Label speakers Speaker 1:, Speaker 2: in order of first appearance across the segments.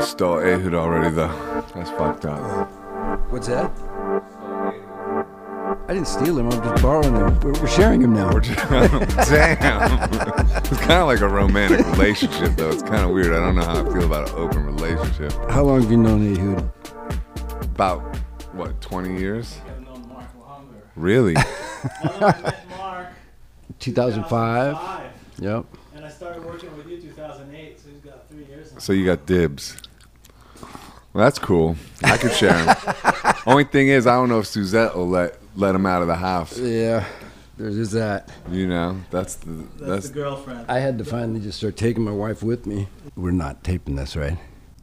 Speaker 1: stole Ehud already, though. That's fucked up.
Speaker 2: What's that? I didn't steal him. I'm just borrowing him. We're, we're sharing him now.
Speaker 1: We're just- Damn. it's kind of like a romantic relationship, though. It's kind of weird. I don't know how I feel about an open relationship.
Speaker 2: How long have you known Ehud?
Speaker 1: About, what, 20 years? Really?
Speaker 2: 2005. Yep.
Speaker 3: And I started working with you 2008, so he's got three years.
Speaker 1: So you got dibs. Well, that's cool. I could share him. Only thing is, I don't know if Suzette will let, let him out of the house.
Speaker 2: Yeah. There's just that.
Speaker 1: You know, that's the,
Speaker 3: That's,
Speaker 1: that's,
Speaker 3: the girlfriend.
Speaker 2: I had to finally just start taking my wife with me. We're not taping this, right?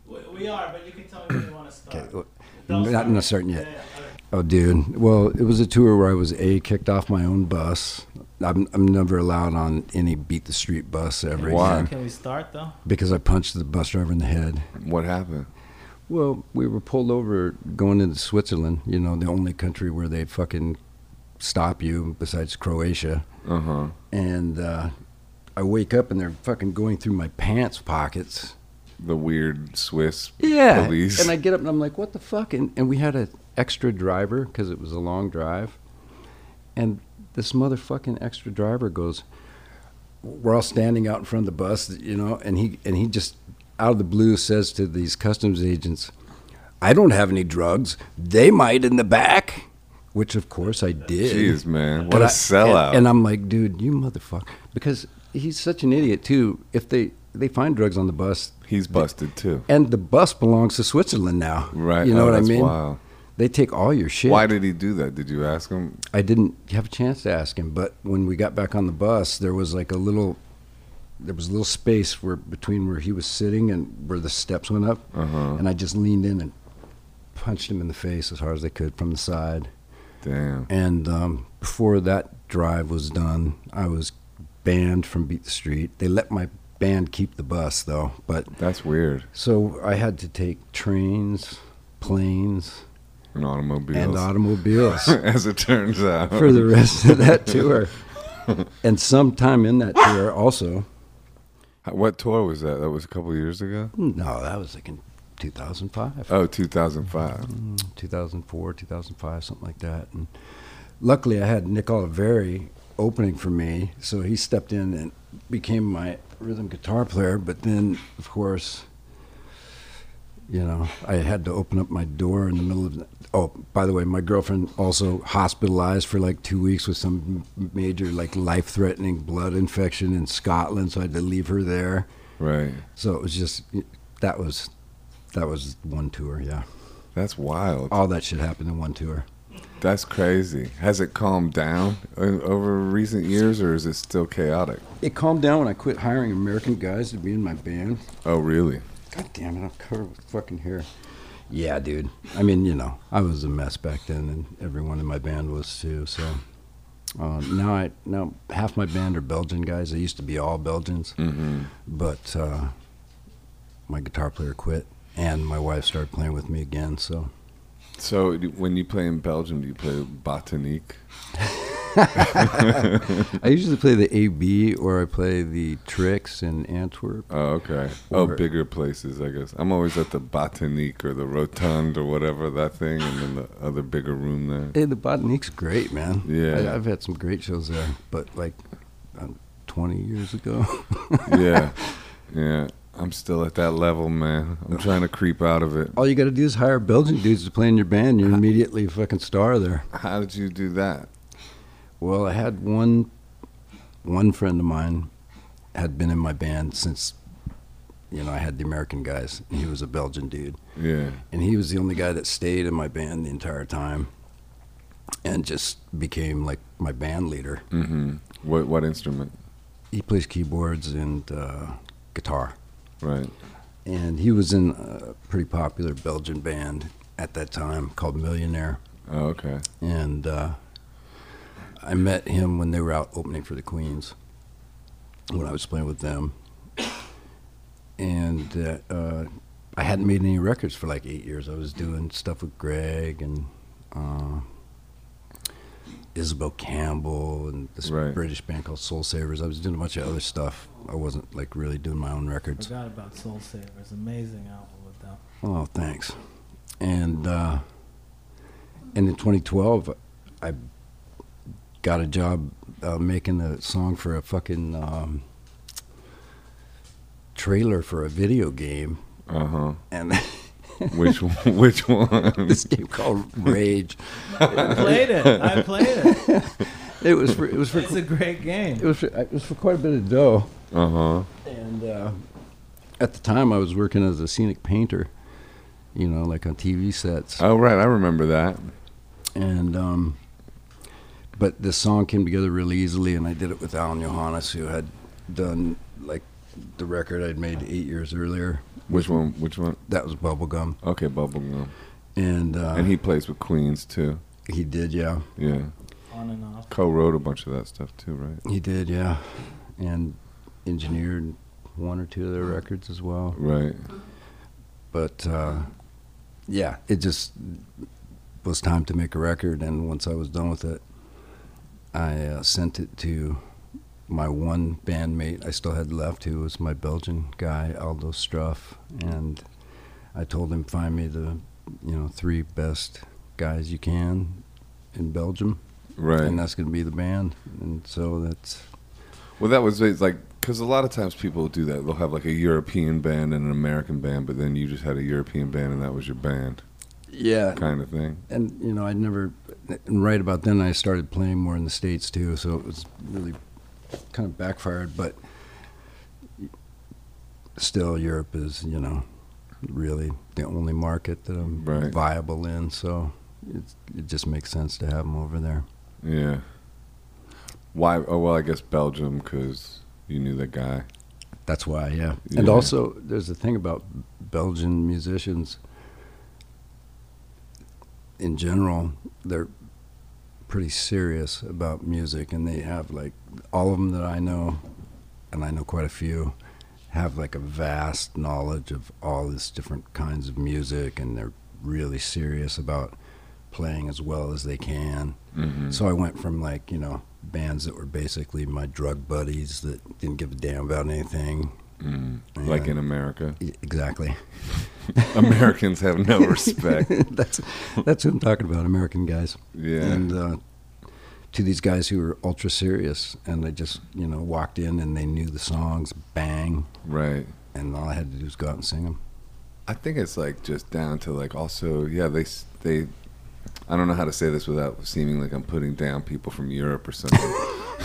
Speaker 3: we, we are, but you can tell me when you want to start.
Speaker 2: Okay. look,
Speaker 3: Don't
Speaker 2: Not
Speaker 3: start.
Speaker 2: not certain yet.
Speaker 3: Yeah, yeah, alright.
Speaker 2: Oh, dude. Well, it was a tour where I was a kicked off my own bus. I'm I'm never allowed on any beat the street bus ever
Speaker 1: Why?
Speaker 2: again
Speaker 3: Can we start though?
Speaker 2: because I punched the bus driver in the head.
Speaker 1: what happened.
Speaker 2: Well, we were pulled over going into Switzerland. You know, the only country where they fucking stop you besides Croatia.
Speaker 1: Uh huh.
Speaker 2: And uh, I wake up and they're fucking going through my pants pockets.
Speaker 1: The weird Swiss
Speaker 2: Yeah.
Speaker 1: police.
Speaker 2: And I get up and I'm like, what the fuck? And, and we had an extra driver because it was a long drive. And this motherfucking extra driver goes, we're all standing out in front of the bus, you know, and he and he just out of the blue says to these customs agents, "I don't have any drugs. They might in the back," which of course I did.
Speaker 1: Jeez, man.
Speaker 2: But
Speaker 1: What a
Speaker 2: I-
Speaker 1: sellout.
Speaker 2: And, and I'm like, dude, you motherfucker, because he's such an idiot too. If they they find drugs on the bus,
Speaker 1: He's busted too.
Speaker 2: and the bus belongs to Switzerland now.
Speaker 1: Right.
Speaker 2: You know
Speaker 1: Oh,
Speaker 2: what I
Speaker 1: that's
Speaker 2: mean?
Speaker 1: wild.
Speaker 2: They take all your shit.
Speaker 1: Why did he do that? Did you ask him?
Speaker 2: I didn't have a chance to ask him, but when we got back on the bus, there was like a little, there was a little space where between where he was sitting and where the steps went up,
Speaker 1: Uh-huh.
Speaker 2: and I just leaned in and punched him in the face as hard as I could from the side.
Speaker 1: Damn.
Speaker 2: And um, before that drive was done, I was banned from Beat the Street. They let my band keep the bus though, but
Speaker 1: That's weird.
Speaker 2: so I had to take trains, planes,
Speaker 1: In automobiles.
Speaker 2: and automobiles.
Speaker 1: As it turns out.
Speaker 2: for the rest of that tour. And sometime in that tour, also.
Speaker 1: What tour was that? That was a couple years ago?
Speaker 2: No, that was like in 2005,
Speaker 1: Oh, 2005.
Speaker 2: 2004, 2005, something like that. And luckily, I had Nick Oliveri opening for me, so he stepped in and became my rhythm guitar player. But then, of course, you know, I had to open up my door in the middle of. The, oh, by the way, my girlfriend also hospitalized for like two weeks with some m- major, like, life-threatening blood infection in Scotland. So I had to leave her there.
Speaker 1: Right.
Speaker 2: So it was just that was that was one tour. Yeah,
Speaker 1: That's wild.
Speaker 2: all that shit happened in one tour.
Speaker 1: That's crazy. Has it calmed down o- over recent years or is it still chaotic?
Speaker 2: It calmed down when I quit hiring American guys to be in my band.
Speaker 1: Oh, really?
Speaker 2: God damn it, I'm covered with fucking hair. Yeah, dude. I mean, you know, I was a mess back then, and everyone in my band was too. So uh, now, I now half my band are Belgian guys. They used to be all Belgians,
Speaker 1: Mhm.
Speaker 2: but uh, my guitar player quit, and my wife started playing with me again. So
Speaker 1: So do- when you play in Belgium, do you play botanique?
Speaker 2: I usually play the AB or I play the tricks in Antwerp.
Speaker 1: Oh, okay. Oh,
Speaker 2: Or-
Speaker 1: bigger places, I guess. I'm always at the Botanique or the Rotonde or whatever that thing, and then the other bigger room there.
Speaker 2: Hey, the Botanique's great, man.
Speaker 1: Yeah.
Speaker 2: I, I've had some great shows there, but like um, 20 years ago.
Speaker 1: Yeah, yeah. I'm still at that level, man. I'm trying to creep out of it.
Speaker 2: All you got to do is hire Belgian dudes to play in your band. You're immediately a fucking star there.
Speaker 1: How did you do that?
Speaker 2: Well, I had one one friend of mine had been in my band since you know I had the American guys. And he was a Belgian dude,
Speaker 1: Yeah,
Speaker 2: and he was the only guy that stayed in my band the entire time, and just became like my band leader.
Speaker 1: hmm What what instrument?
Speaker 2: He plays keyboards and uh, guitar,
Speaker 1: Right.
Speaker 2: and he was in a pretty popular Belgian band at that time called Millionaire.
Speaker 1: Oh, okay.
Speaker 2: and uh, I met him when they were out opening for the Queens when I was playing with them. And uh, uh, I hadn't made any records for like eight years. I was doing stuff with Greg and uh, Isabel Campbell and this
Speaker 1: Right.
Speaker 2: British band called Soul Savers. I was doing a bunch of other stuff. I wasn't like really doing my own records.
Speaker 3: Forgot about Soul Savers. Amazing album with them. now.
Speaker 2: Oh, thanks. And uh, and in 2012, I got a job uh, making a song for a fucking um, trailer for a video game,
Speaker 1: Uh huh.
Speaker 2: and
Speaker 1: Which one- which one?
Speaker 2: this game called Rage.
Speaker 3: I played it. I played it.
Speaker 2: It was for, it was for
Speaker 3: It's a great
Speaker 2: it
Speaker 3: game.
Speaker 2: was for, it was for quite a bit of dough.
Speaker 1: Uh huh.
Speaker 2: And uh, at the time, I was working as a scenic painter, you know, like on TV sets.
Speaker 1: Oh right, I remember that.
Speaker 2: and um, but the song came together really easily, and I did it with Alan Johannes, who had done like the record I'd made eight years earlier.
Speaker 1: Which one? Which one?
Speaker 2: That was Bubblegum,
Speaker 1: Okay, bubblegum.
Speaker 2: and uh,
Speaker 1: And he plays with Queens too.
Speaker 2: he did, yeah,
Speaker 1: Yeah,
Speaker 3: On and off.
Speaker 1: co-wrote a bunch of that stuff too, right?
Speaker 2: he did, yeah, and engineered one or two of their records as well.
Speaker 1: Right.
Speaker 2: But uh, yeah, it just was time to make a record, and once I was done with it, I uh, sent it to my one bandmate I still had left, who was my Belgian guy Aldo Struff, and I told him find me the you know three best guys you can in Belgium, and
Speaker 1: Right.
Speaker 2: that's going to be the band, and so that's
Speaker 1: Well, that was it's like because a lot of times people do that. They'll have like a European band and an American band, but then you just had a European band and that was your band,
Speaker 2: yeah,
Speaker 1: kind of thing.
Speaker 2: and you know, I'd never. And right about then, I started playing more in the states too, so it was really kind of backfired. But still, Europe is you know really the only market that I'm
Speaker 1: Right.
Speaker 2: viable in, so it it just makes sense to have them over there.
Speaker 1: Yeah. Why? Oh well, I guess Belgium because you knew that guy.
Speaker 2: That's why, yeah.
Speaker 1: Yeah.
Speaker 2: And also, there's a thing about Belgian musicians in general, they're pretty serious about music, and they have like all of them that I know, and I know quite a few, have like a vast knowledge of all this different kinds of music, and they're really serious about playing as well as they can.
Speaker 1: Mm-hmm.
Speaker 2: So I went from like, you know, bands that were basically my drug buddies that didn't give a damn about anything.
Speaker 1: Mm. Like in America,
Speaker 2: E- Exactly.
Speaker 1: Americans have no respect.
Speaker 2: that's that's what I'm talking about, American guys.
Speaker 1: Yeah.
Speaker 2: And uh, to these guys who were ultra serious and they just, you know, walked in and they knew the songs, bang,
Speaker 1: Right.
Speaker 2: and all I had to do was go out and sing them.
Speaker 1: I think it's like just down to like also yeah they s- they I don't know how to say this without seeming like I'm putting down people from Europe or something,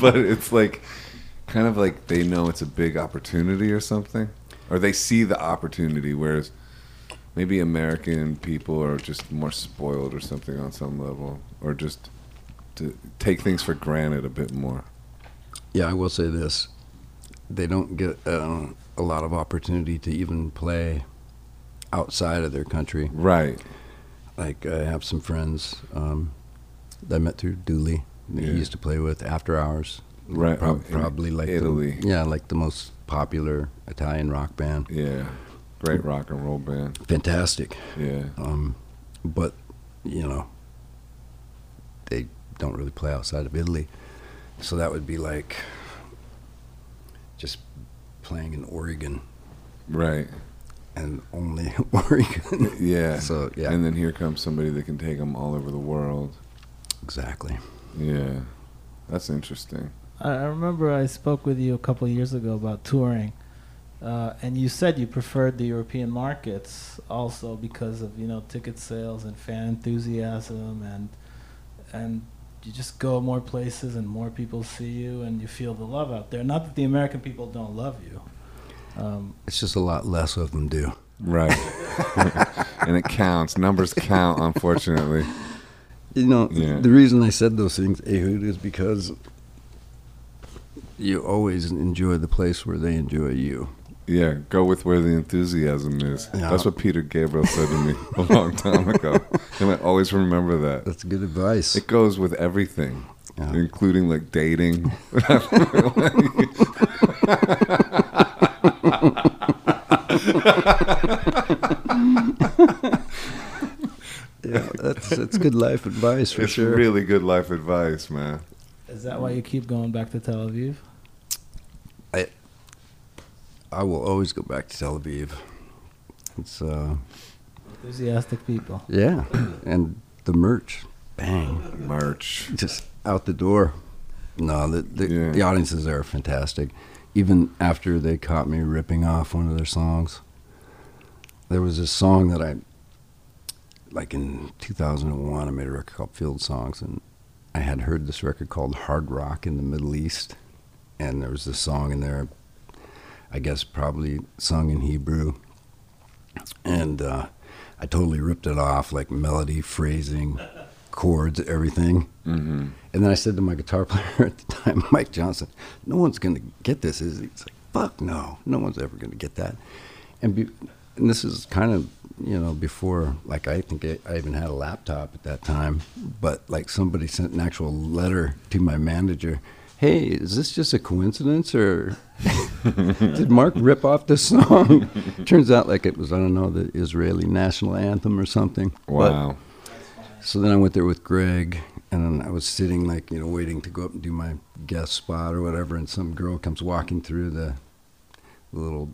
Speaker 1: but it's like kind of like they know it's a big opportunity or something, or they see the opportunity, whereas maybe American people are just more spoiled or something on some level, or just to take things for granted a bit more.
Speaker 2: Yeah, I will say this. They don't get uh, a lot of opportunity to even play outside of their country.
Speaker 1: Right.
Speaker 2: like I have some friends um, that I met through Dooley that
Speaker 1: Yeah.
Speaker 2: he used to play with after hours.
Speaker 1: Right.
Speaker 2: Prob-
Speaker 1: oh, in
Speaker 2: probably like the-
Speaker 1: Italy.
Speaker 2: yeah, like the most popular Italian rock band.
Speaker 1: yeah. Great rock and roll band.
Speaker 2: Fantastic.
Speaker 1: Yeah.
Speaker 2: Um, but you know, they don't really play outside of Italy, so that would be like just playing in Oregon
Speaker 1: Right.
Speaker 2: and only Oregon.
Speaker 1: Yeah.
Speaker 2: So yeah,
Speaker 1: And then here comes somebody that can take them all over the world.
Speaker 2: exactly.
Speaker 1: Yeah. That's interesting.
Speaker 3: I I remember I spoke with you a couple years ago about touring, uh, and you said you preferred the European markets also because of you know ticket sales and fan enthusiasm and and you just go more places and more people see you and you feel the love out there. Not that the American people don't love you. Um,
Speaker 2: It's just a lot less of them do.
Speaker 1: Right. and it counts. Numbers count, unfortunately.
Speaker 2: You know,
Speaker 1: Yeah.
Speaker 2: the reason I said those things, Ehud, is because you always enjoy the place where they enjoy you.
Speaker 1: Yeah, go with where the enthusiasm is.
Speaker 2: Yeah.
Speaker 1: That's what Peter Gabriel said to me a long time ago. "Oh." And I always remember that.
Speaker 2: That's good advice.
Speaker 1: It goes with everything,
Speaker 2: Yeah.
Speaker 1: including like dating.
Speaker 2: yeah, that's that's good life advice for
Speaker 1: it's
Speaker 2: sure.
Speaker 1: really good life advice, man.
Speaker 3: is that why you keep going back to Tel Aviv?
Speaker 2: I will always go back to Tel Aviv. It's uh,
Speaker 3: Enthusiastic people.
Speaker 2: yeah, and the merch, bang,
Speaker 1: March.
Speaker 2: just out the door. No, the the,
Speaker 1: Yeah.
Speaker 2: the audiences there are fantastic. Even after they caught me ripping off one of their songs, there was this song that I, like in 2001, I made a record called Field Songs, and I had heard this record called Hard Rock in the Middle East, and there was this song in there, I guess probably sung in Hebrew, and uh, I totally ripped it off, like melody, phrasing, chords, everything.
Speaker 1: Mm-hmm.
Speaker 2: And then I said to my guitar player at the time, Mike Johnson, no one's going to get this, is he? He's like, fuck no, no one's ever going to get that. And, be, and this is kind of, you know, before, like, I think I, I even had a laptop at that time, but like somebody sent an actual letter to my manager. Hey, is this just a coincidence or did Mark rip off this song? Turns out, like, it was, I don't know, the Israeli national anthem or something. But-
Speaker 1: Wow.
Speaker 2: so then I went there with Greg, and then I was sitting like you know waiting to go up and do my guest spot or whatever, and some girl comes walking through the little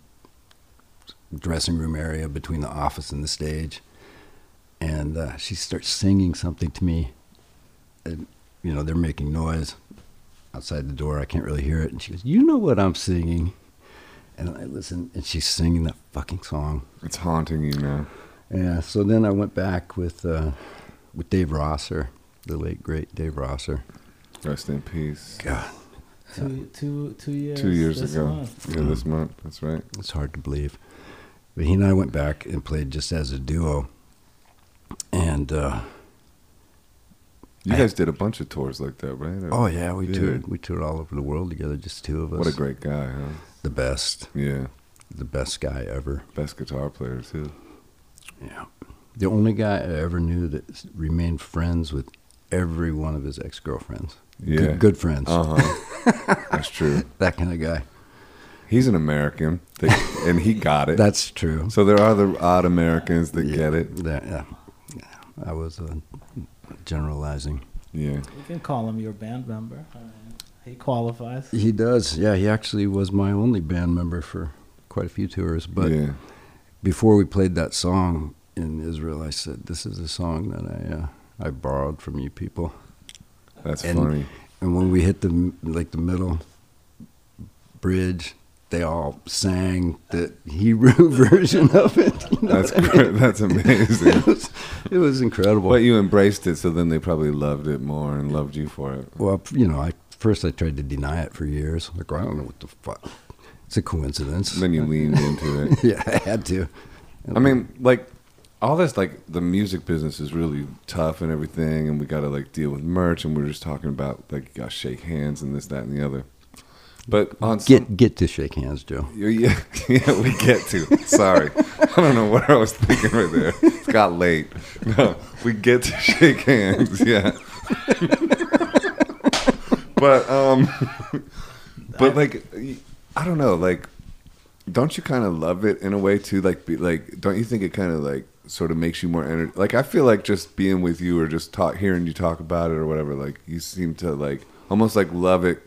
Speaker 2: dressing room area between the office and the stage, and uh, she starts singing something to me, and you know they're making noise outside the door. I can't really hear it, and she goes, "You know what I'm singing?" And I listen, and she's singing that fucking song.
Speaker 1: It's haunting you now.
Speaker 2: Yeah. So then I went back with uh, with Dave Rosser, the late great Dave Rosser.
Speaker 1: Rest in peace.
Speaker 2: God,
Speaker 3: Two, two, two years.
Speaker 1: Two years
Speaker 3: this
Speaker 1: ago.
Speaker 3: month.
Speaker 1: Yeah, this
Speaker 2: Mm-hmm.
Speaker 1: month. That's right.
Speaker 2: it's hard to believe. But he and I went back and played just as a duo. And uh,
Speaker 1: You
Speaker 2: I-
Speaker 1: guys did a bunch of tours like that, right?
Speaker 2: oh yeah, we
Speaker 1: Dude.
Speaker 2: toured. We toured all over the world together, just two of us.
Speaker 1: What a great guy, huh?
Speaker 2: the best,
Speaker 1: Yeah.
Speaker 2: the best guy ever.
Speaker 1: Best guitar player, too.
Speaker 2: Yeah. The only guy I ever knew that s- remained friends with every one of his ex girlfriends.
Speaker 1: Yeah.
Speaker 2: Good, good friends.
Speaker 1: Uh huh. That's true.
Speaker 2: That kind of guy.
Speaker 1: He's an American, they, and he got it.
Speaker 2: That's true.
Speaker 1: so there are the odd Americans that
Speaker 2: Yeah.
Speaker 1: get it.
Speaker 2: That, yeah. yeah. I was uh, generalizing.
Speaker 1: Yeah.
Speaker 3: You can call him your band member. I mean, he qualifies.
Speaker 2: He does. Yeah, he actually was my only band member for quite a few tours. But
Speaker 1: yeah.
Speaker 2: before we played that song in Israel, I said, "This is a song that I uh, I borrowed from you people."
Speaker 1: That's
Speaker 2: and-
Speaker 1: funny.
Speaker 2: And when we hit the m- like the middle bridge, they all sang the Hebrew version of it. you know
Speaker 1: That's
Speaker 2: what I mean?
Speaker 1: great. That's amazing.
Speaker 2: it, was, it was incredible.
Speaker 1: But you embraced it, so then they probably loved it more and loved you for it.
Speaker 2: Well, you know, I first I tried to deny it for years. Like, well, I don't know what the fuck. It's a coincidence.
Speaker 1: And then you leaned into it.
Speaker 2: yeah, I had to.
Speaker 1: I mean, like all this, like the music business is really tough and everything, and we got to like deal with merch, and we are just talking about like you got to shake hands and this, that, and the other. But on some-
Speaker 2: get get to shake hands, Joe.
Speaker 1: Yeah, yeah, yeah, we get to. Sorry. I don't know what I was thinking right there. It got late. No, we get to shake hands. Yeah. but, um, but like, I don't know. Like, don't you kind of love it in a way too? Like, be, like, don't you think it kind of like sort of makes you more energy? Like, I feel like just being with you or just talk, hearing you talk about it or whatever. Like, you seem to like almost like love it,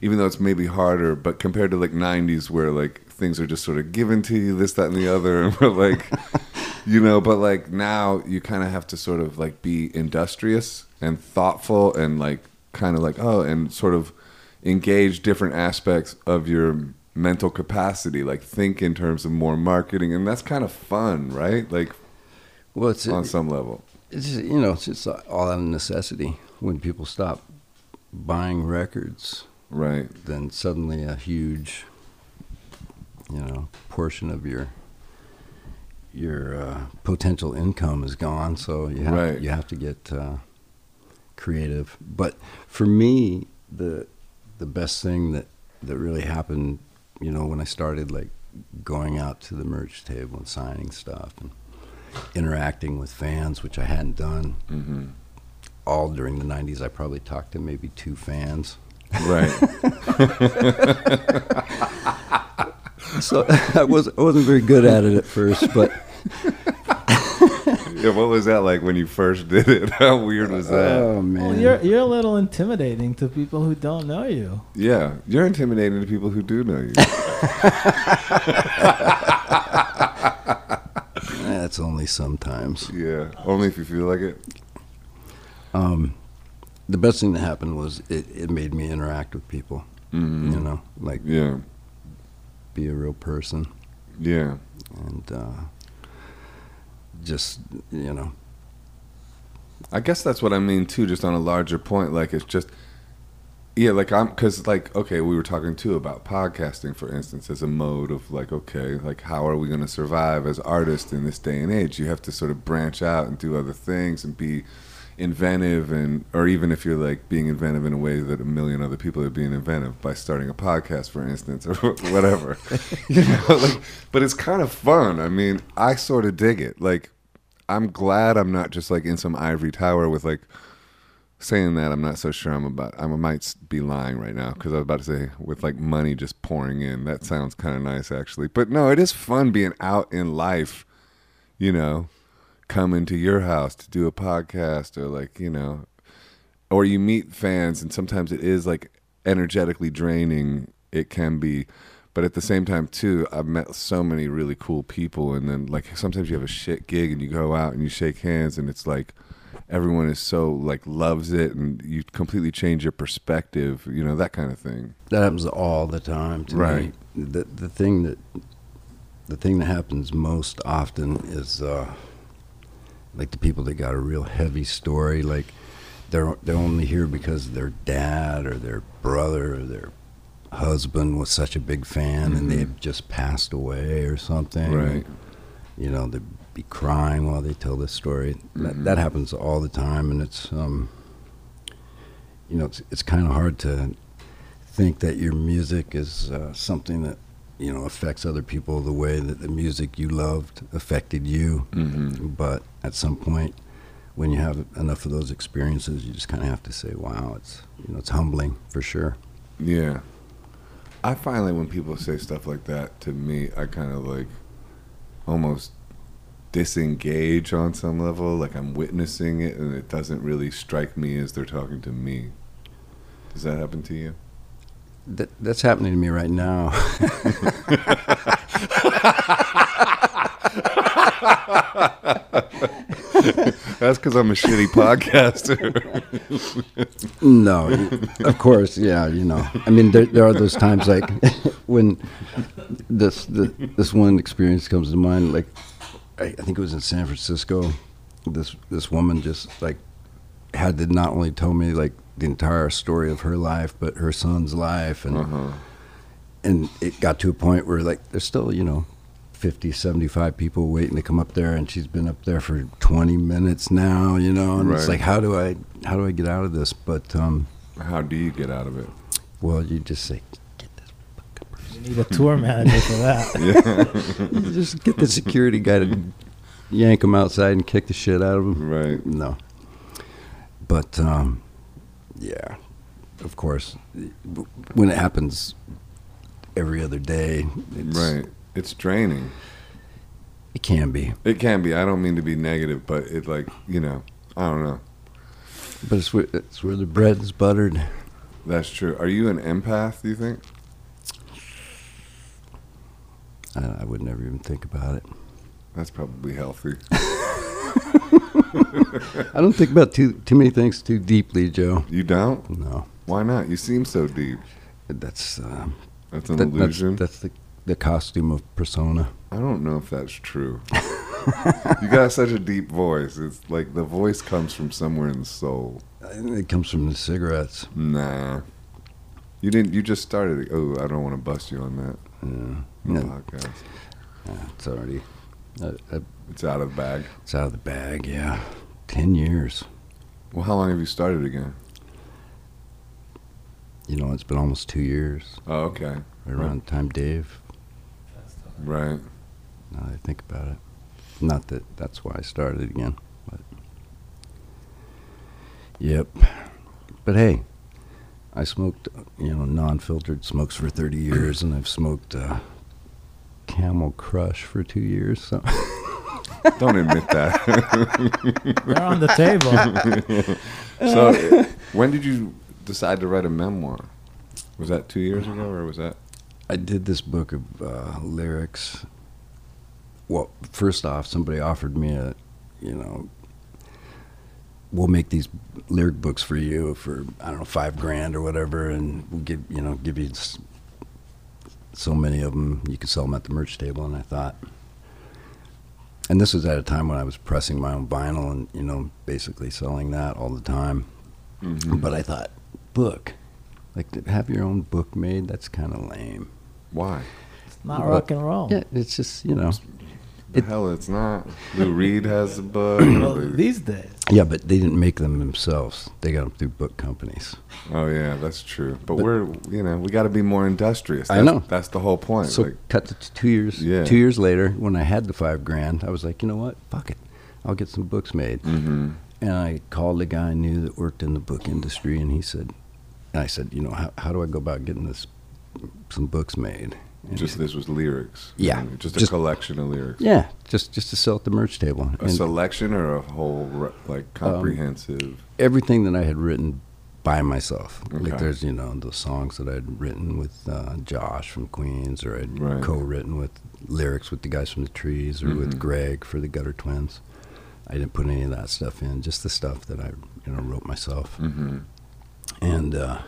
Speaker 1: even though it's maybe harder. But compared to like '90s, where like things are just sort of given to you, this, that, and the other, and we're like, you know. But like now, you kind of have to sort of like be industrious and thoughtful and like kind of like oh, and sort of engage different aspects of your mental capacity like think in terms of more marketing and that's kind of fun right like
Speaker 2: Well, it's,
Speaker 1: on
Speaker 2: it's
Speaker 1: some level
Speaker 2: just, you know, it's just all out of necessity. When people stop buying records,
Speaker 1: right
Speaker 2: then suddenly a huge, you know, portion of your your uh, potential income is gone. So you have
Speaker 1: Right.
Speaker 2: you have to get uh, creative. But for me, the the best thing that that really happened, you know, when I started like going out to the merch table and signing stuff and interacting with fans, which I hadn't done
Speaker 1: hmm
Speaker 2: all during the '90s. I probably talked to maybe two fans.
Speaker 1: right
Speaker 2: So I was I wasn't very good at it at first, but
Speaker 1: yeah what was that like when you first did it how weird was that
Speaker 2: oh man,
Speaker 3: Well, you're you're a little intimidating to people who don't know you.
Speaker 1: yeah you're intimidating to people who do know you
Speaker 2: that's only sometimes.
Speaker 1: Yeah, only if you feel like it.
Speaker 2: Um, the best thing that happened was it, it made me interact with people,
Speaker 1: Mm.
Speaker 2: you know, like
Speaker 1: Yeah,
Speaker 2: be a real person
Speaker 1: yeah,
Speaker 2: and uh, just, you know,
Speaker 1: I guess that's what I mean too, just on a larger point. Like it's just, yeah, like I'm because like okay, we were talking too about podcasting, for instance, as a mode of like okay, like how are we going to survive as artists in this day and age? You have to sort of branch out and do other things and be inventive and or even if you're like being inventive in a way that a million other people are being inventive by starting a podcast for instance or whatever you know like but it's kind of fun i mean i sort of dig it like i'm glad i'm not just like in some ivory tower with like saying that i'm not so sure i'm about i might be lying right now because i was about to say with like money just pouring in that sounds kind of nice actually but no it is fun being out in life you know coming to your house to do a podcast or like you know or you meet fans and sometimes it is like energetically draining it can be but at the same time too i've met so many really cool people and then like sometimes you have a shit gig and you go out and you shake hands and it's like everyone is so like loves it and you completely change your perspective you know that kind of thing
Speaker 2: that happens all the time to
Speaker 1: Right.
Speaker 2: me. The, the thing that, the thing that happens most often is, uh, like the people that got a real heavy story, like they're they're only here because their dad or their brother or their husband was such a big fan and they've just passed away or something.
Speaker 1: Mm-hmm. Right.
Speaker 2: You know, they'd be crying while they tell this story. That, that happens all the time, and it's um, you know, it's it's kind of hard to think that your music is uh, something that you know affects other people the way that the music you loved affected you
Speaker 1: mm-hmm.
Speaker 2: but at some point when you have enough of those experiences you just kind of have to say wow it's you know it's humbling for sure
Speaker 1: Yeah. I find like when people say stuff like that to me, I kind of like almost disengage on some level. Like I'm witnessing it and it doesn't really strike me as they're talking to me. Does that happen to you?
Speaker 2: that, that's happening to me right now
Speaker 1: That's because I'm a shitty podcaster.
Speaker 2: no you- of course yeah you know i mean there, there are those times like when this the, this one experience comes to mind like I, I think it was in san francisco this this woman just like had to not only tell me like the entire story of her life but her son's life and
Speaker 1: uh-huh.
Speaker 2: and it got to a point where like there's still you know 50 75 people waiting to come up there and she's been up there for 20 minutes now you know and it's
Speaker 1: Right.
Speaker 2: like how do i how do i get out of this but um
Speaker 1: How do you get out of it?
Speaker 2: well you just say get
Speaker 3: You need a tour manager for that.
Speaker 1: Yeah.
Speaker 2: this just get the security guy to yank him outside and kick the shit out of him
Speaker 1: right.
Speaker 2: no but um yeah of course w- when it happens every other day it's,
Speaker 1: Right. It's draining.
Speaker 2: it can be
Speaker 1: It can be. I don't mean to be negative, but it like, you know, I don't know.
Speaker 2: but it's where, it's where the bread is buttered
Speaker 1: That's true. Are you an empath, do you think?
Speaker 2: I, I would never even think about it.
Speaker 1: That's probably healthy.
Speaker 2: I don't think about too too many things too deeply, Joe.
Speaker 1: You don't?
Speaker 2: No,
Speaker 1: Why not? You seem so deep.
Speaker 2: that's uh,
Speaker 1: That's an
Speaker 2: that- that's
Speaker 1: illusion.
Speaker 2: that's the the costume of persona.
Speaker 1: I don't know if that's true. you got such a deep voice. It's like the voice comes from somewhere in the soul.
Speaker 2: And It comes from the cigarettes.
Speaker 1: Nah. You didn't. You just started. it. Oh, I don't want to bust you on that
Speaker 2: Yeah,
Speaker 1: on the
Speaker 2: Yeah,
Speaker 1: podcast.
Speaker 2: it's already uh, uh,
Speaker 1: It's out of the bag.
Speaker 2: it's out of the bag. Yeah, ten years.
Speaker 1: Well, how long have you started again?
Speaker 2: You know, it's been almost two years
Speaker 1: Oh, okay.
Speaker 2: right around the time Dave.
Speaker 1: Right.
Speaker 2: Now that I think about it, not that that's why I started again, but yep. But hey, I smoked you know non-filtered smokes for 30 years, and I've smoked uh, Camel Crush for two years. So
Speaker 1: Don't admit that.
Speaker 3: They're on the table.
Speaker 1: so, when did you decide to write a memoir? Was that two years ago, or was that?
Speaker 2: I did this book of uh, lyrics well, first off, somebody offered me a, you know, we'll make these lyric books for you for I don't know five grand or whatever, and we'll give you know give you s- so many of them you can sell them at the merch table. And I thought, and this was at a time when I was pressing my own vinyl and you know basically selling that all the time.
Speaker 1: Mhm.
Speaker 2: But I thought, book, like to have your own book made, that's kind of lame.
Speaker 1: Why?
Speaker 3: It's not
Speaker 2: But-
Speaker 3: rock and roll.
Speaker 2: Yeah, it's just you know.
Speaker 1: The
Speaker 2: It-
Speaker 1: hell, it's not. Lou Reed has a book.
Speaker 3: Well,
Speaker 1: Everybody-
Speaker 3: these days,
Speaker 2: Yeah, but they didn't make them themselves. They got them through book companies.
Speaker 1: oh yeah, that's true. But,
Speaker 2: But-
Speaker 1: we're, you know, we got to be more industrious.
Speaker 2: I
Speaker 1: That's,
Speaker 2: know.
Speaker 1: That's the whole point.
Speaker 2: So
Speaker 1: like,
Speaker 2: cut to t- two years.
Speaker 1: Yeah.
Speaker 2: Two years later, when I had the five grand, I was like, you know what? Fuck it. I'll get some books made.
Speaker 1: hmm
Speaker 2: And I called a guy I knew that worked in the book industry, and he said, and I said, you know, how, how do I go about getting this some books made? And he
Speaker 1: Just
Speaker 2: said,
Speaker 1: this was lyrics.
Speaker 2: Yeah.
Speaker 1: Just a
Speaker 2: Just-
Speaker 1: collection of lyrics.
Speaker 2: yeah, just just to sell at the merch table.
Speaker 1: A selection or a whole re- like
Speaker 2: Um,
Speaker 1: comprehensive.
Speaker 2: everything that I had written by myself.
Speaker 1: Okay.
Speaker 2: Like there's you know the songs that I'd written with uh, Josh from Queens, or I'd
Speaker 1: Right.
Speaker 2: co-written with lyrics with the guys from the Trees, or
Speaker 1: Mhm.
Speaker 2: with Greg for the Gutter Twins. I didn't put any of that stuff in. Just the stuff that I you know wrote myself.
Speaker 1: hmm
Speaker 2: And uh,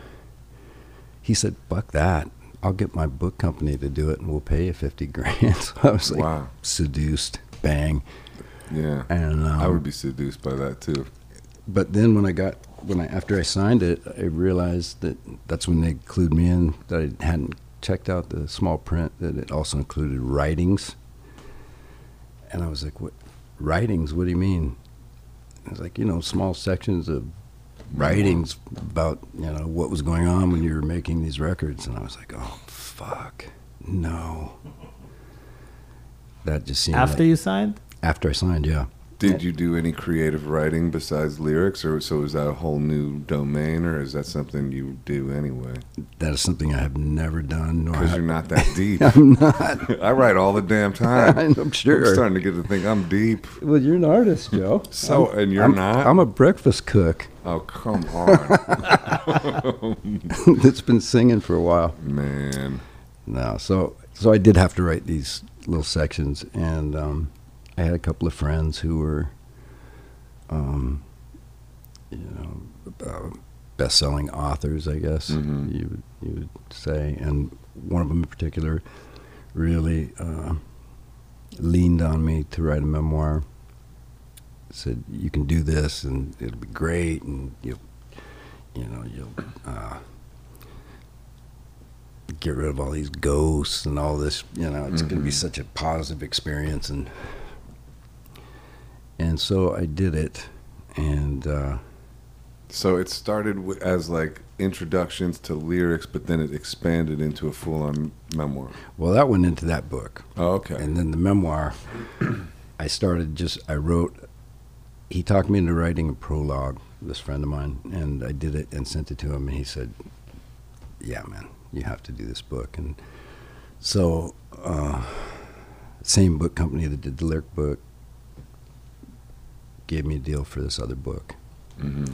Speaker 2: he said, "Fuck that." I'll get my book company to do it, and we'll pay you fifty grand. So I was like
Speaker 1: wow.
Speaker 2: seduced, bang,
Speaker 1: Yeah.
Speaker 2: and um,
Speaker 1: I would be seduced by that too.
Speaker 2: but then when I got when I after I signed it, I realized that that's when they clued me in that I hadn't checked out the small print that it also included writings. And I was like, "What writings? What do you mean?" I was like, "You know, small sections of writings about you know what was going on when you were making these records." And I was like, "Oh fuck, no." That just seemed
Speaker 3: after
Speaker 2: like,
Speaker 3: you signed,
Speaker 2: after I signed, yeah.
Speaker 1: Did you do any creative writing besides lyrics, or so is that a whole new domain, or is that something you do anyway?
Speaker 2: That is something I have never done. Nor
Speaker 1: Because
Speaker 2: have-
Speaker 1: you're not that deep.
Speaker 2: I'm not.
Speaker 1: I write all the damn time.
Speaker 2: I'm sure.
Speaker 1: I'm starting to get to think I'm deep.
Speaker 2: Well, you're an artist, Joe.
Speaker 1: So and you're
Speaker 2: I'm,
Speaker 1: not.
Speaker 2: I'm a breakfast cook
Speaker 1: oh come on,
Speaker 2: that's been singing for a while
Speaker 1: man.
Speaker 2: now. So, so I did have to write these little sections, and um, I had a couple of friends who were, um, you know, uh, best-selling authors. I guess
Speaker 1: Mhm.
Speaker 2: you would, you would say, and one of them in particular really uh, leaned on me to write a memoir. Said you can do this, and it'll be great, and you, you know, you'll uh, get rid of all these ghosts and all this. You know, it's going to be
Speaker 1: Mhm.
Speaker 2: such a positive experience, and and so I did it, and uh,
Speaker 1: So it started wi- as like introductions to lyrics, but then it expanded into a full-on memoir.
Speaker 2: well, that went into that book.
Speaker 1: Oh, okay.
Speaker 2: And then the memoir, I started just, I wrote, he talked me into writing a prologue, this friend of mine, and I did it and sent it to him, and he said, Yeah, man, you have to do this book. And so, uh, same book company that did the lyric book gave me a deal for this other book.
Speaker 1: hmm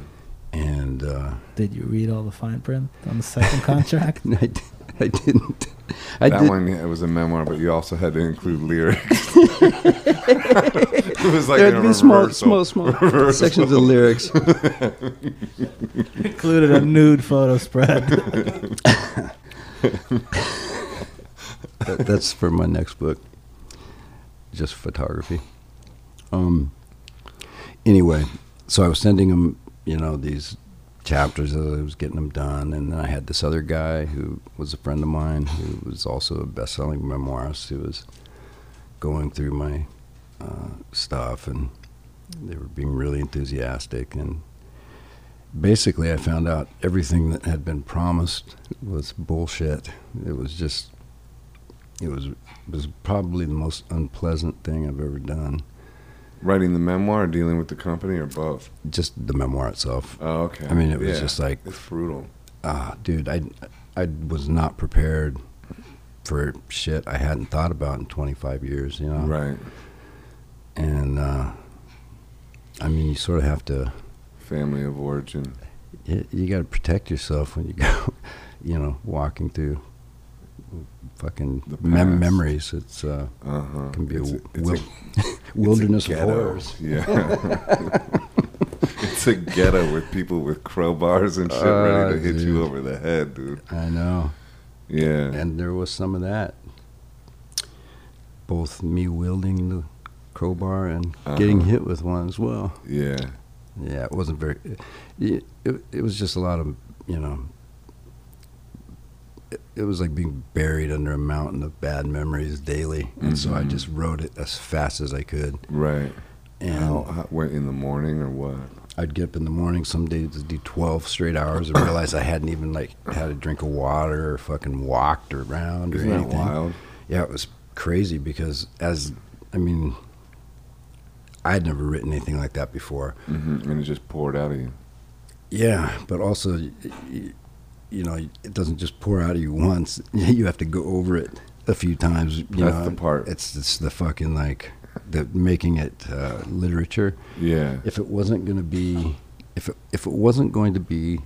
Speaker 2: And uh,
Speaker 3: did you read all the fine print on the second contract?
Speaker 2: I, d- I didn't. I
Speaker 1: That
Speaker 2: did,
Speaker 1: one yeah, it was a memoir, but you also had to include lyrics. it was like
Speaker 2: there'd
Speaker 1: a
Speaker 2: be small, small,
Speaker 1: reversal.
Speaker 2: small sections of lyrics.
Speaker 3: Included a nude photo spread.
Speaker 2: that, that's for my next book. Just photography. Um. Anyway, so I was sending him, you know, these chapters as I was getting them done, and then I had this other guy who was a friend of mine who was also a best-selling memoirist who was going through my uh, stuff, and they were being really enthusiastic and. Basically, I found out everything that had been promised was bullshit. It was just it was was probably the most unpleasant thing I've ever done.
Speaker 1: Writing the memoir, or dealing with the company, or both.
Speaker 2: Just the memoir itself.
Speaker 1: Oh, okay.
Speaker 2: I mean, it was
Speaker 1: Yeah.
Speaker 2: just like,
Speaker 1: it's brutal.
Speaker 2: ah, dude, I I was not prepared for shit I hadn't thought about in 25 years. You know,
Speaker 1: Right.
Speaker 2: and uh, I mean, you sort of have to.
Speaker 1: Family of origin.
Speaker 2: You, you got to protect yourself when you go, you know, walking through fucking
Speaker 1: The
Speaker 2: mem-
Speaker 1: past.
Speaker 2: memories. It's uh,
Speaker 1: Uh huh.
Speaker 2: can be a,
Speaker 1: it's a, it's
Speaker 2: wil-
Speaker 1: a-
Speaker 2: wilderness of
Speaker 1: ghetto.
Speaker 2: horrors.
Speaker 1: Yeah. it's a ghetto with people with crowbars and shit ready to
Speaker 2: Ah,
Speaker 1: hit
Speaker 2: dude.
Speaker 1: you over the head, dude.
Speaker 2: I know.
Speaker 1: Yeah.
Speaker 2: And there was some of that. Both me wielding the crowbar and getting
Speaker 1: Uh-huh.
Speaker 2: hit with one as well.
Speaker 1: yeah.
Speaker 2: Yeah, it wasn't very. It, it, it was just a lot of you know. It, it was like being buried under a mountain of bad memories daily, and so I
Speaker 1: Mhm.
Speaker 2: just wrote it as fast as I could.
Speaker 1: Right.
Speaker 2: And
Speaker 1: How, how, where, in the morning or what?
Speaker 2: I'd get up in the morning some days to do twelve straight hours and realize I hadn't even like had a drink of water or fucking walked around or
Speaker 1: Isn't that
Speaker 2: anything.
Speaker 1: wild?
Speaker 2: Yeah, it was crazy because as I mean, I'd never written anything like that before.
Speaker 1: hmm And it just poured out of you.
Speaker 2: Yeah, but also, y- y- you know, it doesn't just pour out of you once. You have to go over it a few times. You
Speaker 1: That's
Speaker 2: know,
Speaker 1: the part.
Speaker 2: It's it's the fucking like the making it uh, literature.
Speaker 1: Yeah.
Speaker 2: If it wasn't going to be, if it, if it wasn't going to be.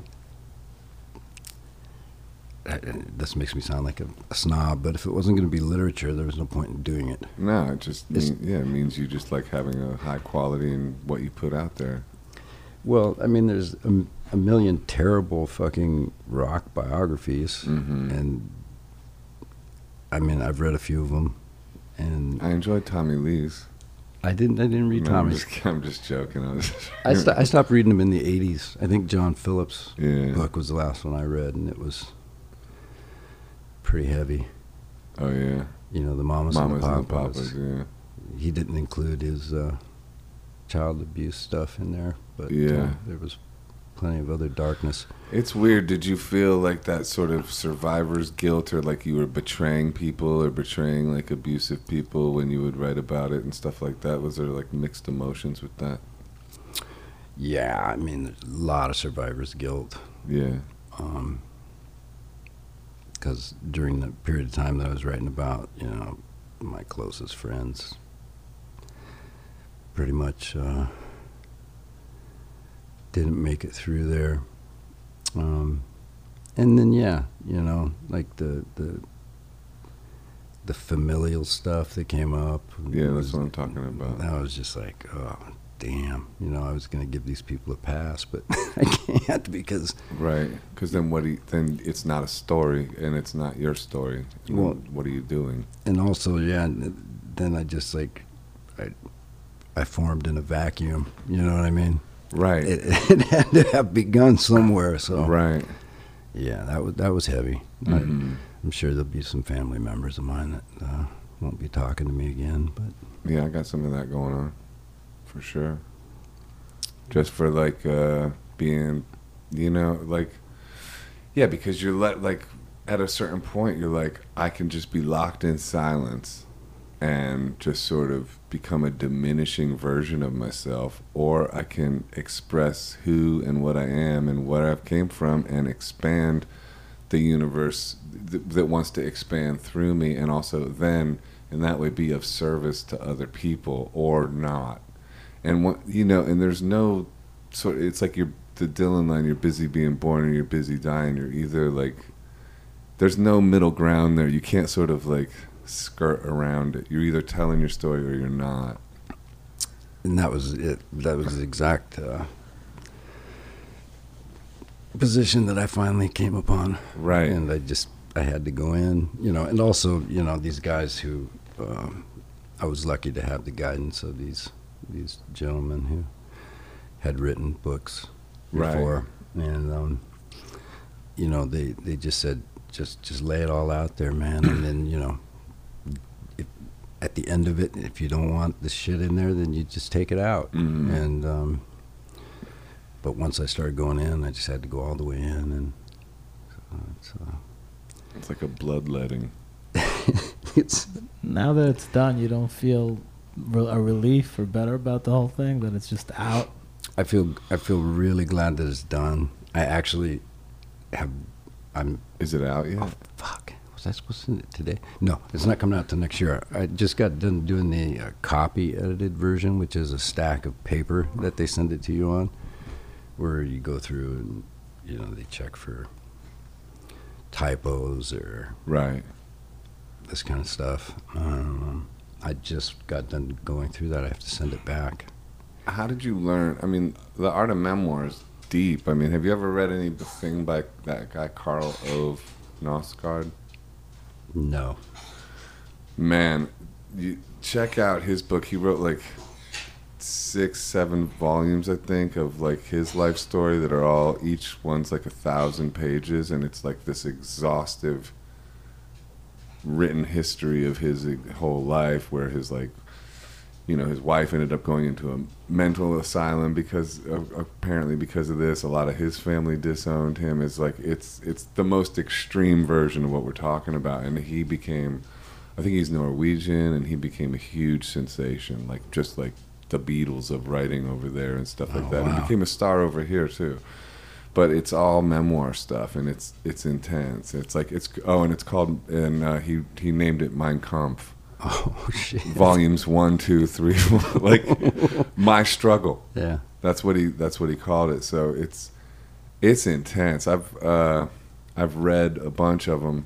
Speaker 2: I- I- This makes me sound like a, a snob, but if it wasn't going to be literature, there was no point in doing it.
Speaker 1: No, it just
Speaker 2: It's-
Speaker 1: mean, yeah, it means you just like having a high quality in what you put out there.
Speaker 2: Well, I mean, there's a, m- a million terrible fucking rock biographies,
Speaker 1: Mhm.
Speaker 2: and I mean, I've read a few of them, and
Speaker 1: I enjoyed Tommy Lee's.
Speaker 2: I didn't, I didn't read
Speaker 1: No, I'm
Speaker 2: Tommy's.
Speaker 1: just, I'm just joking. I was just,
Speaker 2: I, sto- I stopped reading them in the '80s. I think John Phillips'
Speaker 1: yeah.
Speaker 2: book was the last one I read, and it was pretty heavy.
Speaker 1: Oh yeah.
Speaker 2: You know, the mamas,
Speaker 1: Mamas
Speaker 2: and
Speaker 1: and
Speaker 2: the papas.
Speaker 1: papas. Yeah.
Speaker 2: He didn't include his uh, child abuse stuff in there, but uh,
Speaker 1: Yeah.
Speaker 2: there was plenty of other darkness.
Speaker 1: It's weird. Did you feel like that sort of survivor's guilt or like you were betraying people or betraying like abusive people when you would write about it and stuff like that? Was there like mixed emotions with that?
Speaker 2: Yeah, I mean, there's a lot of survivor's guilt.
Speaker 1: Yeah.
Speaker 2: because during the period of time that I was writing about, you know, my closest friends pretty much uh, didn't make it through there. Um, and then, yeah, you know, like the the the familial stuff that came up.
Speaker 1: Yeah, that's
Speaker 2: was-
Speaker 1: what I'm talking about.
Speaker 2: I was just like, oh, damn. You know, I was going to give these people a pass, but I can't because
Speaker 1: Right. Because then what do you, then it's not a story and it's not your story. And
Speaker 2: Well-
Speaker 1: then what are you doing?
Speaker 2: and also yeah and then i just like i i formed in a vacuum you know what i mean
Speaker 1: Right.
Speaker 2: it, it had to have begun somewhere so
Speaker 1: Right.
Speaker 2: yeah that was that was heavy I,
Speaker 1: Mhm.
Speaker 2: i'm sure there'll be some family members of mine that uh, won't be talking to me again but
Speaker 1: Yeah, I got some of that going on, for sure. Just for like uh, being, you know, like, yeah, because you're let like at a certain point you're like I can just be locked in silence, and just sort of become a diminishing version of myself, or I can express who and what I am and where I've came from and expand the universe th- that wants to expand through me, and also then and that way be of service to other people or not. And what you know, and there's no sort. It's like you're the Dylan line: you're busy being born or you're busy dying. You're either like, there's no middle ground there. You can't sort of like skirt around it. You're either telling your story or you're not.
Speaker 2: and that was it that was the exact uh, position that i finally came upon
Speaker 1: Right.
Speaker 2: and I just I had to go in, you know, and also you know these guys who um, I was lucky to have the guidance of these these gentlemen who had written books
Speaker 1: Right.
Speaker 2: before, and um, you know they they just said just just lay it all out there, man, and then you know. if At the end of it, if you don't want the shit in there, then you just take it out.
Speaker 1: Mhm.
Speaker 2: And um, but once I started going in, I just had to go all the way in, and uh, it's, uh,
Speaker 1: It's like a bloodletting.
Speaker 2: it's
Speaker 3: Now that it's done, you don't feel re- a relief or better about the whole thing that it's just out.
Speaker 2: I feel I feel really glad that it's done. I actually have I'm
Speaker 1: Is it out yet?
Speaker 2: oh fuck was I supposed to send it today? No, it's not coming out till next year. I just got done doing the uh, copy edited version, which is a stack of paper that they send it to you on, where you go through and you know they check for typos or
Speaker 1: Right.
Speaker 2: this kind of stuff. Um, I just got done going through that. I have to send it back.
Speaker 1: How did you learn? I mean, the art of memoir is deep. I mean, have you ever read anything by that guy Carl Ove Nosgard?
Speaker 2: No.
Speaker 1: Man, you check out his book. He wrote like six, seven volumes, I think, of like his life story that are all each one's like a thousand pages, and it's like this exhaustive written history of his whole life, where his like, you know, his wife ended up going into a mental asylum because apparently because of this, a lot of his family disowned him. It's like it's it's the most extreme version of what we're talking about, and he became. I think he's Norwegian, and he became a huge sensation, like just like the Beatles of writing over there and stuff like
Speaker 2: Oh,
Speaker 1: that.
Speaker 2: wow.
Speaker 1: It became a star over here too. But it's all memoir stuff, and it's it's intense. It's like it's oh, and it's called and uh, he he named it Mein Kampf,
Speaker 2: Oh shit.
Speaker 1: volumes one, two, three, four, like my struggle.
Speaker 2: Yeah.
Speaker 1: That's what he that's what he called it. So it's it's intense. I've uh, I've read a bunch of them,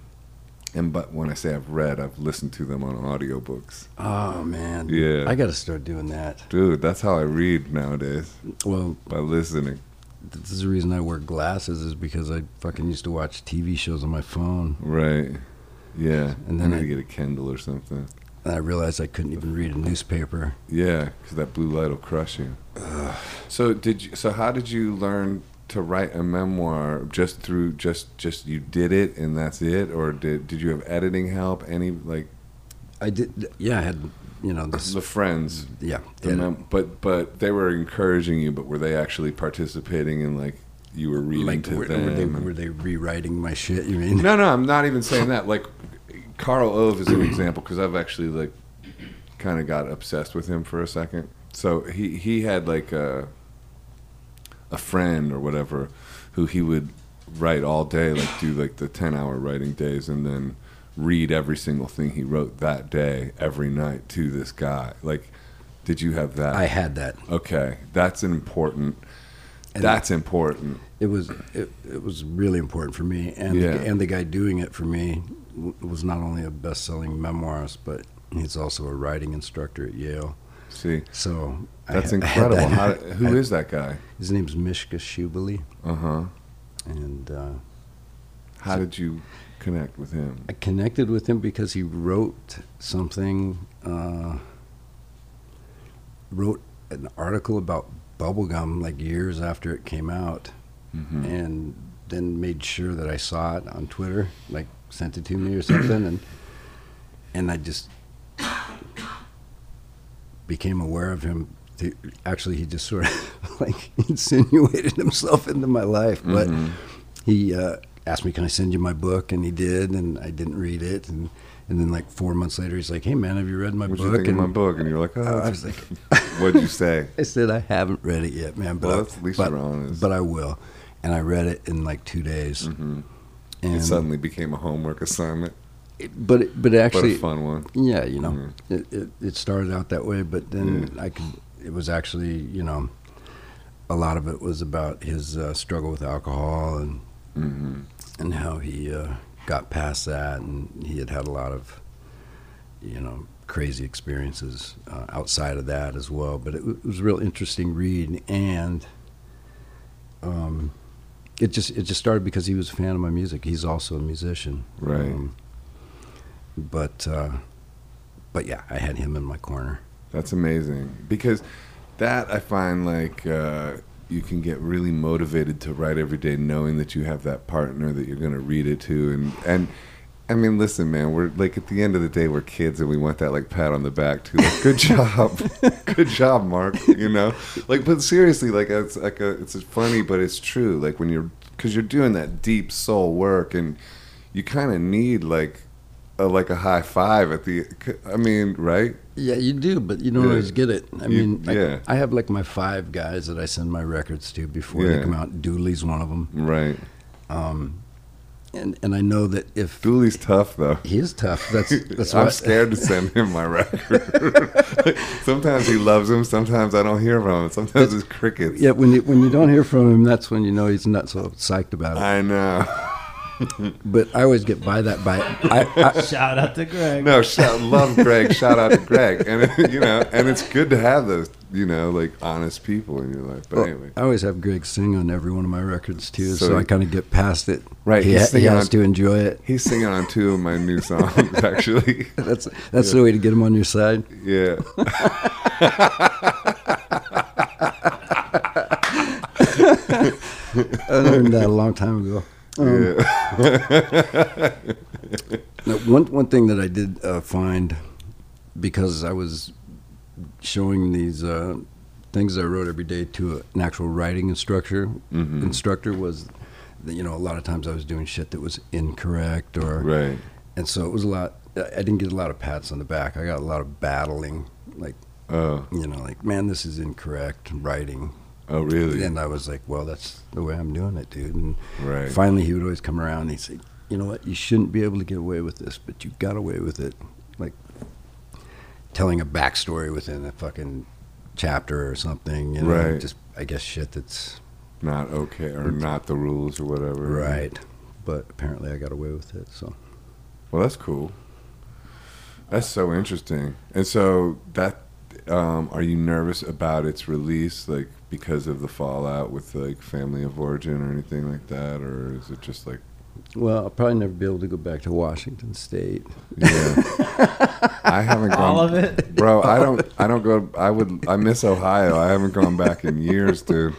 Speaker 1: and but when I say I've read, I've listened to them on audiobooks.
Speaker 2: Oh man.
Speaker 1: Yeah.
Speaker 2: I got to start doing that.
Speaker 1: Dude, that's how I read nowadays
Speaker 2: Well,
Speaker 1: by listening.
Speaker 2: this is the reason I wear glasses is because I fucking used to watch TV shows on my phone,
Speaker 1: Right. Yeah. And
Speaker 2: And then
Speaker 1: then I need to
Speaker 2: it-
Speaker 1: get a Kindle or something.
Speaker 2: and I realized I couldn't even read a newspaper.
Speaker 1: Yeah, because that blue light will crush you. So did you? So how did you learn to write a memoir? Just through just just you did it and that's it, or did did you have editing help? Any like
Speaker 2: I did. Yeah, I had. You know this.
Speaker 1: the friends?
Speaker 2: Yeah.
Speaker 1: The
Speaker 2: and-
Speaker 1: mem- but but they were encouraging you, but were they actually participating in like you were reading
Speaker 2: like
Speaker 1: to
Speaker 2: were,
Speaker 1: them?
Speaker 2: were they
Speaker 1: and-
Speaker 2: were they rewriting my shit? You mean?
Speaker 1: No, no, I'm not even saying that. Like Carl Ove is an example because I've actually like kind of got obsessed with him for a second. So he he had like a a friend or whatever who he would write all day, like do like the ten hour writing days, and then read every single thing he wrote that day every night to this guy. Like, did you have that?
Speaker 2: I had that.
Speaker 1: okay, that's an important.
Speaker 2: And-
Speaker 1: that's important.
Speaker 2: It was it, it was really important for me, and
Speaker 1: Yeah.
Speaker 2: the, and the guy doing it for me w- was not only a best selling memoirist, but he's also a writing instructor at Yale.
Speaker 1: See,
Speaker 2: So I
Speaker 1: that's
Speaker 2: ha- I had
Speaker 1: incredible.
Speaker 2: that-
Speaker 1: How, who
Speaker 2: I-
Speaker 1: is that guy?
Speaker 2: his name's Mishka Shubali,
Speaker 1: Uh huh.
Speaker 2: and uh,
Speaker 1: How did you connect with him?
Speaker 2: I connected with him because he wrote something, uh, wrote an article about bubblegum like years after it came out,
Speaker 1: Mm-hmm.
Speaker 2: and then made sure that I saw it on Twitter, like sent it to me or something, and and I just became aware of him. To, actually, he just sort of like insinuated himself into my life, but
Speaker 1: Mm-hmm.
Speaker 2: he uh, asked me, "Can I send you my book?" And he did, and I didn't read it, and and then like four months later, he's like, "Hey man, have you read my
Speaker 1: What you
Speaker 2: book?"
Speaker 1: think of
Speaker 2: and
Speaker 1: my book? And you're like, oh,
Speaker 2: I
Speaker 1: that's-
Speaker 2: was like,
Speaker 1: what'd you say?
Speaker 2: I said I haven't read it yet, man. But
Speaker 1: Well,
Speaker 2: I,
Speaker 1: that's- at least
Speaker 2: but,
Speaker 1: you're honest.
Speaker 2: but I will. And I read it in like two days.
Speaker 1: Mhm.
Speaker 2: And
Speaker 1: It suddenly became a homework assignment,
Speaker 2: it- but it, but
Speaker 1: but
Speaker 2: it
Speaker 1: a
Speaker 2: actually,
Speaker 1: fun one.
Speaker 2: yeah, you know,
Speaker 1: Mhm.
Speaker 2: it, it it started out that way, but then
Speaker 1: Mm.
Speaker 2: I could. It was actually, you know, a lot of it was about his uh, struggle with alcohol and
Speaker 1: hmm
Speaker 2: and how he uh, got past that, and he had had a lot of, you know, crazy experiences uh, outside of that as well. But it, w- it was a real interesting read, and um, it just it just started because he was a fan of my music. He's also a musician,
Speaker 1: Right.
Speaker 2: Um, but uh, but yeah, I had him in my corner.
Speaker 1: That's amazing because that I find like uh, you can get really motivated to write every day, knowing that you have that partner that you're going to read it to, and and I mean, listen, man, we're like at the end of the day, we're kids, and we want that like pat on the back too. Like, good job, good job, Mark. You know, like, but seriously, like it's like a, it's funny, but it's true. Like when you're because you're doing that deep soul work, and you kind of need like. A, like a high five at the, I mean, right?
Speaker 2: Yeah, you do, but you don't
Speaker 1: Yeah.
Speaker 2: always get it.
Speaker 1: You-
Speaker 2: I mean, I-
Speaker 1: yeah.
Speaker 2: I, have like my five guys that I send my records to before they
Speaker 1: Yeah.
Speaker 2: come out. Dooley's one of them.
Speaker 1: Right.
Speaker 2: Um, and and I know that if
Speaker 1: Dooley's tough though.
Speaker 2: he is tough, that's that's
Speaker 1: I'm
Speaker 2: why
Speaker 1: scared to send him my record. sometimes he loves him. Sometimes I don't hear from him. Sometimes it's crickets.
Speaker 2: Yeah, when you when you don't hear from him, that's when you know he's not so psyched about it.
Speaker 1: I know.
Speaker 2: but I always get by that by. I, I,
Speaker 3: Shout out to Greg.
Speaker 1: No, shout, love Greg. Shout out to Greg, and you know, and it's good to have those, you know, like honest people in your life. But
Speaker 2: well,
Speaker 1: anyway,
Speaker 2: I always have Greg sing on every one of my records too, so,
Speaker 1: So
Speaker 2: I
Speaker 1: you-
Speaker 2: kind of get past it.
Speaker 1: Right,
Speaker 2: he,
Speaker 1: he's
Speaker 2: ha- he
Speaker 1: singing
Speaker 2: has
Speaker 1: on-
Speaker 2: to enjoy it.
Speaker 1: he's singing on two of my new songs, actually.
Speaker 2: That's that's the way to get him on your side.
Speaker 1: Yeah.
Speaker 2: I learned that a long time ago. Um,
Speaker 1: yeah.
Speaker 2: Now, one one thing that I did uh, find because I was showing these uh, things I wrote every day to an actual writing instructor
Speaker 1: hmm
Speaker 2: instructor was, that, you know, a lot of times I was doing shit that was incorrect or
Speaker 1: Right.
Speaker 2: and so it was a lot. I I didn't get a lot of pats on the back. I got a lot of battling, like
Speaker 1: Oh.
Speaker 2: you know, like man, this is incorrect writing.
Speaker 1: Oh, really?
Speaker 2: And I was like, well, that's the way I'm doing it, dude. And
Speaker 1: Right.
Speaker 2: finally, he would always come around and he'd say, you know what, you shouldn't be able to get away with this, but you got away with it, like telling a backstory within a fucking chapter or something. You know?
Speaker 1: Right.
Speaker 2: Just I guess shit that's
Speaker 1: Not okay, or not the rules, or whatever.
Speaker 2: right. But apparently, I got away with it. So
Speaker 1: Well, that's cool. That's so interesting. And so that, um, are you nervous about its release, like because of the fallout with like Family of Origin or anything like that, or is it just like,
Speaker 2: well, I'll probably never be able to go back to Washington State.
Speaker 1: yeah? I haven't gone.
Speaker 3: All of it.
Speaker 1: Bro, I don't. I don't go. I would. I miss Ohio. I haven't gone back in years, dude.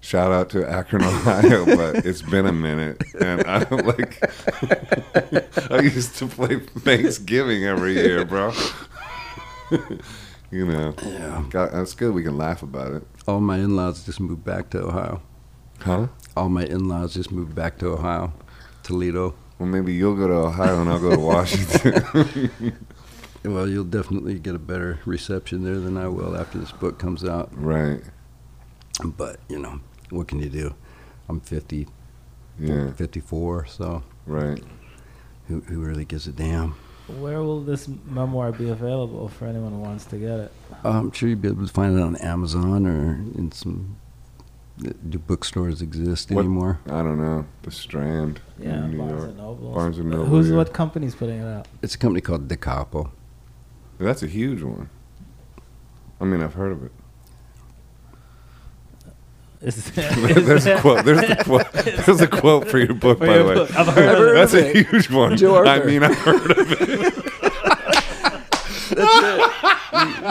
Speaker 1: Shout out to Akron, Ohio, but it's been a minute, and I don't like. I used to play Thanksgiving every year, bro. you know,
Speaker 2: Yeah.
Speaker 1: God, that's good. We can laugh about it,
Speaker 2: All my in-laws just moved back to Ohio.
Speaker 1: huh?
Speaker 2: All my in-laws just moved back to Ohio, Toledo.
Speaker 1: Well, maybe you'll go to Ohio and I'll go to Washington.
Speaker 2: Well, you'll definitely get a better reception there than I will after this book comes out.
Speaker 1: right?
Speaker 2: But, you know, what can you do? I'm 50,
Speaker 1: Yeah.
Speaker 2: 54, so
Speaker 1: Right.
Speaker 2: who, who really gives a damn?
Speaker 3: Where will this memoir be available for anyone who wants to get it?
Speaker 2: Uh, I'm sure you'll be able to find it on Amazon or in some. uh, Do bookstores exist
Speaker 1: What-
Speaker 2: anymore?
Speaker 1: I don't know. The Strand. in
Speaker 3: Yeah,
Speaker 1: New
Speaker 3: Barnes
Speaker 1: York.
Speaker 3: and Noble.
Speaker 1: Barnes and Noble,
Speaker 3: Who's
Speaker 1: yeah.
Speaker 3: what company's putting it out?
Speaker 2: It's a company called DeCapo.
Speaker 1: That's a huge one. I mean, I've heard of it.
Speaker 3: Is
Speaker 1: there's a quote. There's the quote. There's a quote for your book,
Speaker 3: For
Speaker 1: by
Speaker 3: your
Speaker 1: the way.
Speaker 3: book. I've heard of it.
Speaker 1: That's a
Speaker 2: Heard of
Speaker 1: huge one.
Speaker 2: Joe
Speaker 1: I
Speaker 2: Arthur.
Speaker 1: mean, I've heard of it.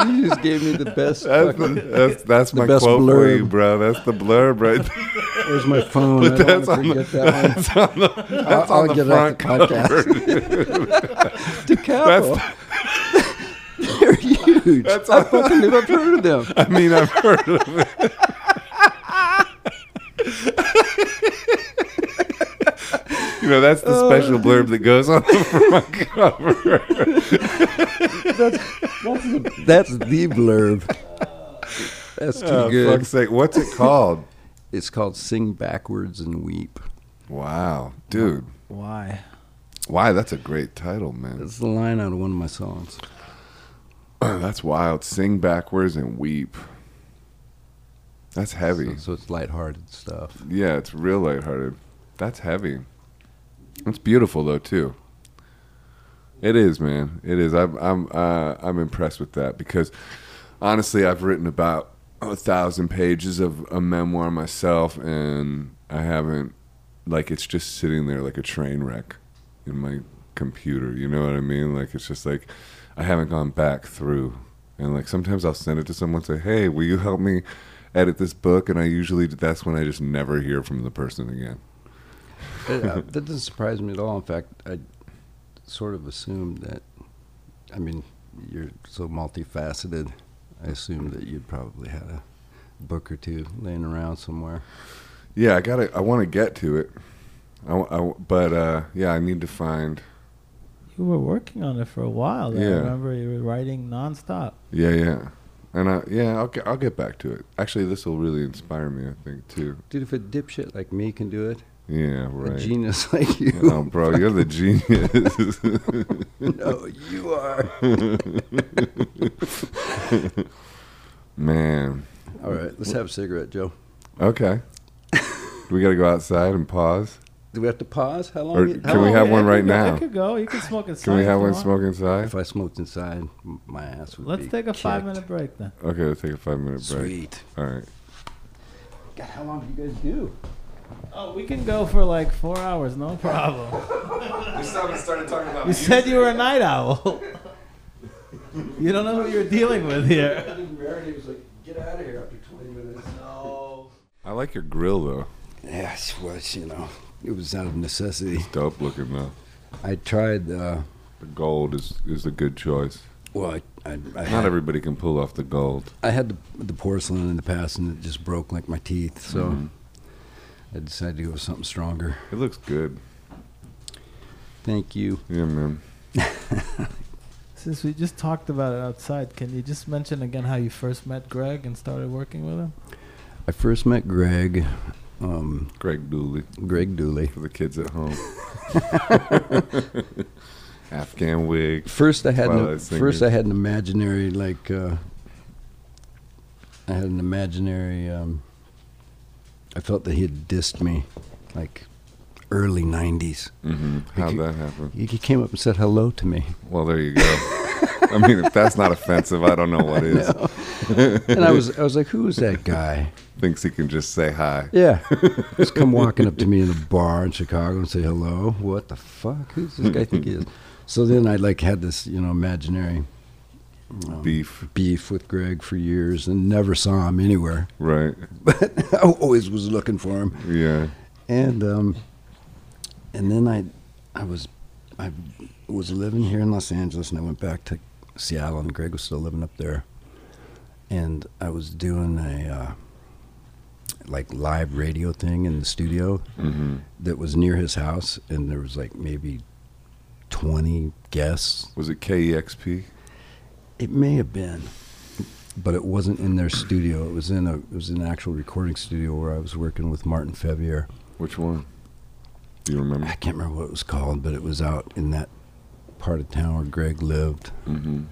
Speaker 2: You, you just gave me the best.
Speaker 1: That's, the,
Speaker 2: fucking-
Speaker 1: that's, that's
Speaker 2: The
Speaker 1: my
Speaker 2: best
Speaker 1: quote for you,
Speaker 2: blurb.
Speaker 1: bro. That's the blurb right there.
Speaker 2: There's my phone.
Speaker 1: But
Speaker 2: I don't
Speaker 1: that's
Speaker 2: want
Speaker 1: on
Speaker 2: to
Speaker 1: the-
Speaker 2: forget that
Speaker 1: That's on
Speaker 2: one.
Speaker 1: the, that's
Speaker 2: I'll
Speaker 1: on the
Speaker 2: get it off
Speaker 1: front
Speaker 2: the
Speaker 1: cover.
Speaker 2: DeCapo. They're huge.
Speaker 1: That's
Speaker 2: I fucking never heard of them.
Speaker 1: I mean, I've heard of it. you know, that's the special blurb that goes on the front cover.
Speaker 2: That's the blurb. That's too
Speaker 1: Oh,
Speaker 2: good.
Speaker 1: fuck's sake. What's it called?
Speaker 2: It's called Sing Backwards and Weep.
Speaker 1: Wow, dude.
Speaker 3: Why?
Speaker 1: Why? That's a great title, man.
Speaker 2: That's the line out of one of my songs.
Speaker 1: That's wild. Sing backwards and weep. That's
Speaker 2: So,
Speaker 1: heavy.
Speaker 2: so it's lighthearted stuff.
Speaker 1: Yeah, it's real lighthearted. That's heavy. It's beautiful though too. It is, man. It is. I'm I'm uh, I'm impressed with that because honestly, I've written about a thousand pages of a memoir myself, and I haven't like it's just sitting there like a train wreck in my computer. You know what I mean? Like it's just like I haven't gone back through. And like sometimes I'll send it to someone say, "Hey, will you help me edit this book?" And I usually that's when I just never hear from the person again.
Speaker 2: That, uh, that doesn't surprise me at all. In fact, I sort of assumed that, I mean, you're so multifaceted. I assumed that you'd probably had a book or two laying around somewhere.
Speaker 1: Yeah, I got to I want to get to it. I, w- I w- but uh yeah, I need to find
Speaker 3: You were working on it for a while. I
Speaker 1: Yeah.
Speaker 3: remember you were writing nonstop.
Speaker 1: Yeah, yeah. And I yeah, I'll get, I'll get back to it. Actually, this will really inspire me, I think, too.
Speaker 2: Dude, if a dipshit like me can do it,
Speaker 1: Yeah,
Speaker 2: a
Speaker 1: right.
Speaker 2: genius like you,
Speaker 1: Oh, bro, you're the genius.
Speaker 2: no, you are.
Speaker 1: Man.
Speaker 2: All right, let's have a cigarette, Joe.
Speaker 1: Okay. we got to go outside and pause.
Speaker 2: Do we have to pause? How long?
Speaker 1: Or
Speaker 2: you- how
Speaker 1: Can we
Speaker 2: long
Speaker 1: have
Speaker 3: Oh, yeah,
Speaker 1: one
Speaker 3: I
Speaker 1: right
Speaker 3: could go-
Speaker 1: now?
Speaker 3: I could go. You can smoke inside.
Speaker 1: Can we
Speaker 3: if
Speaker 1: have
Speaker 3: you
Speaker 1: one
Speaker 3: want.
Speaker 1: smoke inside?
Speaker 2: If I smoked inside, m- my ass would
Speaker 3: Let's
Speaker 2: be
Speaker 3: take a
Speaker 2: kicked.
Speaker 3: five-minute break then.
Speaker 1: Okay, let's take a five minute break.
Speaker 2: Sweet.
Speaker 1: All right.
Speaker 2: God, how long do you guys do?
Speaker 3: Oh, we can go for like four hours, no problem.
Speaker 1: We haven't started talking about
Speaker 3: You said you were a night owl. you don't know who you're dealing with here.
Speaker 2: Meredith was like, "Get out of here after 20 minutes."
Speaker 3: No.
Speaker 1: I like your grill though.
Speaker 2: Yes, well, it's, you know, it was out of necessity.
Speaker 1: It's dope looking though.
Speaker 2: I tried. Uh,
Speaker 1: The gold is is a good choice.
Speaker 2: well, I, I, I,
Speaker 1: Not
Speaker 2: had,
Speaker 1: everybody can pull off the gold.
Speaker 2: I had the, the porcelain in the past, and it just broke like my teeth. So
Speaker 1: Mhm.
Speaker 2: I decided to go with something stronger.
Speaker 1: It looks good.
Speaker 2: Thank you.
Speaker 1: Yeah, man.
Speaker 3: Since we just talked about it outside, can you just mention again how you first met Greg and started working with him?
Speaker 2: I first met Greg, um,
Speaker 1: Greg Dooley
Speaker 2: Greg Dooley.
Speaker 1: for the kids at home. Afghan wig.
Speaker 2: First, I had an,
Speaker 1: Twilight Singer.
Speaker 2: first I had an imaginary like uh, I had an imaginary. Um, I felt that he had dissed me, like early '90s.
Speaker 1: hmm How'd
Speaker 2: you-
Speaker 1: that happen?
Speaker 2: He he came up and said hello to me,
Speaker 1: Well, there you go. I mean, if that's not offensive, I don't know what is.
Speaker 2: and I was I was like, "Who is that guy?"
Speaker 1: Thinks he can just say hi.
Speaker 2: Yeah, just come walking up to me in a bar in Chicago and say hello. What the fuck? Who's this guy? think he is. So then I like had this you know imaginary um,
Speaker 1: Beef,
Speaker 2: beef with Greg for years and never saw him anywhere.
Speaker 1: right?
Speaker 2: but I always was looking for him.
Speaker 1: Yeah.
Speaker 2: And um, and then I I was I was living here in Los Angeles, and I went back to Seattle, and Greg was still living up there. And I was doing a uh, like live radio thing in the studio
Speaker 1: hmm
Speaker 2: that was near his house, and there was like maybe twenty guests.
Speaker 1: Was it E KEXP?
Speaker 2: It may have been, but it wasn't in their studio. It was in a it was an actual recording studio where I was working with Martin Fevier.
Speaker 1: Which one? Do you remember?
Speaker 2: I can't remember what it was called, but it was out in that part of town where Greg lived.
Speaker 1: Mm-hmm.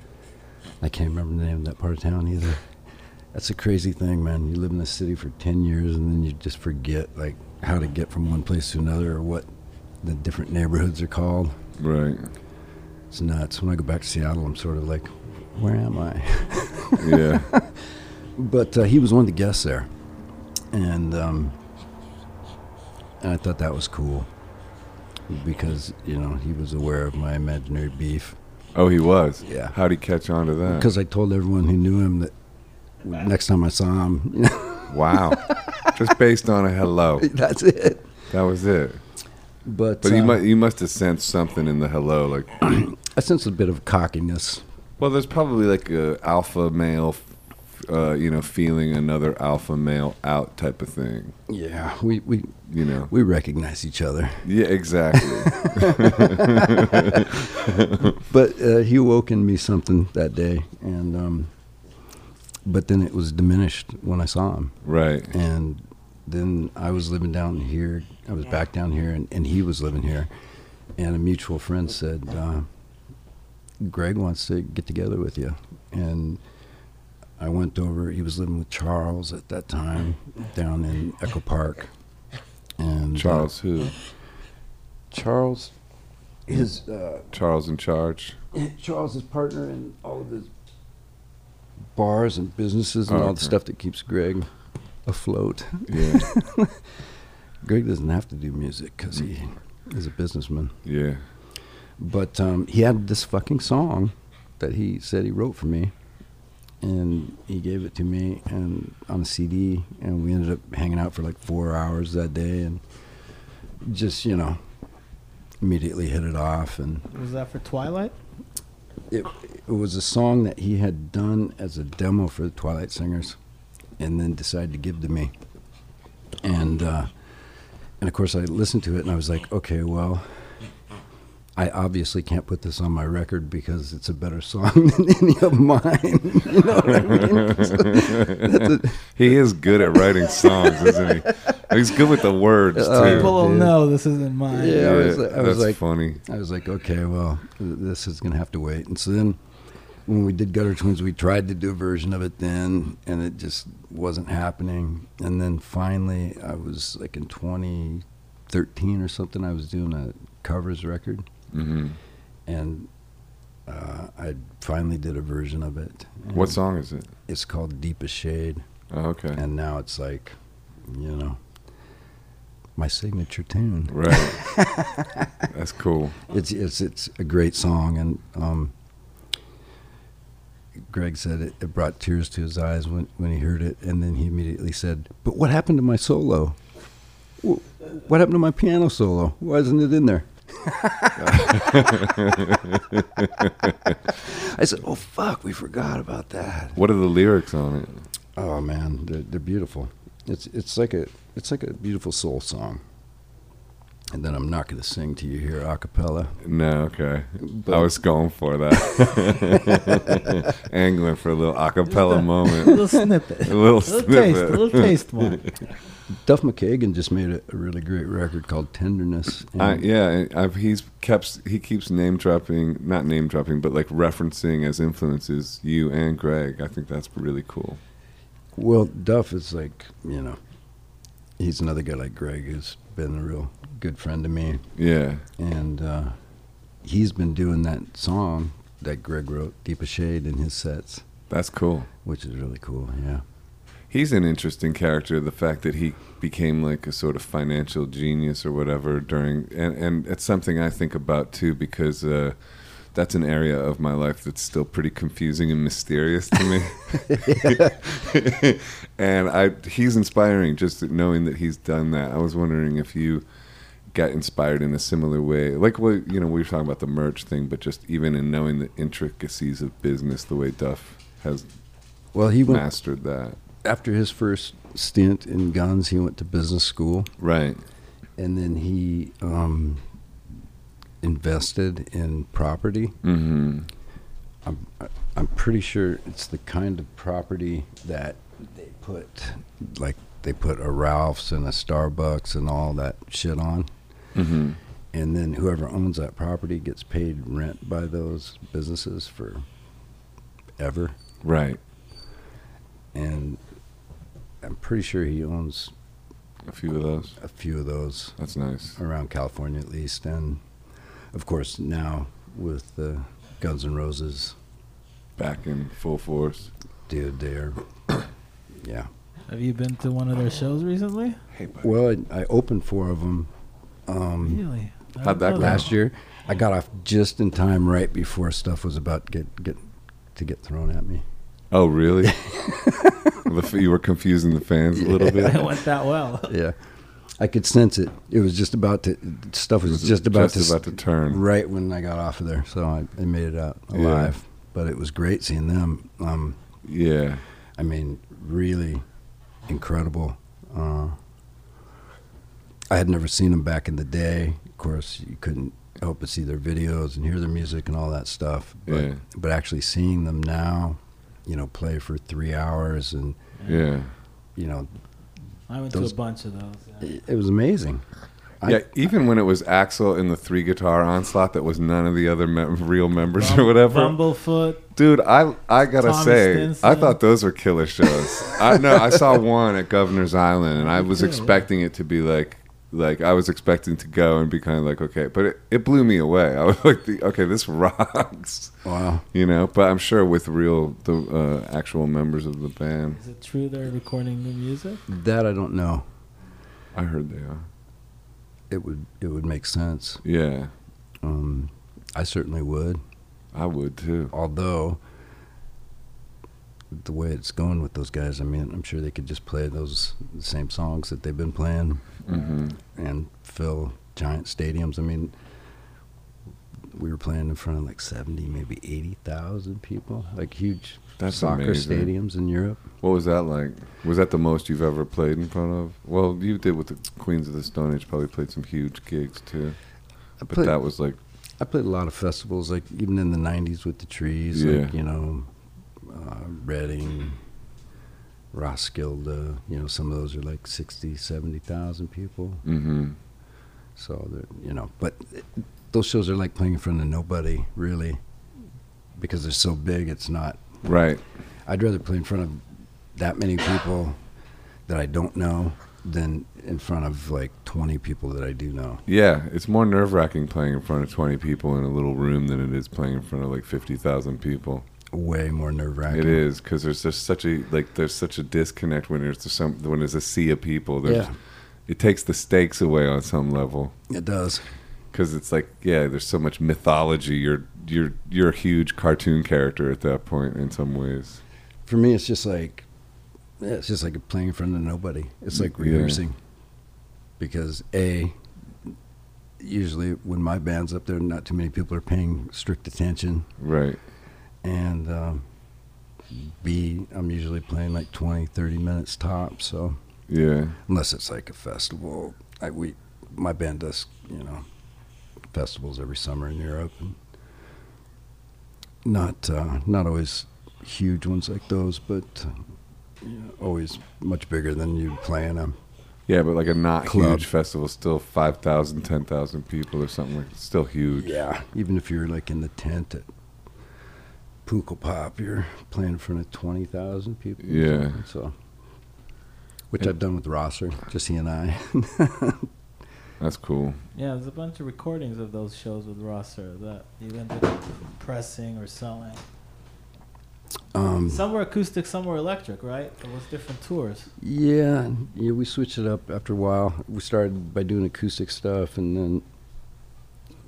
Speaker 2: I can't remember the name of that part of town either. That's a crazy thing, man. You live in the city for 10 years and then you just forget like how to get from one place to another or what the different neighborhoods are called.
Speaker 1: Right.
Speaker 2: It's nuts. When I go back to Seattle, I'm sort of like, where am I?
Speaker 1: Yeah.
Speaker 2: But uh, he was one of the guests there. And um, and I thought that was cool because, you know, he was aware of my imaginary beef.
Speaker 1: Oh, he was.
Speaker 2: Yeah.
Speaker 1: How'd he catch on to that?
Speaker 2: Because I told everyone who knew him that w- next time I saw him,
Speaker 1: Wow. Just based on a hello.
Speaker 2: that's it.
Speaker 1: That was it.
Speaker 2: But,
Speaker 1: But you
Speaker 2: uh,
Speaker 1: must you must have sensed something in the hello, like
Speaker 2: I sense a bit of cockiness.
Speaker 1: well, there's probably like a alpha male, uh, you know, feeling another alpha male out type of thing.
Speaker 2: Yeah, we, we,
Speaker 1: You know.
Speaker 2: we recognize each other.
Speaker 1: Yeah, exactly.
Speaker 2: But uh, he awoke in me something that day, and um, but then it was diminished when I saw him.
Speaker 1: right.
Speaker 2: And then I was living down here. I was back down here, and, and he was living here. And a mutual friend said, uh, Greg wants to get together with you. And I went over. He was living with Charles at that time down in Echo Park. And uh,
Speaker 1: Charles who?
Speaker 2: Charles, his uh,
Speaker 1: Charles in charge.
Speaker 2: Charles, his partner in all of his bars and businesses and
Speaker 1: Oh,
Speaker 2: all the
Speaker 1: okay.
Speaker 2: stuff that keeps Greg afloat.
Speaker 1: Yeah.
Speaker 2: Greg doesn't have to do music because he is a businessman.
Speaker 1: yeah.
Speaker 2: But um, he had this fucking song that he said he wrote for me, and he gave it to me and on a CD, and we ended up hanging out for like four hours that day, and just you know, immediately hit it off, and
Speaker 3: Was that for Twilight?
Speaker 2: it, it was a song that he had done as a demo for the Twilight Singers, and then decided to give to me. And uh, and of course, I listened to it, and I was like, okay, well, I obviously can't put this on my record because it's a better song than any of mine. you know what I mean? So that's a-
Speaker 1: He is good at writing songs, isn't he? He's good with the words too.
Speaker 2: Uh,
Speaker 3: People will
Speaker 2: dude.
Speaker 3: know this isn't mine.
Speaker 2: Yeah. I was like- I was
Speaker 1: that's
Speaker 2: like-
Speaker 1: funny.
Speaker 2: I was like, okay, well, th- this is gonna have to wait. And so then, when we did Gutter Twins, we tried to do a version of it then, and it just wasn't happening. And then finally, I was like in 2013 13 or something, I was doing a covers record,
Speaker 1: hmm
Speaker 2: and uh, I finally did a version of it. And
Speaker 1: What song is it?
Speaker 2: It's called Deepest Shade,
Speaker 1: Oh, okay.
Speaker 2: and now it's like, you know, my signature tune.
Speaker 1: Right. That's cool.
Speaker 2: It's it's it's a great song, and um, Greg said it, it brought tears to his eyes when when he heard it, and then he immediately said, "But what happened to my solo? Wh- What happened to my piano solo? Why isn't it in there?" I said, "Oh fuck, we forgot about that."
Speaker 1: What are the lyrics on it?
Speaker 2: Oh man, they're, they're beautiful. It's it's like a it's like a beautiful soul song. And then I'm not going to sing to you here a cappella.
Speaker 1: No, okay.
Speaker 2: But
Speaker 1: I was going for that. Angling for a little acapella
Speaker 3: A
Speaker 1: moment.
Speaker 3: little snippet.
Speaker 1: A little
Speaker 3: A little taste, a little
Speaker 1: snippet.
Speaker 3: taste one.
Speaker 2: Duff McKagan just made a, a really great record called Tenderness. and
Speaker 1: I, yeah, I, I've, he's kept he keeps name dropping, not name dropping, but like referencing as influences you and Greg. I think that's really cool.
Speaker 2: Well, Duff is like, you know, he's another guy like Greg who's been a real good friend to me.
Speaker 1: Yeah,
Speaker 2: And uh, he's been doing that song that Greg wrote, Deep of Shade, in his sets,
Speaker 1: that's cool.
Speaker 2: which is really cool, yeah.
Speaker 1: He's an interesting character. The fact that he became like a sort of financial genius or whatever during, and, and it's something I think about too because uh, that's an area of my life that's still pretty confusing and mysterious to me. and I, he's inspiring just knowing that he's done that. I was wondering if you got inspired in a similar way, like what you know we were talking about the merch thing, but just even in knowing the intricacies of business, the way Duff has
Speaker 2: Well, he went,
Speaker 1: mastered that.
Speaker 2: after his first stint in guns, he went to business school.
Speaker 1: Right.
Speaker 2: And then he um, invested in property.
Speaker 1: Mm-hmm.
Speaker 2: I'm, I'm pretty sure it's the kind of property that they put, like they put a Ralph's and a Starbucks and all that shit on,
Speaker 1: Mm-hmm.
Speaker 2: and then whoever owns that property gets paid rent by those businesses for ever.
Speaker 1: Right.
Speaker 2: And I'm pretty sure he owns
Speaker 1: A few of those.
Speaker 2: a few of those
Speaker 1: That's nice.
Speaker 2: around California at least, and of course now with the Guns N' Roses,
Speaker 1: Back in full force.
Speaker 2: dude, they're yeah.
Speaker 3: Have you been to one of their shows recently?
Speaker 1: Hey, buddy.
Speaker 2: Well, I, I opened four of them um,
Speaker 3: Really? I
Speaker 1: Hmm. How'd
Speaker 3: didn't
Speaker 1: that
Speaker 3: know
Speaker 1: go?
Speaker 2: last year. I got off just in time, right before stuff was about to get get to get thrown at me.
Speaker 1: oh, really? the, f- you were confusing the fans a little bit.
Speaker 3: It went that well.
Speaker 2: Yeah, I could sense it. It was just about to stuff was just about
Speaker 1: just
Speaker 2: to s-
Speaker 1: about to turn.
Speaker 2: right when I got off of there, so I, I made it out
Speaker 1: Yeah.
Speaker 2: alive. But it was great seeing them. Um,
Speaker 1: Yeah.
Speaker 2: I mean, really incredible. Uh, I had never seen them back in the day. Of course, you couldn't help but see their videos and hear their music and all that stuff. But,
Speaker 1: Yeah.
Speaker 2: but actually seeing them now, you know, play for three hours and,
Speaker 1: Yeah.
Speaker 2: you know,
Speaker 3: I went
Speaker 2: Those-
Speaker 3: to a bunch of those. yeah.
Speaker 2: it, it was amazing. I-
Speaker 1: yeah. Even when it was Axel in the three guitar onslaught, that was none of the other me- real members or whatever.
Speaker 3: Bumblefoot.
Speaker 1: Dude, I I gotta
Speaker 3: Tommy
Speaker 1: say, I
Speaker 3: Stinson.
Speaker 1: thought those were killer shows. I know I saw one at Governor's Island, and I was
Speaker 3: Yeah, yeah.
Speaker 1: expecting it to be like like I was expecting to go and be kind of like okay, but it, it blew me away. I was like, the, okay, this rocks,
Speaker 2: Wow.
Speaker 1: you know. But I'm sure with real the uh, actual members of the band,
Speaker 3: Is it true they're recording new music?
Speaker 2: That I don't know.
Speaker 1: I heard they are.
Speaker 2: It would it would make sense.
Speaker 1: Yeah,
Speaker 2: Um, I certainly would.
Speaker 1: I would too.
Speaker 2: although the way it's going with those guys, I mean, I'm sure they could just play those the same songs that they've been playing
Speaker 1: hmm
Speaker 2: and fill giant stadiums. I mean, we were playing in front of like 70, maybe 80,000 people, like huge
Speaker 1: That's
Speaker 2: soccer
Speaker 1: amazing.
Speaker 2: stadiums in Europe.
Speaker 1: What was that like? Was that the most you've ever played in front of? Well, you did with the Queens of the Stone Age. Probably played some huge gigs too,
Speaker 2: I
Speaker 1: but
Speaker 2: played,
Speaker 1: that was like.
Speaker 2: I played a lot of festivals, like even in the 90s with the trees, like,
Speaker 1: Yeah.
Speaker 2: you know, uh, Reading. Roskilde, you know, some of those are like 60, 70,000 people.
Speaker 1: hmm
Speaker 2: So that you know, but those shows are like playing in front of nobody really, because they're so big. It's not.
Speaker 1: Right.
Speaker 2: I'd rather play in front of that many people that I don't know than in front of like 20 people that I do know.
Speaker 1: Yeah, it's more nerve wracking playing in front of 20 people in a little room than it is playing in front of like 50,000 people.
Speaker 2: Way more nerve wracking.
Speaker 1: It is because there's just such a like there's such a disconnect when there's some when there's a sea of people. There's,
Speaker 2: Yeah.
Speaker 1: it takes the stakes away on some level
Speaker 2: It does.
Speaker 1: because it's like yeah, there's so much mythology. You're you're you're a huge cartoon character at that point in some ways.
Speaker 2: For me, it's just like, yeah, it's just like playing in front of nobody. It's like
Speaker 1: Yeah.
Speaker 2: rehearsing. Because A, usually when my band's up there, not too many people are paying strict attention.
Speaker 1: Right.
Speaker 2: And um, B, I'm usually playing like 20, 30 minutes top. So.
Speaker 1: Yeah.
Speaker 2: unless it's like a festival. I, we, my band does, you know, festivals every summer in Europe, and not uh, not always huge ones like those, but uh, you know, always much bigger than you playing them.
Speaker 1: Yeah, but like a not
Speaker 2: Club.
Speaker 1: huge festival, still 5,000, 10,000 people or something like Still huge.
Speaker 2: Yeah, even if you're like in the tent at Puka Pop, you're playing in front of twenty thousand people. or
Speaker 1: Yeah.
Speaker 2: something, so. Which
Speaker 1: And-
Speaker 2: I've done with Rosser, just he and I.
Speaker 1: That's cool.
Speaker 3: Yeah, there's a bunch of recordings of those shows with Rosser that you ended up pressing or selling.
Speaker 1: Hmm.
Speaker 2: Um,
Speaker 3: Some were acoustic, some were electric, right? It was different tours.
Speaker 2: Yeah, yeah, we switched it up after a while. We started by doing acoustic stuff, and then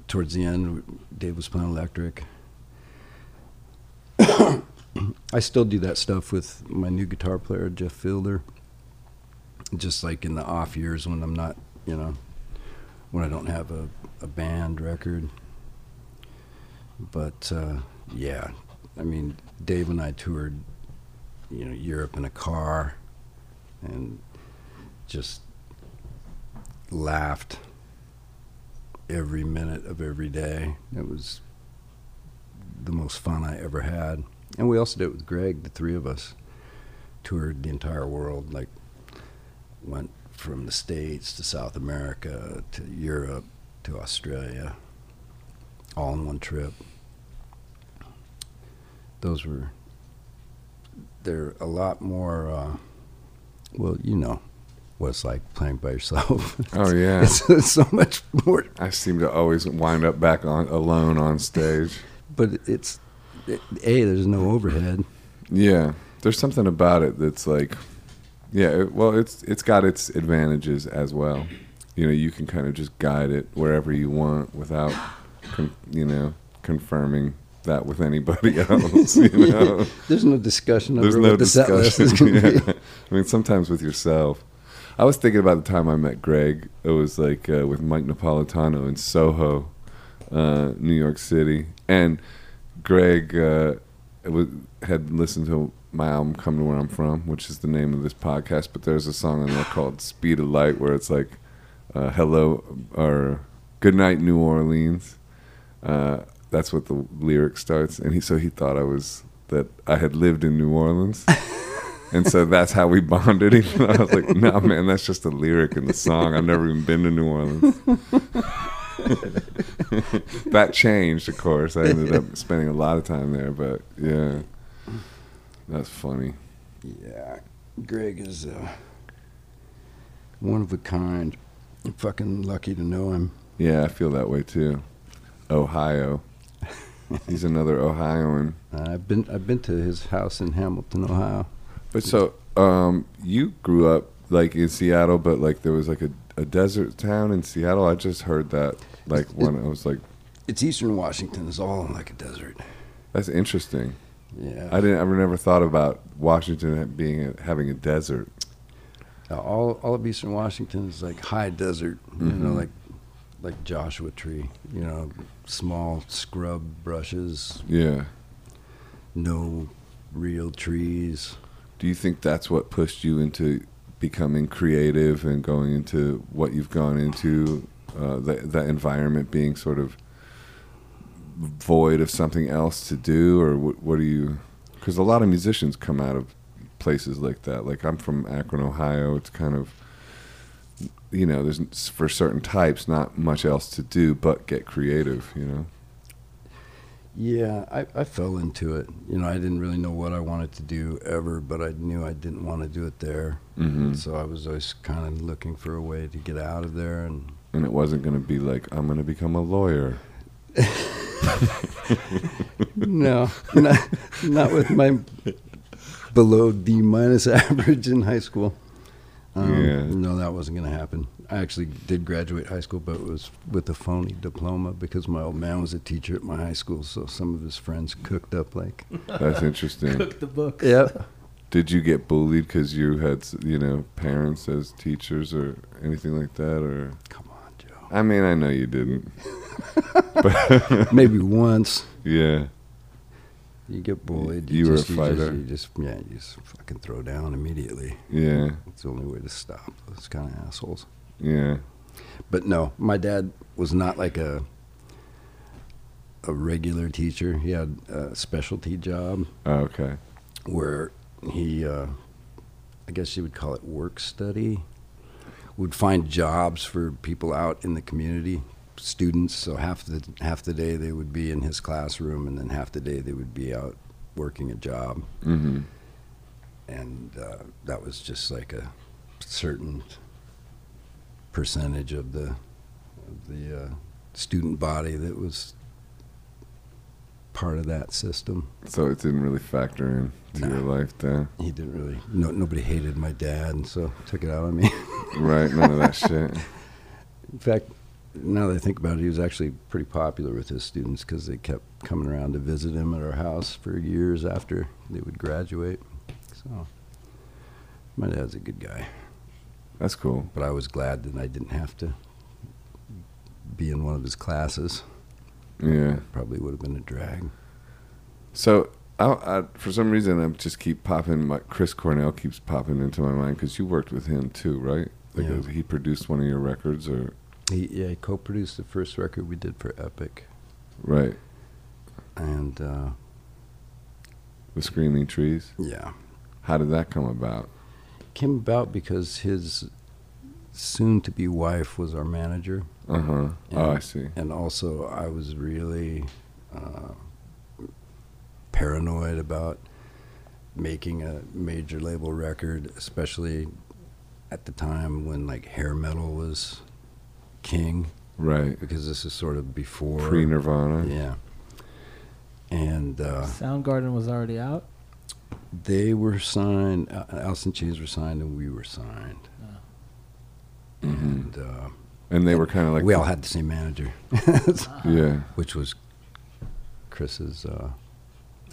Speaker 2: towards the end, w- Dave was playing electric. I still do that stuff with my new guitar player, Jeff Fielder. Just like in the off years when I'm not, you know, when I don't have a, a band record. But uh, yeah, I mean, Dave and I toured, you know, Europe in a car and just laughed every minute of every day. It was the most fun I ever had. And we also did it with Greg, the three of us toured the entire world, like went from the States to South America to Europe to Australia, all in one trip. Those were, they're a lot more. Uh, well, you know what it's like playing by yourself.
Speaker 1: Oh, yeah.
Speaker 2: it's, it's so much more,
Speaker 1: I seem to always wind up back on alone on stage.
Speaker 2: but it's it, a there's no overhead.
Speaker 1: Yeah, there's something about it that's like, yeah. It, well, it's it's got its advantages as well. You know, you can kind of just guide it wherever you want without, con- you know, confirming that with anybody else. You know,
Speaker 2: There's no discussion
Speaker 1: there's
Speaker 2: over
Speaker 1: no
Speaker 2: what the set list
Speaker 1: discussion.
Speaker 2: is going to
Speaker 1: Yeah. I mean, sometimes with yourself. I was thinking about the time I met Greg. It was like uh, with Mike Napolitano in Soho, uh, New York City, and Greg uh, was, had listened to my album "Come to Where I'm From," which is the name of this podcast. But there's a song on there called "Speed of Light," where it's like, uh, "Hello" or "Good Night, New Orleans." Uh, that's what the lyric starts, and he so he thought I was that I had lived in New Orleans. And so that's how we bonded. Even though I was like, "No, man, that's just a lyric in the song. I've never even been to New Orleans." that changed, of course. I ended up spending a lot of time there, but yeah, that's funny.
Speaker 2: be. Yeah, Greg is uh, one of a kind. I'm fucking lucky to know him.
Speaker 1: Yeah, I feel that way too. Ohio. He's another Ohioan.
Speaker 2: I've been I've been to his house in Hamilton, Ohio.
Speaker 1: But so um, you grew up like in Seattle, but like there was like a, a desert town in Seattle. I just heard that like when I was like,
Speaker 2: It's Eastern Washington. It's all like a desert.
Speaker 1: "That's interesting."
Speaker 2: Yeah,
Speaker 1: I didn't. I never thought about Washington being a, having a desert.
Speaker 2: Uh, all all of eastern Washington is like high desert, you know,
Speaker 1: Mhm.
Speaker 2: like like Joshua tree, you know, small scrub brushes,
Speaker 1: Yeah.
Speaker 2: no real trees.
Speaker 1: Do you think that's what pushed you into becoming creative and going into what you've gone into? Uh, that that environment being sort of void of something else to do, or what, what do you? Because a lot of musicians come out of places like that. Like I'm from Akron, Ohio. It's kind of you know, there's n- for certain types not much else to do but get creative. You know.
Speaker 2: Yeah, I, I fell into it. You know, I didn't really know what I wanted to do ever, but I knew I didn't want to do it there.
Speaker 1: hmm
Speaker 2: So I was always kind of looking for a way to get out of there. And
Speaker 1: And it wasn't going to be like I'm going to become a lawyer.
Speaker 2: no, not, not with my below D minus average in high school. Um,
Speaker 1: Yeah.
Speaker 2: No, that wasn't going to happen. I actually did graduate high school, but it was with a phony diploma because my old man was a teacher at my high school. So some of his friends cooked up like,
Speaker 1: That's interesting.
Speaker 3: Cook the book.
Speaker 2: yep.
Speaker 1: Did you get bullied because you had s- you know parents as teachers or anything like that? Or
Speaker 2: Come on, Joe.
Speaker 1: I mean, I know you didn't.
Speaker 2: Maybe once
Speaker 1: Yeah.
Speaker 2: you get bullied.
Speaker 1: You were
Speaker 2: just-
Speaker 1: a
Speaker 2: just-
Speaker 1: fighter.
Speaker 2: You just, yeah, you just fucking throw down immediately.
Speaker 1: Yeah.
Speaker 2: It's the only way to stop those kind of assholes.
Speaker 1: Yeah.
Speaker 2: But no, my dad was not like a a regular teacher. He had a specialty job
Speaker 1: Oh, Okay.
Speaker 2: where he, uh, I guess you would call it work study, would find jobs for people out in the community, students. So half the half the day they would be in his classroom, and then half the day they would be out working a job.
Speaker 1: hmm
Speaker 2: And uh, that was just like a certain percentage of the of the uh, student body that was part of that system.
Speaker 1: So it didn't really factor in to your life then.
Speaker 2: He didn't really. No, nobody hated my dad, and so took it out on me.
Speaker 1: Right, none of that shit.
Speaker 2: In fact, now that I think about it, he was actually pretty popular with his students because they kept coming around to visit him at our house for years after they would graduate. So my dad's a good guy,
Speaker 1: That's cool.
Speaker 2: but I was glad that I didn't have to be in one of his classes.
Speaker 1: Yeah.
Speaker 2: Probably would have been a drag.
Speaker 1: So I, I, for some reason, I just keep popping. My, Chris Cornell keeps popping into my mind because you worked with him too, right? Like
Speaker 2: Yeah.
Speaker 1: uh, he produced one of your records, or
Speaker 2: He, yeah, he co-produced the first record we did for Epic,
Speaker 1: right?
Speaker 2: and uh,
Speaker 1: The Screaming Trees.
Speaker 2: yeah,
Speaker 1: How did that come about?
Speaker 2: came about because his soon-to-be wife was our manager,
Speaker 1: Uh huh. Oh, I
Speaker 2: And-
Speaker 1: see.
Speaker 2: and also I was really uh, paranoid about making a major label record, especially at the time when like hair metal was king,
Speaker 1: Right.
Speaker 2: because this is sort of before
Speaker 1: Pre Nirvana.
Speaker 2: yeah, and.
Speaker 1: Ah.
Speaker 2: Uh,
Speaker 3: Soundgarden was already out.
Speaker 2: They were signed. uh, Alice in Chains were signed, and we were signed.
Speaker 1: Ah. hmm
Speaker 2: And uh,
Speaker 1: And they were kind of like Ah.
Speaker 2: we all had the same manager,
Speaker 1: yeah.
Speaker 2: which was Chris's uh,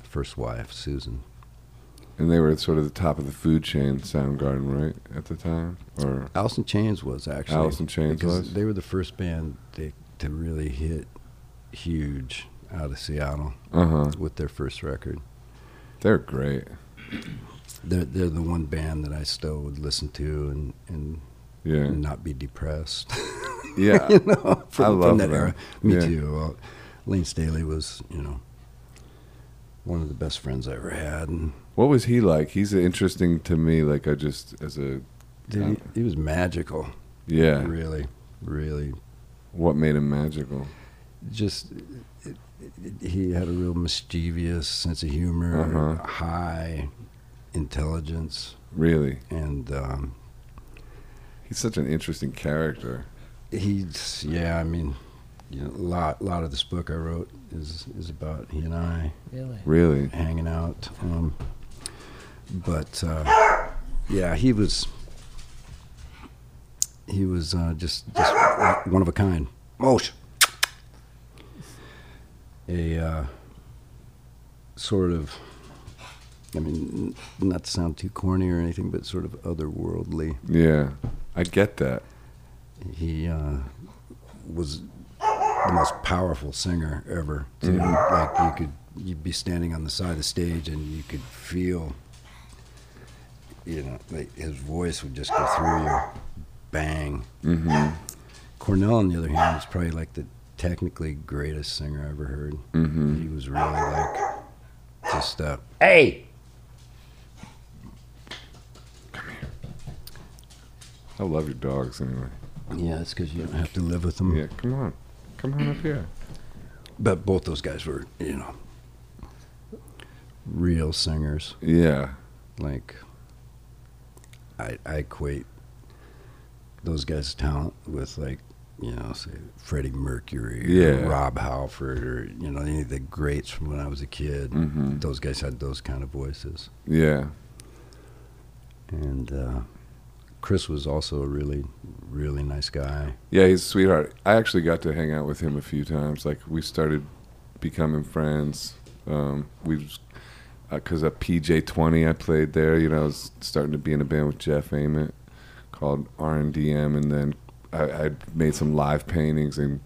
Speaker 2: first wife, Susan.
Speaker 1: And they were at sort of the top of the food chain, Soundgarden, right at the time, or
Speaker 2: Alice in Chains was actually
Speaker 1: Alice in Chains
Speaker 2: because
Speaker 1: was?
Speaker 2: They were the first band they, to really hit huge out of Seattle
Speaker 1: uh huh.
Speaker 2: with their first record.
Speaker 1: They're great.
Speaker 2: They're they're the one band that I still would listen to and and
Speaker 1: Yeah.
Speaker 2: not be depressed.
Speaker 1: Yeah.
Speaker 2: you know, from,
Speaker 1: I love
Speaker 2: from that
Speaker 1: that.
Speaker 2: era. Me
Speaker 1: Yeah.
Speaker 2: too. Well, Lane Staley was, you know, one of the best friends I ever had, and
Speaker 1: What was he like? He's interesting to me. Like I just as a
Speaker 2: dude, he- he, was magical.
Speaker 1: yeah.
Speaker 2: Really, really,
Speaker 1: What made him magical?
Speaker 2: just it, it, he had a real mischievous sense of humor,
Speaker 1: Uh-huh.
Speaker 2: high intelligence,
Speaker 1: Really,
Speaker 2: and um,
Speaker 1: he's such an interesting character.
Speaker 2: he's yeah. I mean, you know, a lot, lot of this book I wrote is is about he and I.
Speaker 3: Really?
Speaker 1: Really,
Speaker 2: hanging out. Um, but uh, yeah, he was he was uh, just, just one of a kind. Mosh. A uh, sort of, I mean, n- not to sound too corny or anything, but sort of otherworldly.
Speaker 1: yeah. I get that.
Speaker 2: He uh, was the most powerful singer ever. Too. Like you could, you'd be standing on the side of the stage and you could feel, you know, like his voice would just go through you, bang.
Speaker 1: hmm
Speaker 2: Mm-hmm. Cornell, on the other hand, was probably like the technically greatest singer I ever heard.
Speaker 1: hmm
Speaker 2: He was really like just uh, hey,
Speaker 1: I love your dogs anyway.
Speaker 2: yeah, it's because you don't have to live with him.
Speaker 1: Yeah, come on, come on up here.
Speaker 2: but both those guys were, you know, real singers.
Speaker 1: Yeah.
Speaker 2: Like, I I equate those guys' talent with like, you know, say Freddie Mercury, or
Speaker 1: Yeah.
Speaker 2: Rob Halford, or you know, any of the greats from when I was a kid.
Speaker 1: hmm
Speaker 2: Those guys had those kind of voices,
Speaker 1: Yeah.
Speaker 2: and uh, Chris was also a really, really nice guy.
Speaker 1: Yeah, he's a sweetheart. I actually got to hang out with him a few times. Like we started becoming friends. Um, we, because at PJ Twenty, I played there. You know, I was starting to be in a band with Jeff Ament called R and DM, and then I, I made some live paintings, and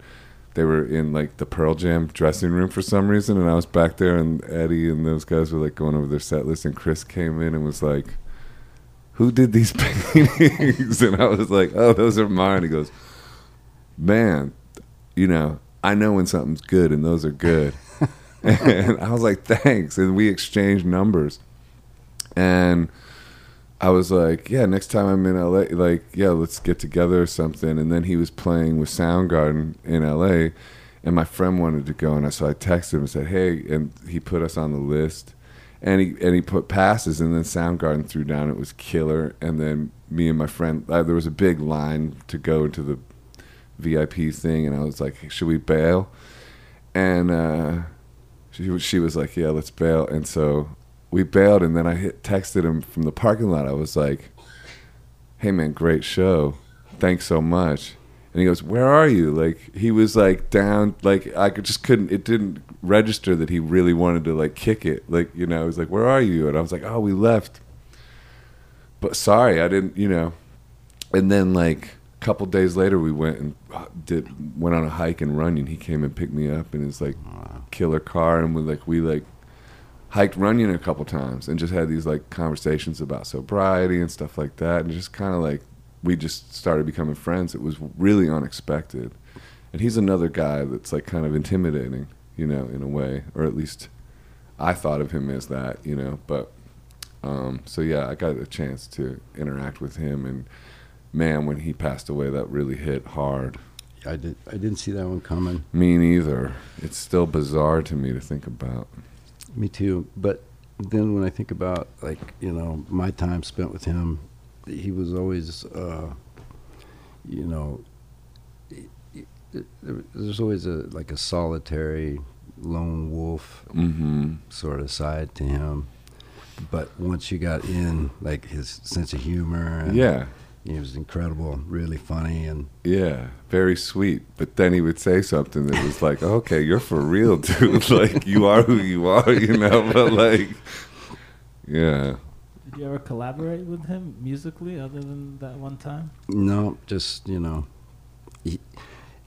Speaker 1: they were in like the Pearl Jam dressing room for some reason, and I was back there, and Eddie and those guys were like going over their set list, and Chris came in and was like. Who did these paintings? and I was like, "Oh, those are mine." He goes, man, you know, I know when something's good and those are good. and I was like, thanks. And we exchanged numbers. And I was like, yeah, next time I'm in LA, like, yeah, let's get together or something. And then he was playing with Soundgarden in LA. And my friend wanted to go. And I, so I texted him and said, hey, and he put us on the list. And he, and he put passes, and then Soundgarden threw down. It was killer. And then me and my friend, uh, there was a big line to go into the VIP thing, and I was like, "Should we bail?" And uh, she was- she was like, "Yeah, let's bail." And so we bailed, and then I hit, texted him from the parking lot. I was like, "Hey man, great show, thanks so much." And he goes, "Where are you?" Like he was like down, like I could, just couldn't. It didn't register that he really wanted to like kick it. Like you know, he was like, "Where are you?" And I was like, "Oh, we left." But sorry, I didn't. You know, and then like a couple days later we went and uh, did went on a hike and run and he came and picked me up in his like
Speaker 2: Uh,
Speaker 1: killer car and we like we like hiked runyon a couple times and just had these like conversations about sobriety and stuff like that and just kind of like we just started becoming friends it was really unexpected and he's another guy that's like kind of intimidating you know in a way or at least i thought of him as that you know but um, so yeah i got a chance to interact with him and man, when he passed away, that really hit hard.
Speaker 2: I did I didn't see that one coming.
Speaker 1: Me neither. It's still bizarre to me to think about.
Speaker 2: Me too. But then when I think about like you know my time spent with him, he was always uh, you know he- he- there- there's always a like a solitary lone wolf
Speaker 1: Mm-hmm.
Speaker 2: sort of side to him. But once you got in, like his sense of humor, and
Speaker 1: Yeah,
Speaker 2: he was incredible, really funny, and
Speaker 1: yeah, very sweet. But then he would say something that was like, "Okay, you're for real, dude. like you are who you are, you know." But like, yeah,
Speaker 3: Did you ever collaborate with him musically other than that one time?
Speaker 2: no, just you know, he,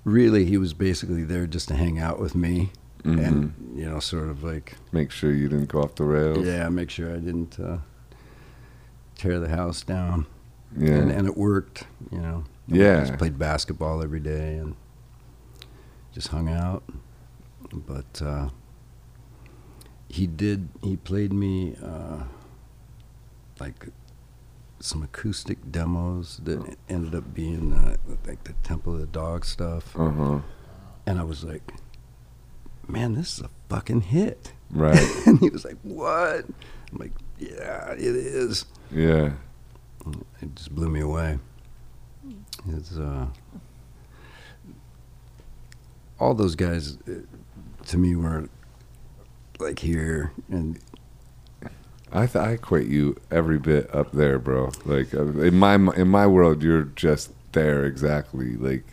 Speaker 2: really he was basically there just to hang out with me.
Speaker 1: Mhm.
Speaker 2: and you know sort of like
Speaker 1: make sure you didn't go off the rails.
Speaker 2: yeah make sure i didn't uh, tear the house down
Speaker 1: yeah.
Speaker 2: and, and it worked you know I
Speaker 1: Yeah.
Speaker 2: just played basketball every day and just hung out but uh, he did he played me uh, like some acoustic demos that ended up being uh, like the temple of the dog stuff
Speaker 1: uh huh.
Speaker 2: and i was like man this is a fucking hit
Speaker 1: Right.
Speaker 2: and he was like, "What?" I'm like, "Yeah, it is."
Speaker 1: yeah.
Speaker 2: It just blew me away. It's uh, all those guys uh, to me were like here, and
Speaker 1: I th- I equate you every bit up there, bro. Like uh, in my in my world, you're just there exactly. Like,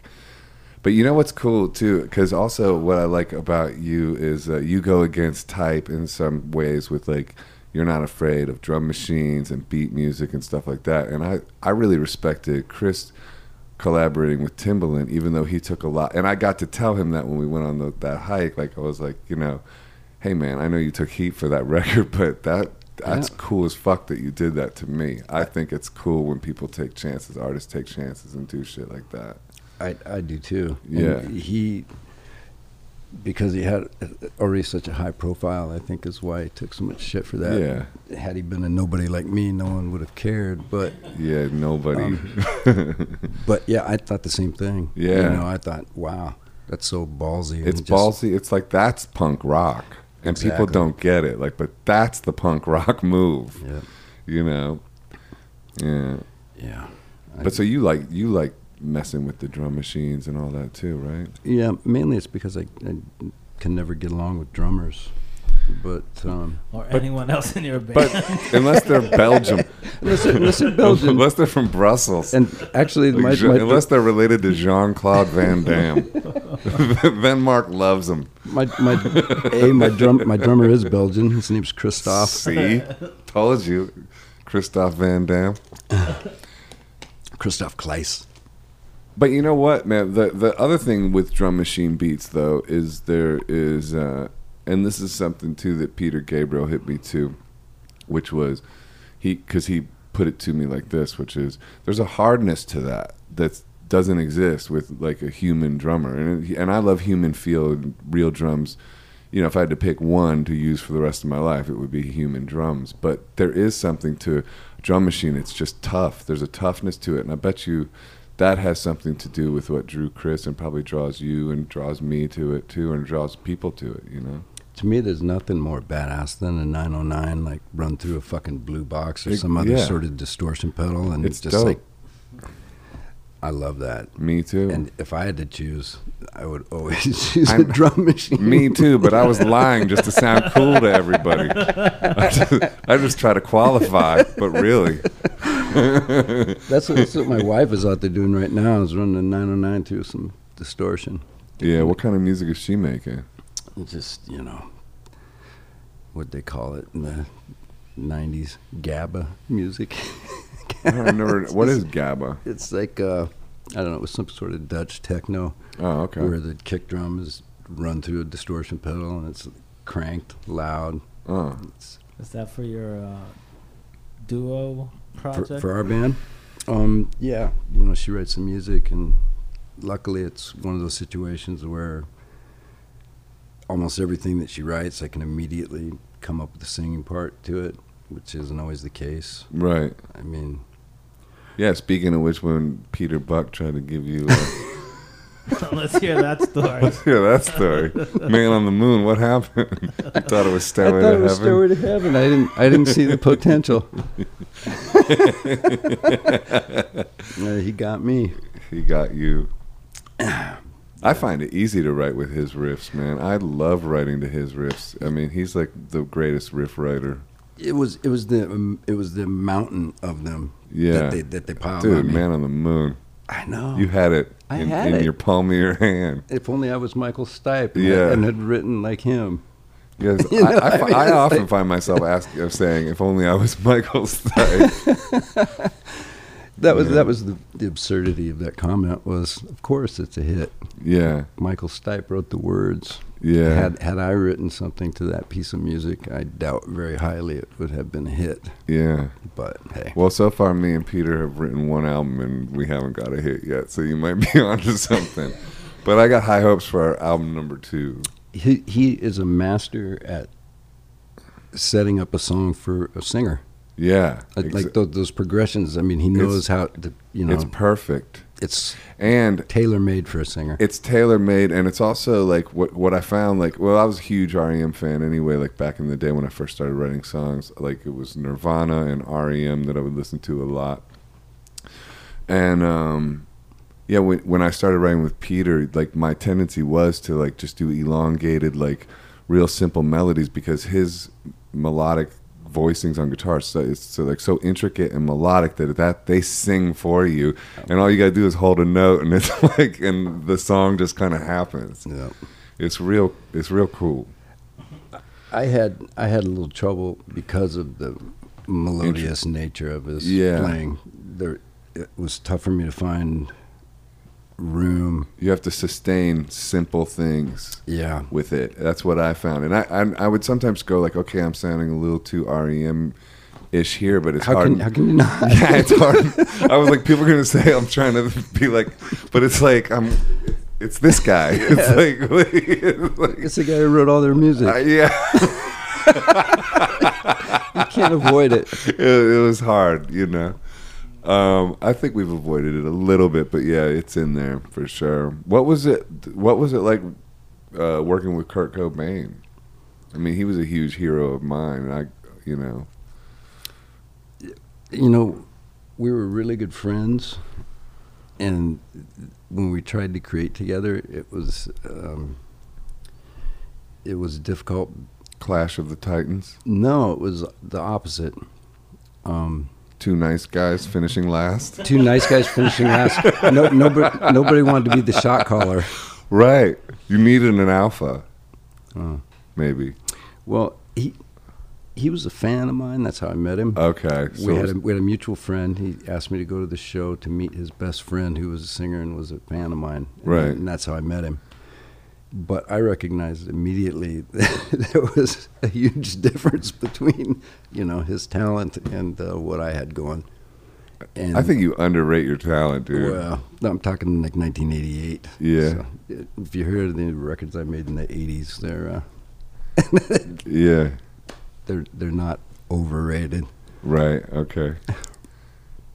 Speaker 1: but you know what's cool too? Because also what I like about you is uh, you go against type in some ways with like you're not afraid of drum machines and beat music and stuff like that. And I I really respected Chris collaborating with Timbaland, even though he took a lot. And I got to tell him that when we went on the, that hike. Like I was like, you know. Hey man, I know you took heat for that record, but that that's cool as fuck that you did that to me. I think it's cool when people take chances, artists take chances and do shit like that.
Speaker 2: I I do too. And
Speaker 1: Yeah.
Speaker 2: he because he had uh, already such a high profile, I think is why he took so much shit for that.
Speaker 1: yeah,
Speaker 2: Had he been a nobody like me, no one would have cared. But
Speaker 1: yeah. Nobody.
Speaker 2: Um, But yeah, I thought the same thing.
Speaker 1: Yeah.
Speaker 2: You know, I thought, wow, That's so ballsy. and
Speaker 1: It's
Speaker 2: just-
Speaker 1: ballsy. It's like that's punk rock, and people
Speaker 2: Exactly.
Speaker 1: don't get it. Like, but that's the punk rock move.
Speaker 2: Yeah,
Speaker 1: You know. Yeah.
Speaker 2: yeah,
Speaker 1: But so you like you like messing with the drum machines and all that too, right?
Speaker 2: yeah. Mainly it's because I, I can never get along with drummers, but um,
Speaker 3: or
Speaker 1: But-
Speaker 3: anyone else in your band.
Speaker 1: But unless they're Belgium,
Speaker 2: listen, listen, Belgium.
Speaker 1: unless they're from Brussels,
Speaker 2: And actually,
Speaker 1: Like
Speaker 2: my,
Speaker 1: Jean-
Speaker 2: my,
Speaker 1: unless they're related to Jean Claude Van Damme, then Mark loves them.
Speaker 2: my, my, a, my, drum, my drummer is Belgian. His name's Christoph.
Speaker 1: See, told you, Christoph Van Damme.
Speaker 2: Christoph Kleiss.
Speaker 1: But you know what, man? The the other thing with drum machine beats though is there is uh and this is something too that Peter Gabriel hit me to, which was he cuz he put it to me like this, which is there's a hardness to that that doesn't exist with like a human drummer. And and I love human feel and real drums. You know, if I had to pick one to use for the rest of my life, it would be human drums. But there is something to a drum machine. It's just tough. There's a toughness to it, and I bet you that has something to do with what drew Chris and probably draws you and draws me to it too and draws people to it, you know?
Speaker 2: To me, there's nothing more badass than a 909, like run through a fucking blue box or
Speaker 1: It-
Speaker 2: some other
Speaker 1: yeah.
Speaker 2: sort of distortion pedal, and
Speaker 1: It's
Speaker 2: Mm, just
Speaker 1: dope.
Speaker 2: like I love that.
Speaker 1: Me too.
Speaker 2: And if I had to choose, I would always choose a
Speaker 1: I'm-
Speaker 2: drum machine.
Speaker 1: me too, but I was lying just to sound cool to everybody. I just, I just try to qualify, but really,
Speaker 2: That's what, that's what my wife is out there doing right now. Is running a 909 through some distortion.
Speaker 1: yeah. What kind of music is she making?
Speaker 2: It's just you know what they call it in the 90s, GABA music.
Speaker 1: I don't never. What is GABA?
Speaker 2: It's like uh, I don't know, it was some sort of Dutch techno.
Speaker 1: Oh, okay.
Speaker 2: where the kick drum is run through a distortion pedal and it's cranked loud.
Speaker 1: Oh,
Speaker 2: It's
Speaker 3: is that for your uh, duo
Speaker 2: for,
Speaker 3: project?
Speaker 2: for our band. Um, yeah, you know, she writes some music, and luckily, it's one of those situations where almost everything that she writes, I can immediately come up with the singing part to it, which isn't always the case.
Speaker 1: right.
Speaker 2: I mean,
Speaker 1: Yeah. Speaking of which, when Peter Buck tried to give you, uh,
Speaker 3: Let's hear that story.
Speaker 1: let's hear that story. Man on the Moon. What happened? you thought it was
Speaker 2: I
Speaker 1: Stairway
Speaker 2: thought
Speaker 1: to
Speaker 2: it was
Speaker 1: Heaven.
Speaker 2: Stairway to Heaven. I didn't. I didn't see the potential. Uh, he got me.
Speaker 1: He got you. I find it easy to write with his riffs, man. I love writing to his riffs. I mean, he's like the greatest riff writer.
Speaker 2: It was it was the um, it was the mountain of them
Speaker 1: Yeah.
Speaker 2: that they that they piled
Speaker 1: Dude,
Speaker 2: on me.
Speaker 1: man on the moon.
Speaker 2: I know.
Speaker 1: You had it
Speaker 2: I
Speaker 1: in,
Speaker 2: had
Speaker 1: in
Speaker 2: it.
Speaker 1: your palm of your hand.
Speaker 2: if only I was Michael Stipe and,
Speaker 1: Yeah.
Speaker 2: and had written like him.
Speaker 1: Yes,
Speaker 2: You know,
Speaker 1: I, I,
Speaker 2: I
Speaker 1: fi-
Speaker 2: mean,
Speaker 1: I
Speaker 2: it's
Speaker 1: often
Speaker 2: like-
Speaker 1: find myself asking, of saying, "If only I was Michael Stipe."
Speaker 2: That was
Speaker 1: Yeah.
Speaker 2: that was the, the absurdity of that comment was of course it's a hit.
Speaker 1: yeah,
Speaker 2: Michael Stipe wrote the words.
Speaker 1: yeah.
Speaker 2: Had had I written something to that piece of music, I doubt very highly it would have been a hit.
Speaker 1: Yeah.
Speaker 2: But hey.
Speaker 1: Well, so far, me and Peter have written one album and we haven't got a hit yet, so you might be onto something. but I got high hopes for our album number two.
Speaker 2: He he is a master at setting up a song for a singer.
Speaker 1: Yeah.
Speaker 2: Like,
Speaker 1: exa-
Speaker 2: like those, those progressions. I mean, he
Speaker 1: It's-
Speaker 2: knows how to, you know,
Speaker 1: it's perfect.
Speaker 2: it's
Speaker 1: And
Speaker 2: tailor made for a singer.
Speaker 1: it's tailor made, and it's also like what what I found like. Well, I was a huge REM fan anyway. Like back in the day when I first started writing songs, like it was Nirvana and REM that I would listen to a lot. And um, yeah, when when I started writing with Peter, like my tendency was to like just do elongated, like real simple melodies because his melodic voicings on guitar so it's so like so intricate and melodic that that they sing for you and all you gotta do is hold a note and it's like and the song just kind of happens
Speaker 2: Yeah.
Speaker 1: it's real it's real cool
Speaker 2: I had I had a little trouble because of the melodious nature of his
Speaker 1: Yeah.
Speaker 2: playing. There, it was tough for me to find room.
Speaker 1: you have to sustain simple things
Speaker 2: Yeah,
Speaker 1: with it that's what i found and i i, I would sometimes go like okay i'm sounding a little too rem ish here but it's
Speaker 2: how
Speaker 1: hard
Speaker 2: can how can you not?
Speaker 1: yeah, it's hard. I was like, people are gonna say I'm trying to be like, but it's like I'm. It's this guy. It's like, it's like-
Speaker 2: It's the guy who wrote all their music.
Speaker 1: uh, yeah.
Speaker 2: you can't avoid it.
Speaker 1: It, it was hard, you know. Um, I think we've avoided it a little bit, but yeah, it's in there for sure. What was it? What was it like uh, working with Kurt Cobain? I mean, he was a huge hero of mine. I, you know,
Speaker 2: you know, we were really good friends, and when we tried to create together, it was um, it was difficult.
Speaker 1: Clash of the Titans.
Speaker 2: No, it was the opposite. Um,
Speaker 1: Two nice guys finishing last.
Speaker 2: two nice guys finishing last. No, nobody, nobody wanted to be the shot caller.
Speaker 1: Right. You needed an alpha,
Speaker 2: Uh,
Speaker 1: maybe.
Speaker 2: well, he he was a fan of mine. That's how I met him.
Speaker 1: Okay. So
Speaker 2: we had a, we had a mutual friend. He asked me to go to the show to meet his best friend, who was a singer and was a fan of mine. And-
Speaker 1: Right.
Speaker 2: and that's how I met him. But I recognized immediately that there was a huge difference between you know his talent and uh, what I had going. And
Speaker 1: I think you underrate your talent, dude.
Speaker 2: well, no, I'm talking like 1988.
Speaker 1: Yeah.
Speaker 2: So, it- if you hear the records I made in the 80s, they're uh,
Speaker 1: Yeah.
Speaker 2: they're they're not overrated.
Speaker 1: Right. Okay.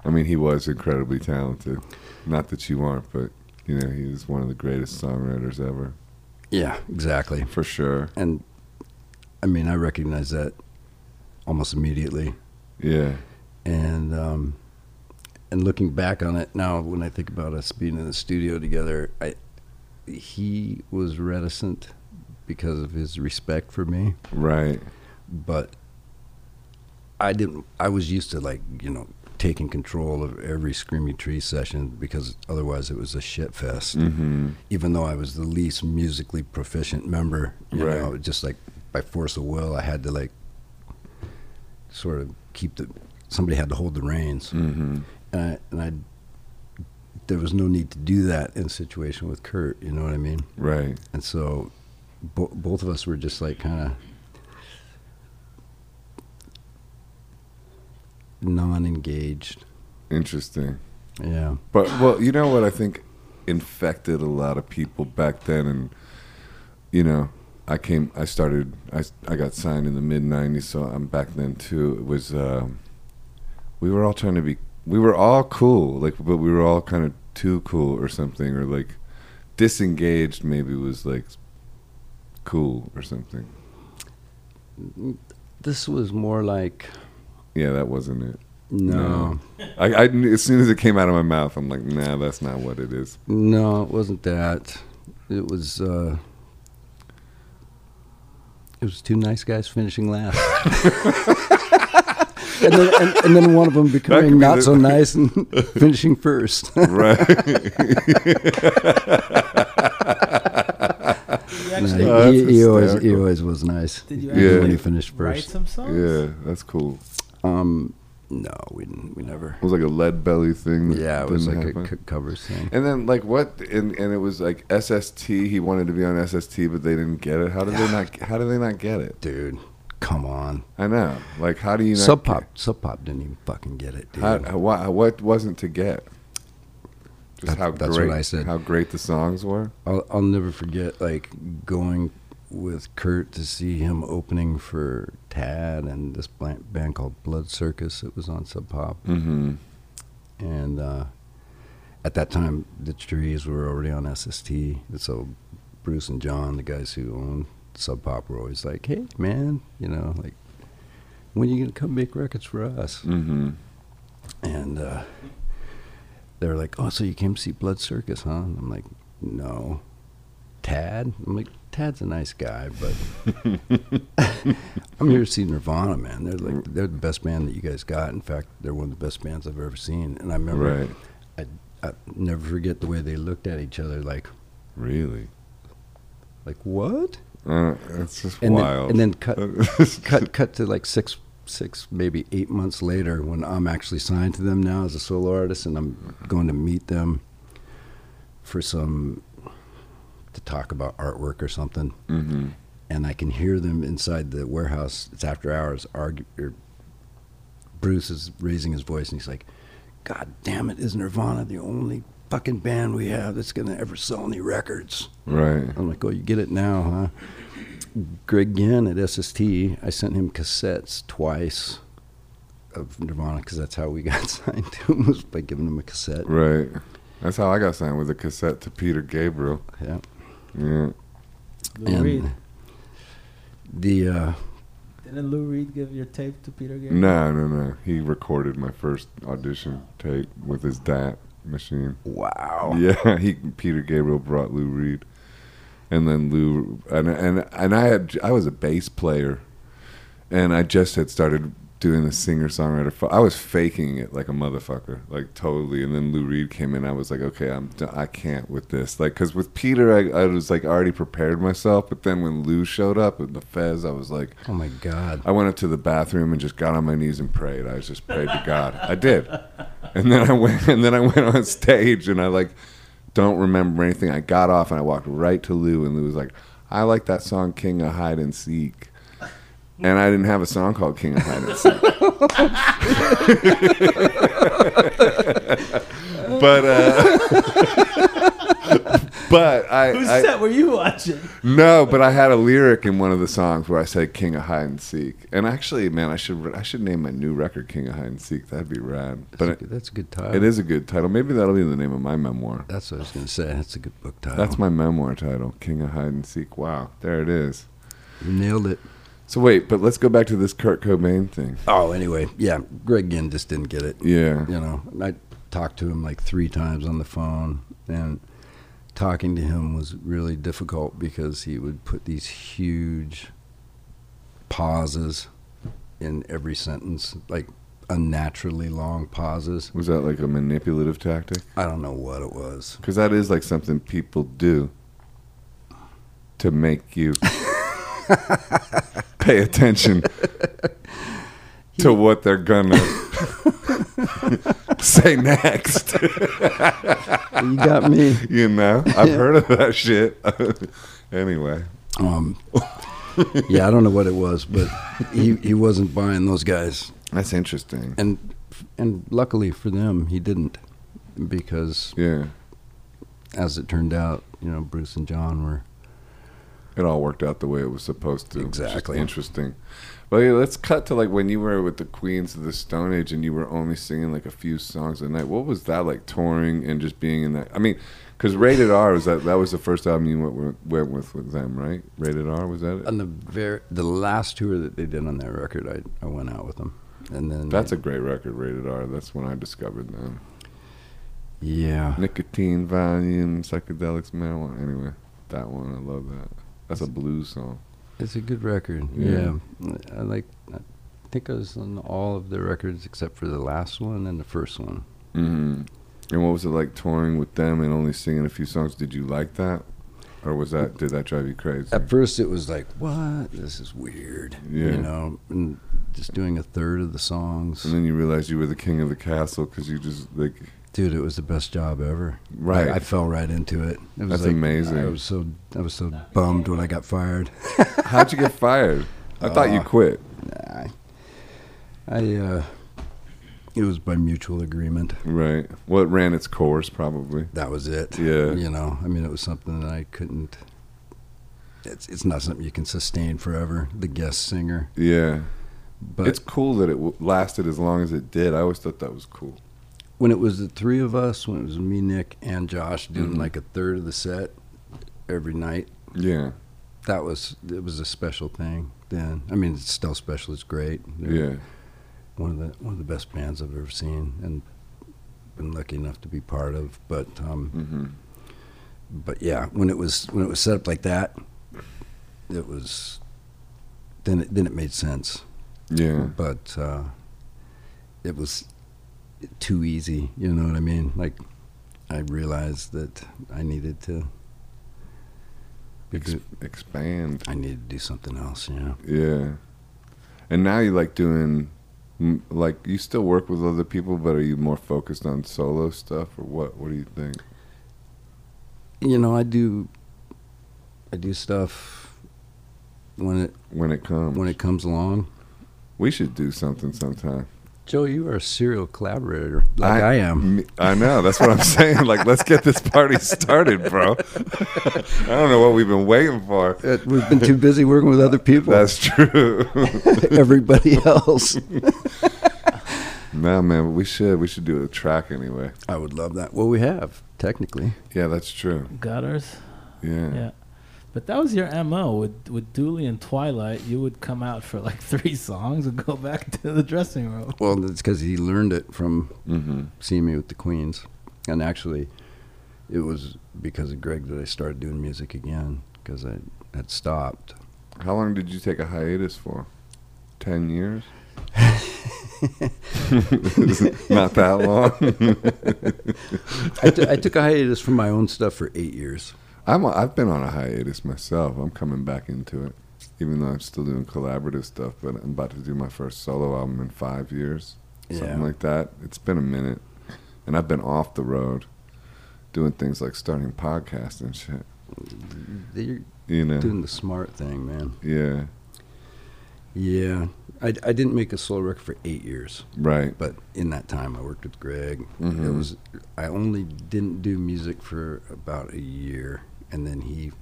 Speaker 1: I mean, he was incredibly talented. Not that you aren't, but you know, he was one of the greatest songwriters ever,
Speaker 2: Yeah, exactly.
Speaker 1: for sure.
Speaker 2: And I mean, I recognize that almost immediately.
Speaker 1: Yeah.
Speaker 2: And um, and looking back on it now, when I think about us being in the studio together, I he was reticent because of his respect for me,
Speaker 1: Right.
Speaker 2: but I didn't. I was used to like you know taking control of every Screaming Tree session because otherwise it was a shit fest
Speaker 1: Mm-hmm.
Speaker 2: even though I was the least musically proficient member, you
Speaker 1: Right.
Speaker 2: know, just like by force of will, I had to like sort of keep the somebody had to hold the reins,
Speaker 1: Mm-hmm.
Speaker 2: and I, and I there was no need to do that in a situation with Kurt, you know what I mean?
Speaker 1: Right.
Speaker 2: And so bo- both of us were just like kind of non-engaged,
Speaker 1: Interesting.
Speaker 2: yeah.
Speaker 1: But well, you know what I think infected a lot of people back then, and you know, I came, I started, I, s- I got signed in the mid '90s, so I'm back then too. It was um, we were all trying to be, we were all cool, like, but we were all kind of too cool or something, or like disengaged. Maybe was like cool or something.
Speaker 2: This was more like
Speaker 1: Yeah, that wasn't it.
Speaker 2: no.
Speaker 1: I, I kn- as soon as it came out of my mouth, I'm like, nah, that's not what it is.
Speaker 2: No, it wasn't that. It was uh it was two nice guys finishing last. and, then, and, and then one of them
Speaker 1: be
Speaker 2: becoming not
Speaker 1: the-
Speaker 2: so nice and finishing first.
Speaker 1: Right.
Speaker 3: Did you actually,
Speaker 1: Uh,
Speaker 2: he, he
Speaker 1: that's
Speaker 2: always, he
Speaker 1: hysterical.
Speaker 2: always was nice.
Speaker 3: did you
Speaker 1: Yeah.
Speaker 2: When
Speaker 3: actually
Speaker 2: he finished
Speaker 3: write
Speaker 2: first.
Speaker 3: some songs?
Speaker 1: yeah, that's cool.
Speaker 2: Um, no, we didn't. We never.
Speaker 1: It was like a lead belly thing. that
Speaker 2: Yeah, it was
Speaker 1: Mm, didn't
Speaker 2: like
Speaker 1: happen.
Speaker 2: a c- cover thing.
Speaker 1: and then like what? And and it was like SST. He wanted to be on SST, but they didn't get it. How did they not? How did they not get it?
Speaker 2: Dude, come on.
Speaker 1: I know. Like how do you not
Speaker 2: Sub Pop, Sub Pop didn't even fucking get
Speaker 1: get-
Speaker 2: it, dude.
Speaker 1: How, how, why- what wasn't to get? Just
Speaker 2: That-
Speaker 1: how
Speaker 2: that's
Speaker 1: great
Speaker 2: what I said.
Speaker 1: how great the songs were.
Speaker 2: I'll, I'll never forget like going with Kurt to see him opening for Tad and this blan- band called Blood Circus that was on Sub Pop.
Speaker 1: Mm-hmm.
Speaker 2: And uh, at that time, the trees were already on SST. And so Bruce and John, the guys who owned Sub Pop, were always like, hey, man, you know, like, when are you going to come make records for us?
Speaker 1: Mm-hmm.
Speaker 2: And uh, they were like, "Oh, so you came to see Blood Circus, huh?" And I'm like, "No, Tad." I'm like, "Tad's a nice guy, but I'm here to see Nirvana, man. They're like they're the best band that you guys got. In fact, they're one of the best bands I've ever seen." And I remember,
Speaker 1: Right.
Speaker 2: I never forget the way they looked at each other, like,
Speaker 1: Really.
Speaker 2: like what?
Speaker 1: Uh, it's just
Speaker 2: And
Speaker 1: wild.
Speaker 2: then and then cut cut cut to like six six maybe eight months later when I'm actually signed to them now as a solo artist and I'm going to meet them for some to talk about artwork or something
Speaker 1: mm-hmm.
Speaker 2: and I can hear them inside the warehouse it's after hours argue or Bruce is raising his voice and he's like god damn it is Nirvana the only fucking band we have that's going to ever sell any records
Speaker 1: Right.
Speaker 2: I'm like, oh, you get it now, huh? Greg Ginn at SST, I sent him cassettes twice of Nirvana because that's how we got signed to him was by giving him a cassette.
Speaker 1: Right. That's how I got signed with a cassette to Peter Gabriel.
Speaker 2: Yeah.
Speaker 1: Yeah.
Speaker 3: Lou Reed.
Speaker 2: the uh,
Speaker 3: Didn't Lou Reed give your tape to Peter Gabriel?
Speaker 1: No, no, no. He recorded my first audition tape with his DAT machine.
Speaker 2: wow.
Speaker 1: Yeah, he Peter Gabriel brought Lou Reed, and then Lou and and and I had I was a bass player, and I just had started doing the singer songwriter. I was faking it like a motherfucker, like totally. And then Lou Reed came in. I was like, okay, I'm do- I can't with this, like because with Peter I, I was like already prepared myself, but then when Lou showed up with the Fez, I was like.
Speaker 2: Oh my God.
Speaker 1: I went up to the bathroom and just got on my knees and prayed. I just prayed to God. I did. And then I went and then I went on stage and I like don't remember anything. I got off and I walked right to Lou and Lou was like, I like that song King of Hide and Seek. And I didn't have a song called King of Hide and Seek. but uh But I,
Speaker 3: Whose
Speaker 1: I
Speaker 3: set were you watching?
Speaker 1: no, but I had a lyric in one of the songs where I said "King of Hide and Seek," and actually, man, I should I should name my new record "King of Hide and Seek." That'd be rad. But it,
Speaker 2: that's, a, that's a good title.
Speaker 1: it is a good title. Maybe that'll be the name of my memoir.
Speaker 2: That's what I was going to say. That's a good book title.
Speaker 1: That's my memoir title, "King of Hide and Seek." Wow, there it is.
Speaker 2: You nailed it.
Speaker 1: So wait, but let's go back to this Kurt Cobain thing.
Speaker 2: Oh, anyway, yeah. Greg Ginn just didn't get it.
Speaker 1: Yeah,
Speaker 2: you know, and I talked to him like three times on the phone, and talking to him was really difficult because he would put these huge pauses in every sentence, like unnaturally long pauses.
Speaker 1: was that like a manipulative tactic?
Speaker 2: I don't know what it was.
Speaker 1: Because that is like something people do to make you pay attention to what they're gonna say next.
Speaker 2: you got me.
Speaker 1: you know, I've heard of that shit. anyway,
Speaker 2: Um, yeah, I don't know what it was, but he, he wasn't buying those guys.
Speaker 1: that's interesting.
Speaker 2: And and luckily for them, he didn't because
Speaker 1: Yeah,
Speaker 2: as it turned out, you know, Bruce and John were
Speaker 1: it all worked out the way it was supposed to. It's just
Speaker 2: Exactly.
Speaker 1: interesting. But yeah, let's cut to like when you were with the Queens of the Stone Age and you were only singing like a few songs a night. What was that like touring and just being in that? I mean, because Rated R was that that was the first album you went, with- went with with them, right? Rated R was that it?
Speaker 2: on the very the last tour that they did on that record, I I went out with them, and then
Speaker 1: That's a great record, Rated R. That's when I discovered them.
Speaker 2: yeah.
Speaker 1: Nicotine, Valium, psychedelics, marijuana. Anyway, that one I love that. That's a blues song.
Speaker 2: It's a good record.
Speaker 1: Yeah.
Speaker 2: Yeah, I like. I think I was on all of the records except for the last one and the first one.
Speaker 1: hmm And what was it like touring with them and only singing a few songs? Did you like that, or was that did that drive you crazy?
Speaker 2: At first, it was like, "What? This is weird,"
Speaker 1: Yeah. Mm-hmm.
Speaker 2: you know, and just doing a third of the songs.
Speaker 1: And then you realized you were the king of the castle because you just like
Speaker 2: Dude, it was the best job ever.
Speaker 1: Right.
Speaker 2: I, I fell right into it. it was
Speaker 1: That's
Speaker 2: like-
Speaker 1: amazing.
Speaker 2: I was so I was so bummed when I got fired.
Speaker 1: how'd you get fired? I thought you
Speaker 2: Uh,
Speaker 1: quit.
Speaker 2: I, I uh, it was by mutual agreement.
Speaker 1: Right. Well, it ran its course probably.
Speaker 2: That was it.
Speaker 1: Yeah.
Speaker 2: You know, I mean, it was something that I couldn't. It's it's not something you can sustain forever. The guest singer,
Speaker 1: Yeah.
Speaker 2: but
Speaker 1: it's cool that it w- lasted as long as it did. I always thought that was cool.
Speaker 2: when it was the three of us, when it was me, Nick, and Josh doing
Speaker 1: Mhm.
Speaker 2: like a third of the set every night,
Speaker 1: Yeah.
Speaker 2: that was it was a special thing. Then I mean, it's still special. It's great. They're
Speaker 1: Yeah.
Speaker 2: One of the one of the best bands I've ever seen, and been lucky enough to be part of. But um,
Speaker 1: hmm
Speaker 2: but yeah, when it was when it was set up like that, it was then it then it made sense.
Speaker 1: Yeah.
Speaker 2: But uh, it was too easy. You know what I mean? Like I realized that I needed to.
Speaker 1: Ex- expand.
Speaker 2: I needed to do something else. You know?
Speaker 1: Yeah. And now you like doing, mm, like you still work with other people, but are you more focused on solo stuff or what? What do you think?
Speaker 2: You know, I do. I do stuff when it
Speaker 1: When it comes,
Speaker 2: when it comes along.
Speaker 1: we should do something sometime.
Speaker 2: Joe, you are a serial collaborator, like I am.
Speaker 1: Me- I know. That's what I'm saying. Like, let's get this party started, bro. I don't know what we've been waiting for.
Speaker 2: Uh, We've been too busy working with other people.
Speaker 1: That's true.
Speaker 2: everybody else.
Speaker 1: No, man, we should we should do a track anyway.
Speaker 2: I would love that. Well, we have technically.
Speaker 1: Yeah, that's true.
Speaker 3: Gutters.
Speaker 1: Yeah.
Speaker 3: Yeah. But that was your MO with with Dooley and Twilight. You would come out for like three songs and go back to the dressing room.
Speaker 2: Well, that's because he learned it from
Speaker 1: hmm
Speaker 2: seeing me with the Queens, and actually, it was because of Greg that I started doing music again because I had stopped.
Speaker 1: How long did you take a hiatus for? Ten years. Not that long.
Speaker 2: I, t- I took a hiatus from my own stuff for eight years.
Speaker 1: I'm a, I've been on a hiatus myself. I'm coming back into it, even though I'm still doing collaborative stuff. But I'm about to do my first solo album in five years,
Speaker 2: Yeah.
Speaker 1: something like that. It's been a minute, and I've been off the road, doing things like starting podcasts and shit.
Speaker 2: You're
Speaker 1: You know,
Speaker 2: doing the smart thing, man.
Speaker 1: yeah,
Speaker 2: Yeah, I, I didn't make a solo record for eight years,
Speaker 1: right.
Speaker 2: but in that time I worked with Greg. It
Speaker 1: Mhm.
Speaker 2: was I only didn't do music for about a year, and then he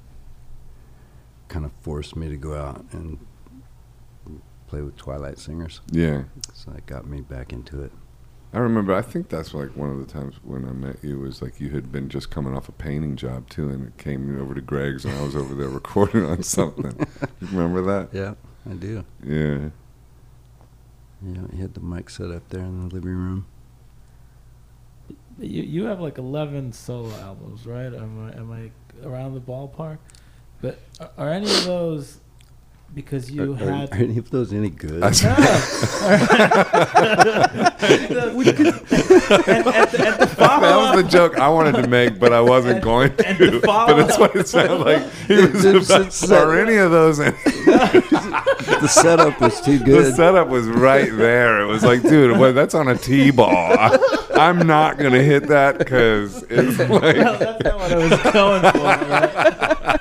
Speaker 2: kind of forced me to go out and play with Twilight Singers,
Speaker 1: Yeah,
Speaker 2: so that got me back into it.
Speaker 1: I remember. I think that's like one of the times when I met you was like you had been just coming off a painting job too, and it came over to Greg's, and I was over there recording on something. You remember that?
Speaker 2: Yeah, I do.
Speaker 1: Yeah.
Speaker 2: Yeah, he had the mic set up there in the living room.
Speaker 3: You you have like eleven solo albums, right? Am I am I around the ballpark? But are, are any of those because you
Speaker 2: Uh, are, are-
Speaker 3: had
Speaker 2: are any of those any good?
Speaker 1: I-
Speaker 3: No. and, at the, and the
Speaker 1: that
Speaker 3: follow-up-
Speaker 1: was the joke I wanted to make, but I wasn't going
Speaker 3: and
Speaker 1: to.
Speaker 3: the
Speaker 1: But that's
Speaker 3: follow-up-
Speaker 1: what it sounded like. He was
Speaker 2: It's-
Speaker 1: about,
Speaker 2: it's-
Speaker 1: are any of those? And
Speaker 2: the setup was too
Speaker 1: the
Speaker 2: good.
Speaker 1: setup was right there. It was like, dude, what, that's on a tee ball. I, I'm not gonna hit that because it's
Speaker 3: No,
Speaker 1: like.
Speaker 3: that's not what I was going for. Right?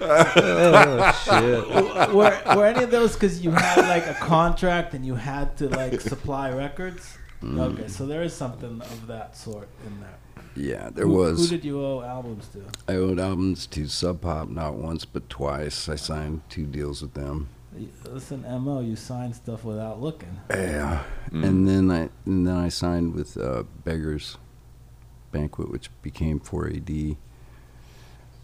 Speaker 2: oh shit.
Speaker 3: W- were, were any of those because you had like a contract and you had to like supply records?
Speaker 2: Mm.
Speaker 3: Okay, so there is something of that sort in there.
Speaker 2: Yeah, there
Speaker 3: Who-
Speaker 2: was.
Speaker 3: Who did you owe albums to?
Speaker 2: I owed albums to Sub Pop not once but twice. I signed two deals with them.
Speaker 3: Y- Listen, mo, you sign stuff without looking.
Speaker 2: Yeah, Hmm.
Speaker 1: Mm.
Speaker 2: and then I and then I signed with uh, Beggars Banquet, which became 4AD.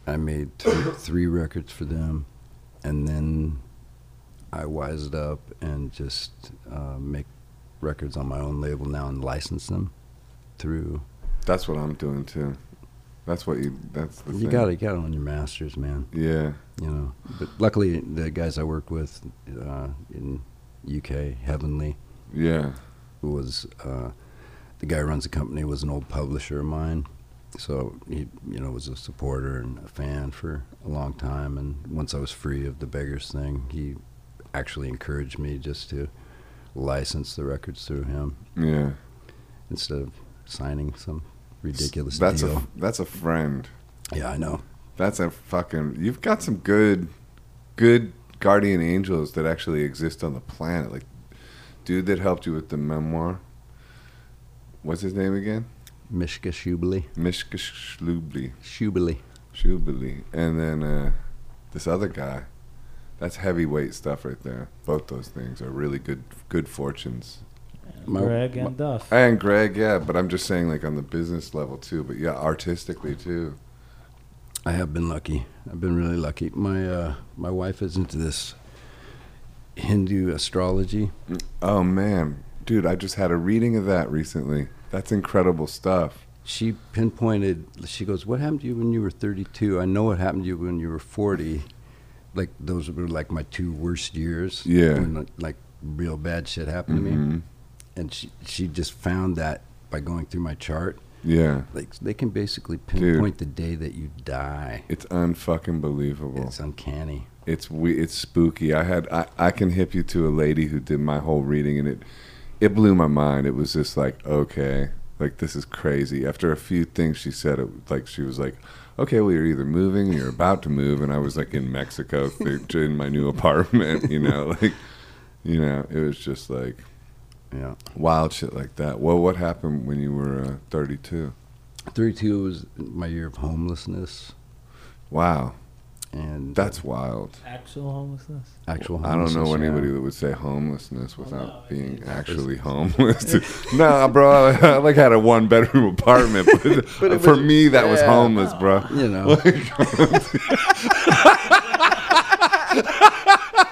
Speaker 2: I made th- three records for them, and then I wised up and just uh, make records on my own label now and license them through.
Speaker 1: That's what I'm doing too. That's what you. That's the
Speaker 2: You
Speaker 1: thing.
Speaker 2: got to get on your masters, man.
Speaker 1: Yeah.
Speaker 2: you know. But luckily, the guys I worked with uh, in UK, Heavenly,
Speaker 1: Yeah.
Speaker 2: who was uh, the guy who runs the company, was an old publisher of mine. So he, you know, was a supporter and a fan for a long time. And once I was free of the beggars thing, he actually encouraged me just to license the records through him
Speaker 1: Yeah.
Speaker 2: instead of signing some ridiculous
Speaker 1: That's
Speaker 2: deal.
Speaker 1: a that's a friend.
Speaker 2: yeah, I know.
Speaker 1: That's a fucking. You've got some good, good guardian angels that actually exist on the planet. Like, dude that helped you with the memoir. What's his name again?
Speaker 2: Mishka Shubli,
Speaker 1: Mishka Shlubli.
Speaker 2: Shubli.
Speaker 1: Shubli. And then uh, this other guy. That's heavyweight stuff right there. Both those things are really good, good fortunes.
Speaker 2: My-
Speaker 3: Greg and Duff.
Speaker 1: And Greg, yeah, but I'm just saying, like on the business level too. But yeah, artistically too.
Speaker 2: I have been lucky. I've been really lucky. My uh, my wife is into this Hindu astrology.
Speaker 1: Oh man, dude, I just had a reading of that recently. That's incredible stuff.
Speaker 2: She pinpointed. She goes, "What happened to you when you were 32? I know what happened to you when you were 40. Like those were like my two worst years.
Speaker 1: Yeah.
Speaker 2: when, like real bad shit happened to me.
Speaker 1: Mhm.
Speaker 2: And she she just found that by going through my chart.
Speaker 1: Yeah,
Speaker 2: Like they can basically pinpoint the day that you die.
Speaker 1: it's unfucking believable.
Speaker 2: It's uncanny.
Speaker 1: It's we, it's spooky. I had I, I can hip you to a lady who did my whole reading, and it it blew my mind. It was just like okay, like this is crazy. After a few things she said, it was like she was like, okay, well you're either moving or you're about to move, and I was like in Mexico in my new apartment, you know, like you know, it was just like
Speaker 2: Yeah.
Speaker 1: wild shit like that. Well, what happened when you were uh, 32?
Speaker 2: 32 was my year of homelessness.
Speaker 1: Wow.
Speaker 2: and
Speaker 1: That's wild.
Speaker 3: Actual homelessness.
Speaker 2: actual.
Speaker 1: I don't know
Speaker 2: homelessness, yeah.
Speaker 1: anybody that would say homelessness without
Speaker 3: no,
Speaker 1: being
Speaker 3: it's-
Speaker 1: actually homeless. nah, bro, I like had a one bedroom apartment, but,
Speaker 2: it
Speaker 1: for
Speaker 2: was-
Speaker 1: me that was
Speaker 2: yeah.
Speaker 1: homeless, bro.
Speaker 2: You know,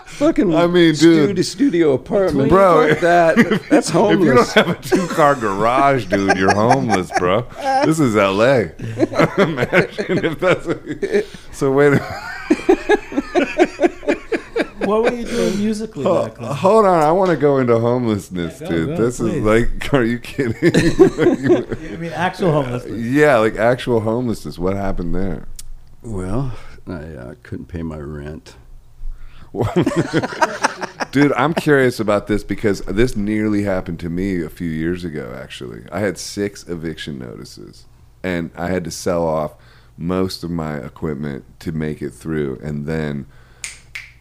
Speaker 2: fucking.
Speaker 1: I mean, dude.
Speaker 2: studio, studio apartment,
Speaker 1: Bro,
Speaker 2: Fuck that that's
Speaker 1: If you don't
Speaker 2: homeless.
Speaker 1: have a two car garage, dude, you're homeless, bro. This is LA. Imagine if that's what- so. Wait, a-
Speaker 3: What were you doing musically back then?
Speaker 1: hold on. I want to go into homelessness,
Speaker 3: Yeah, go,
Speaker 1: dude.
Speaker 3: go,
Speaker 1: this
Speaker 3: please.
Speaker 1: is like, are you kidding?
Speaker 3: I mean, actual homelessness.
Speaker 1: yeah, like actual homelessness. What happened there?
Speaker 2: well, I uh, couldn't pay my rent.
Speaker 1: Dude, I'm curious about this because this nearly happened to me a few years ago, actually. I had six eviction notices and I had to sell off most of my equipment to make it through. And then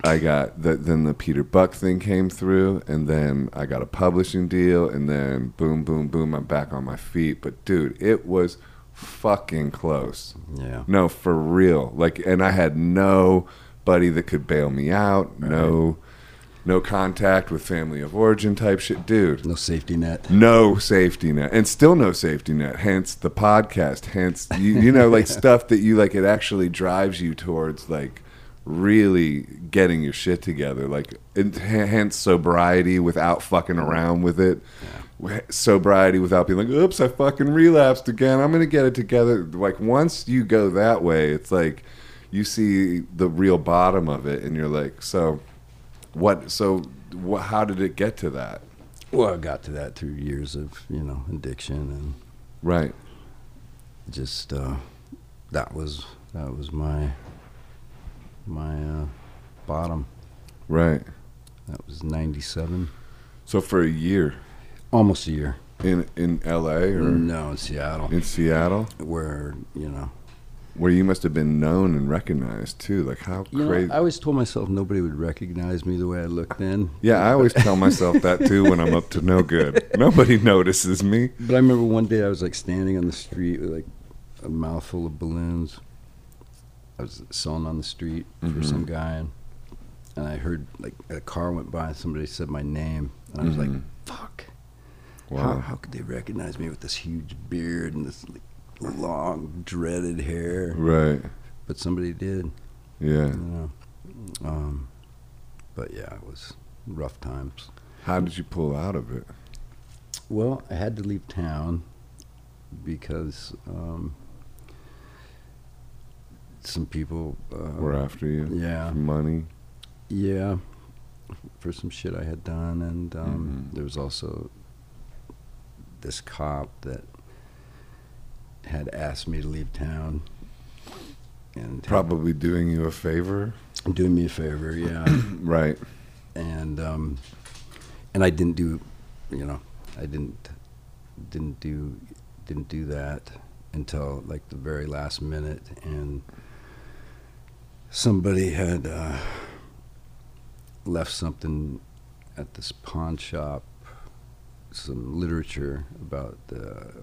Speaker 1: I got, the, then the Peter Buck thing came through and then I got a publishing deal and then boom, boom, boom, I'm back on my feet. But dude, it was fucking close.
Speaker 2: Yeah,
Speaker 1: No, for real. Like, and I had nobody that could bail me out. No, no contact with family of origin type shit, dude.
Speaker 2: no safety net.
Speaker 1: No safety net, and still no safety net. Hence the podcast. Hence you, you know, like stuff that you like. It actually drives you towards like really getting your shit together. Like, and h- hence sobriety without fucking around with it. Wh- Sobriety without being like, "Oops, I fucking relapsed again. I'm gonna get it together." Like once you go that way, it's like you see the real bottom of it, and you're like, "So what? So wh- how did it get to that?"
Speaker 2: Well, I got to that through years of you know addiction
Speaker 1: Right.
Speaker 2: and just uh, that was that was my my uh, bottom.
Speaker 1: Right.
Speaker 2: That was '97,
Speaker 1: So for a year
Speaker 2: almost a year.
Speaker 1: in in L.A. or
Speaker 2: No, in Seattle,
Speaker 1: in Seattle,
Speaker 2: where you know
Speaker 1: where you must have been known and recognized too. Like how
Speaker 2: You know,
Speaker 1: crazy.
Speaker 2: I always told myself nobody would recognize me the way I looked then.
Speaker 1: yeah, I always tell myself that too when I'm up to no good. Nobody notices me.
Speaker 2: But I remember one day I was like standing on the street with like a mouthful of balloons. I was selling on the street for
Speaker 1: Mhm.
Speaker 2: some guy, and, and I heard like a car went by and somebody said my name, and I was like,
Speaker 1: Mhm.
Speaker 2: "Fuck! How,
Speaker 1: Wow.
Speaker 2: how could they recognize me with this huge beard and this like, long dreaded hair?"
Speaker 1: Right.
Speaker 2: But somebody did,
Speaker 1: Yeah.
Speaker 2: you know. Um, but yeah, it was rough times.
Speaker 1: How did you pull out of it?
Speaker 2: Well, I had to leave town because um, some people. Uh,
Speaker 1: We're after you.
Speaker 2: Yeah,
Speaker 1: Money.
Speaker 2: yeah, for some shit I had done, and um,
Speaker 1: Mhm.
Speaker 2: there was also this cop that had asked me to leave town and
Speaker 1: Probably doing you a favor.
Speaker 2: doing me a favor. Yeah,
Speaker 1: Right.
Speaker 2: and um, and I didn't do, you know, I didn't didn't do didn't do that until like the very last minute, and somebody had uh, left something at this pawn shop, some literature about the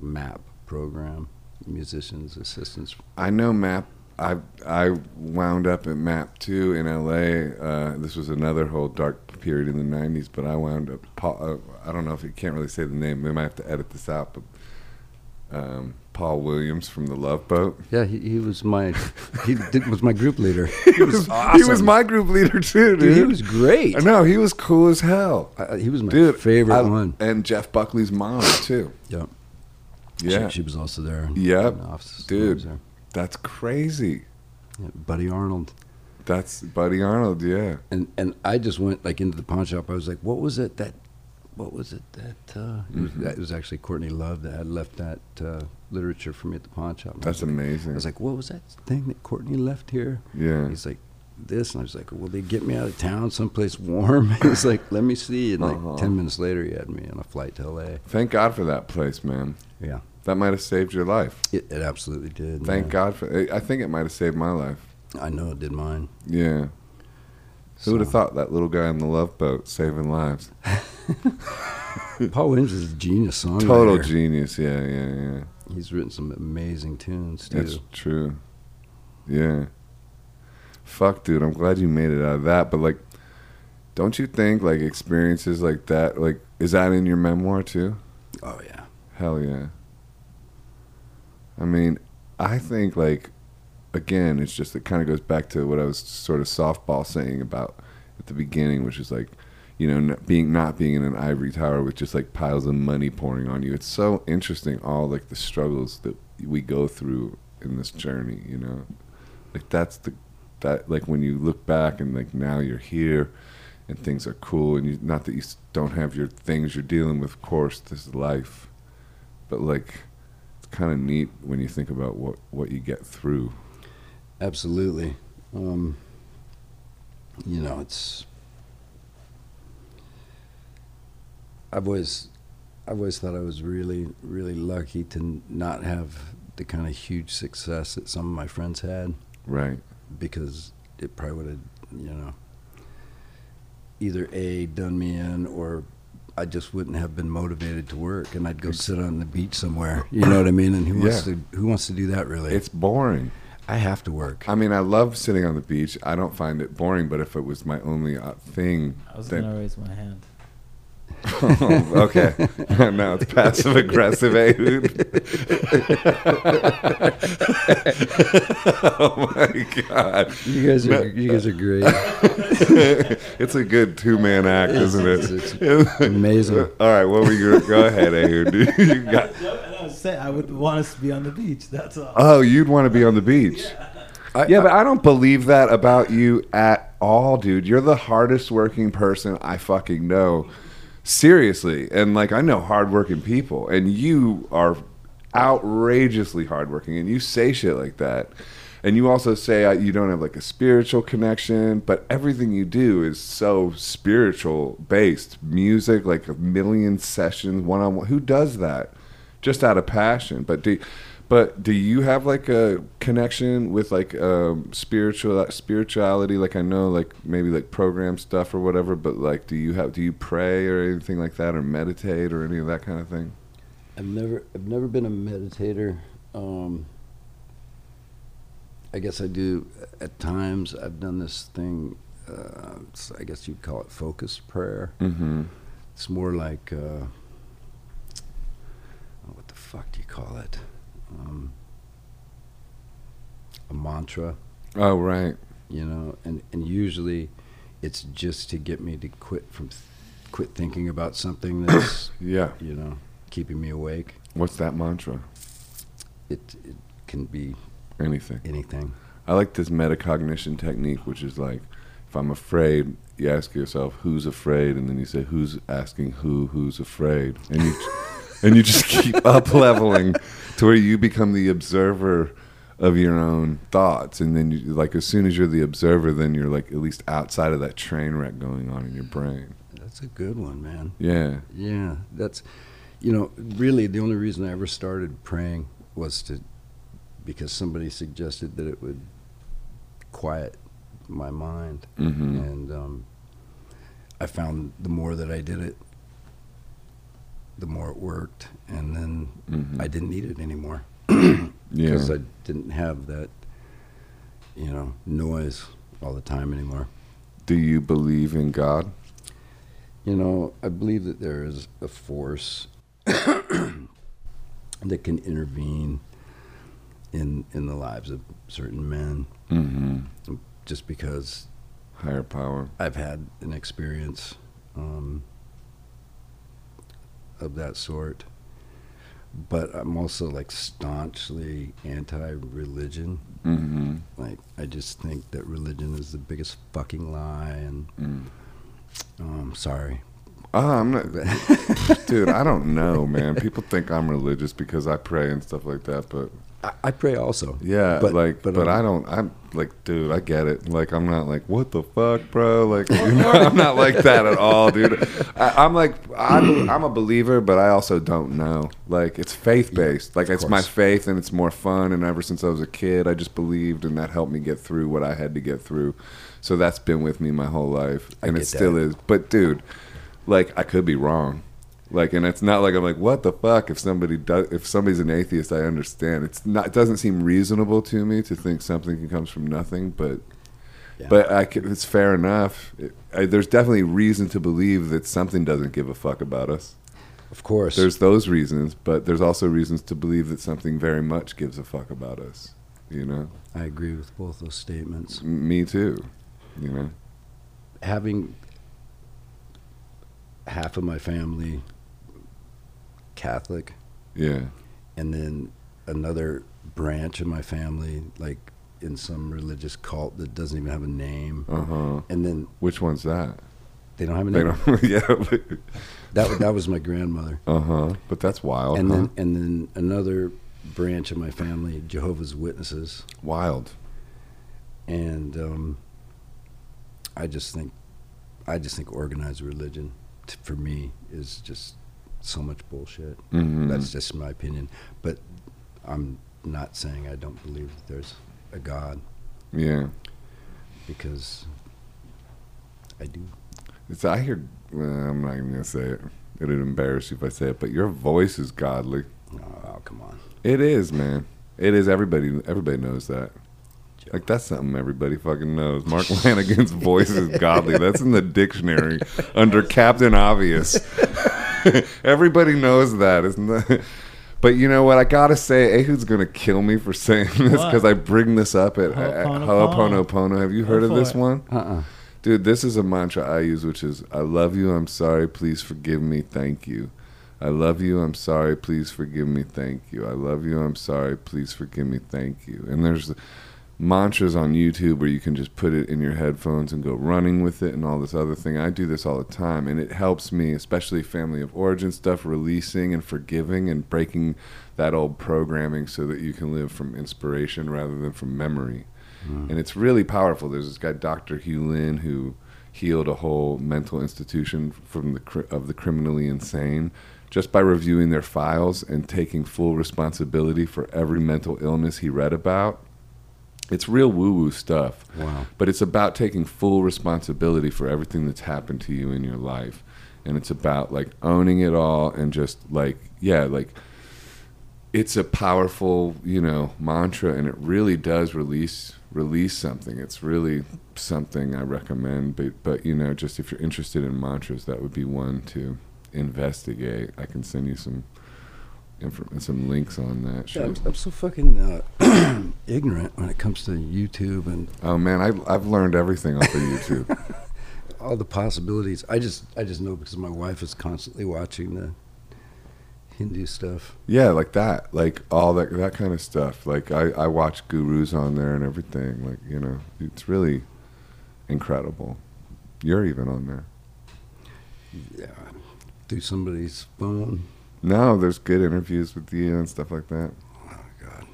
Speaker 2: MAP program, musicians assistance.
Speaker 1: I know Map. I I wound up at Map Two in L.A. Uh, this was another whole dark period in the '90s, but I wound up. Paul, uh, I don't know if you can't really say the name. We might have to edit this out, but um, Paul Williams from the Love Boat.
Speaker 2: Yeah, he, he was my he did, was my group leader.
Speaker 1: He was, he was my group leader too, dude.
Speaker 2: Dude, he was great.
Speaker 1: No, he was cool as hell,
Speaker 2: I, he was my
Speaker 1: dude.
Speaker 2: favorite
Speaker 1: I-
Speaker 2: one.
Speaker 1: And Jeff Buckley's mom too.
Speaker 2: Yep.
Speaker 1: Yeah,
Speaker 2: She, she was also there.
Speaker 1: Yep.
Speaker 2: In the office.
Speaker 1: Dude.
Speaker 2: She was there.
Speaker 1: that's crazy.
Speaker 2: Yeah, Buddy Arnold.
Speaker 1: That's Buddy Arnold. Yeah.
Speaker 2: And and I just went like into the pawn shop. I was like, what was it that, what was it that, uh, it,
Speaker 1: Mm-hmm.
Speaker 2: was, that it was actually Courtney Love that had left that uh, literature for me at the pawn shop. And I
Speaker 1: That's
Speaker 2: was like- I
Speaker 1: amazing.
Speaker 2: was like, what was that thing that Courtney left here?
Speaker 1: yeah.
Speaker 2: He's like, this. And I was like, will they get me out of town someplace warm? He's like, let me see. And like
Speaker 1: Uh-huh.
Speaker 2: 10 minutes later, he had me on a flight to LA.
Speaker 1: Thank God for that place, man.
Speaker 2: Yeah.
Speaker 1: That might have saved your life.
Speaker 2: It, it absolutely did.
Speaker 1: Thank
Speaker 2: man.
Speaker 1: God for. I think it might have saved my life.
Speaker 2: I know it did mine.
Speaker 1: Yeah. Who would have
Speaker 2: So-
Speaker 1: thought that little guy in the love boat saving lives?
Speaker 2: Paul Williams is a genius songwriter.
Speaker 1: Total genius. Yeah, yeah, yeah.
Speaker 2: He's written some amazing tunes too.
Speaker 1: That's true. Yeah. fuck, dude, I'm glad you made it out of that. But like, don't you think like experiences like that, like, is that in your memoir too?
Speaker 2: Oh yeah.
Speaker 1: Hell yeah. I mean, I think like again, it's just it kind of goes back to what I was sort of softball saying about at the beginning, which is like, you know, n- being not being in an ivory tower with just like piles of money pouring on you. It's so interesting all like the struggles that we go through in this journey, you know. Like that's the that like when you look back and like now you're here and things are cool and you not that you s- don't have your things you're dealing with, of course, this is life. But like it's kind of neat when you think about what what you get through.
Speaker 2: Absolutely. Um, you know, it's. I've always, I've always thought I was really, really lucky to n- not have the kind of huge success that some of my friends had,
Speaker 1: Right.
Speaker 2: because it probably would have, you know, either a done me in or. I just wouldn't have been motivated to work, and I'd go sit on the beach somewhere. You know what I mean? And who wants
Speaker 1: Yeah.
Speaker 2: to who wants to do that? Really,
Speaker 1: It's boring.
Speaker 2: I have to work.
Speaker 1: I mean, I love sitting on the beach. I don't find it boring, but if it was my only uh, thing,
Speaker 3: I was
Speaker 1: then
Speaker 3: gonna raise my hand.
Speaker 1: Oh, okay. now it's passive aggressive, eh? dude? oh my god,
Speaker 2: You guys
Speaker 1: No.
Speaker 2: are you guys are great.
Speaker 1: it's a good two-man act, isn't it?
Speaker 2: It's- it's amazing.
Speaker 1: All right, what were you? Go ahead, Ehud. dude. You got-
Speaker 3: and I was saying I would want us to be on the beach. That's all.
Speaker 1: Oh, you'd want to be on the beach.
Speaker 2: I-
Speaker 1: yeah, but I don't believe that about you at all, dude. You're the hardest working person I fucking know. Seriously. And like I know hardworking people and you are outrageously hardworking and you say shit like that. And you also say uh, you don't have like a spiritual connection, but everything you do is so spiritual based. Music, like a million sessions, one on one. Who does that? Just out of passion. But do, but do you have like a connection with like um, spiritual spirituality? Like I know like maybe like program stuff or whatever, but like do you have do you pray or anything like that or meditate or any of that kind of thing?
Speaker 2: I've never I've never been a meditator. Um, I guess I do at times. I've done this thing. Uh, it's- I guess you'd call it focused prayer.
Speaker 1: Mm-hmm.
Speaker 2: It's more like uh, oh, what the fuck do you call it? Um, a mantra,
Speaker 1: Oh right,
Speaker 2: you know. And and usually, it's just to get me to quit from quit thinking about something that's
Speaker 1: yeah.
Speaker 2: you know, keeping me awake.
Speaker 1: What's that mantra?
Speaker 2: It it can be
Speaker 1: Anything.
Speaker 2: anything.
Speaker 1: I like this metacognition technique, which is like if I'm afraid, you ask yourself who's afraid, and then you say who's asking who who's afraid, and you and you just keep up leveling to where you become the observer of your own thoughts, and then you like as soon as you're the observer, then you're like at least outside of that train wreck going on in your brain.
Speaker 2: That's a good one, man.
Speaker 1: Yeah,
Speaker 2: Yeah, that's you know, really the only reason I ever started praying was to because somebody suggested that it would quiet my mind
Speaker 1: hmm
Speaker 2: and um, I found the more that I did it the more it worked and then
Speaker 1: hmm
Speaker 2: I didn't need it anymore
Speaker 1: yeah.
Speaker 2: because I didn't have that you know noise all the time anymore.
Speaker 1: Do you believe in God?
Speaker 2: You know, I believe that there is a force that can intervene in in the lives of certain men
Speaker 1: Mm-hmm.
Speaker 2: just because
Speaker 1: Higher power.
Speaker 2: I've had an experience um, of that sort. But I'm also like staunchly anti-religion.
Speaker 1: Mm-hmm.
Speaker 2: Like I just think that religion is the biggest fucking lie, and
Speaker 1: Mm.
Speaker 2: oh, I'm sorry.
Speaker 1: Ah, I'm not.
Speaker 2: But
Speaker 1: Dude, I don't know, man. People think I'm religious because I pray and stuff like that, but
Speaker 2: I, I pray also.
Speaker 1: yeah,
Speaker 2: But-
Speaker 1: like, but,
Speaker 2: but um,
Speaker 1: I
Speaker 2: I'm-
Speaker 1: don't. I'm like, dude, I get it. Like, I'm not like, what the fuck, bro? Like, you know, I'm not like that at all, dude. I, I'm like, I'm, I'm a believer, but I also don't know. Like, it's faith based. Like,
Speaker 2: of
Speaker 1: it's my
Speaker 2: course.
Speaker 1: faith, and it's more fun. And ever since I was a kid, I just believed, and that helped me get through what I had to get through. So that's been with me my whole life,
Speaker 2: I
Speaker 1: and it
Speaker 2: get
Speaker 1: still
Speaker 2: that.
Speaker 1: is. But dude, like, I could be wrong. Like, and it's not like I'm like, what the fuck? If somebody does, if somebody's an atheist, I understand. It's not. It doesn't seem reasonable to me to think something comes from nothing. But
Speaker 2: Yeah.
Speaker 1: But I c it's fair enough. It, I, there's definitely reason to believe that something doesn't give a fuck about us.
Speaker 2: Of course.
Speaker 1: There's those reasons, but there's also reasons to believe that something very much gives a fuck about us. You know,
Speaker 2: I agree with both those statements.
Speaker 1: M- me too. You know,
Speaker 2: Having half of my family Catholic
Speaker 1: yeah,
Speaker 2: and then another branch of my family like in some religious cult that doesn't even have a name
Speaker 1: uh huh.
Speaker 2: and then
Speaker 1: Which one's that?
Speaker 2: they don't have a
Speaker 1: They
Speaker 2: name.
Speaker 1: don't. yeah,
Speaker 2: That that was my grandmother.
Speaker 1: uh huh. But that's wild.
Speaker 2: Uh-huh. and
Speaker 1: huh?
Speaker 2: then and then another branch of my family, Jehovah's Witnesses,
Speaker 1: wild.
Speaker 2: and um, I just think I just think organized religion t- for me is just so much bullshit.
Speaker 1: Mhm.
Speaker 2: That's just my opinion, but I'm not saying I don't believe that there's a God
Speaker 1: Yeah.
Speaker 2: because I do.
Speaker 1: It's I hear. Well, I'm not even gonna say it. It'd embarrass you if I say it. But your voice is godly.
Speaker 2: Oh, come on.
Speaker 1: It is, man. It is. Everybody. Everybody knows that.
Speaker 2: Joe.
Speaker 1: Like that's something everybody fucking knows. Mark Lanigan's voice is godly. That's in the dictionary under Captain Obvious. everybody knows that. It's not. But you know what? I gotta say, Ehud's gonna kill me for saying this
Speaker 3: What?
Speaker 1: because I bring this up at, at
Speaker 3: Ho'oponopono.
Speaker 1: Ho'oponopono. Have you
Speaker 3: Go
Speaker 1: heard of
Speaker 3: for
Speaker 1: this
Speaker 3: it.
Speaker 1: one?
Speaker 2: Uh-uh.
Speaker 1: Dude, this is a mantra I use, which is I love you, I'm sorry, please forgive me, thank you. I love you, I'm sorry, please forgive me, thank you. I love you, I'm sorry, please forgive me, thank you. And there's mantras on YouTube where you can just put it in your headphones and go running with it and all this other thing. I do this all the time, and it helps me, especially family of origin stuff, releasing and forgiving and breaking that old programming so that you can live from inspiration rather than from memory
Speaker 2: Mm.
Speaker 1: and it's really powerful. There's this guy, Dr. Hugh Lin, who healed a whole mental institution from the cri- of the criminally insane just by reviewing their files and taking full responsibility for every mental illness he read about. It's real woo-woo stuff
Speaker 2: Wow.
Speaker 1: but it's about taking full responsibility for everything that's happened to you in your life and it's about like owning it all and just like yeah like it's a powerful you know mantra and it really does release release something it's really something i recommend but but you know just if you're interested in mantras that would be one to investigate i can send you some infor- some links on that shit.
Speaker 2: Yeah, I'm, I'm so fucking uh, ignorant when it comes to YouTube and
Speaker 1: oh man I, i've learned everything off of youtube
Speaker 2: all the possibilities. I just I just know because my wife is constantly watching the Hindu stuff.
Speaker 1: Yeah, like that, like all that that kind of stuff. Like I, I watch gurus on there and everything. Like you know, it's really incredible. You're even on there.
Speaker 2: Yeah, through somebody's phone.
Speaker 1: No, there's good interviews with you and stuff like that.
Speaker 2: Oh God.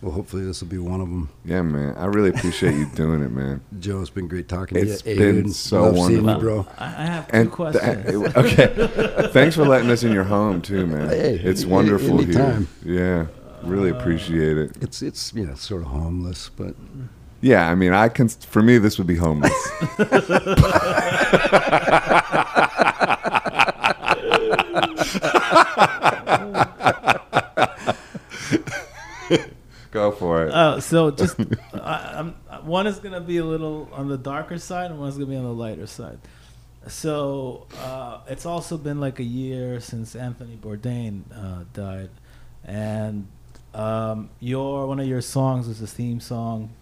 Speaker 2: Well, hopefully this will be one of them.
Speaker 1: Yeah, man, I really appreciate you doing it, man.
Speaker 2: Joe, it's been great talking
Speaker 1: It's
Speaker 2: to you.
Speaker 1: been
Speaker 2: Aiden,
Speaker 1: so
Speaker 2: love seeing you,
Speaker 1: wonderful.
Speaker 2: bro.
Speaker 3: I, I have two
Speaker 1: Uh, And th-
Speaker 3: questions.
Speaker 1: okay, thanks for letting us in your home too, man.
Speaker 2: Hey,
Speaker 1: it's
Speaker 2: any-
Speaker 1: wonderful
Speaker 2: anytime.
Speaker 1: here. Yeah, really appreciate it.
Speaker 2: It's it's you know sort of homeless, but
Speaker 1: Yeah, I mean, I can. For me, this would be homeless. Go for it.
Speaker 3: Uh, so just I, i one is gonna be a little on the darker side, and one's gonna be on the lighter side. So uh, it's also been like a year since Anthony Bourdain uh, died, and um, your one of your songs was a theme song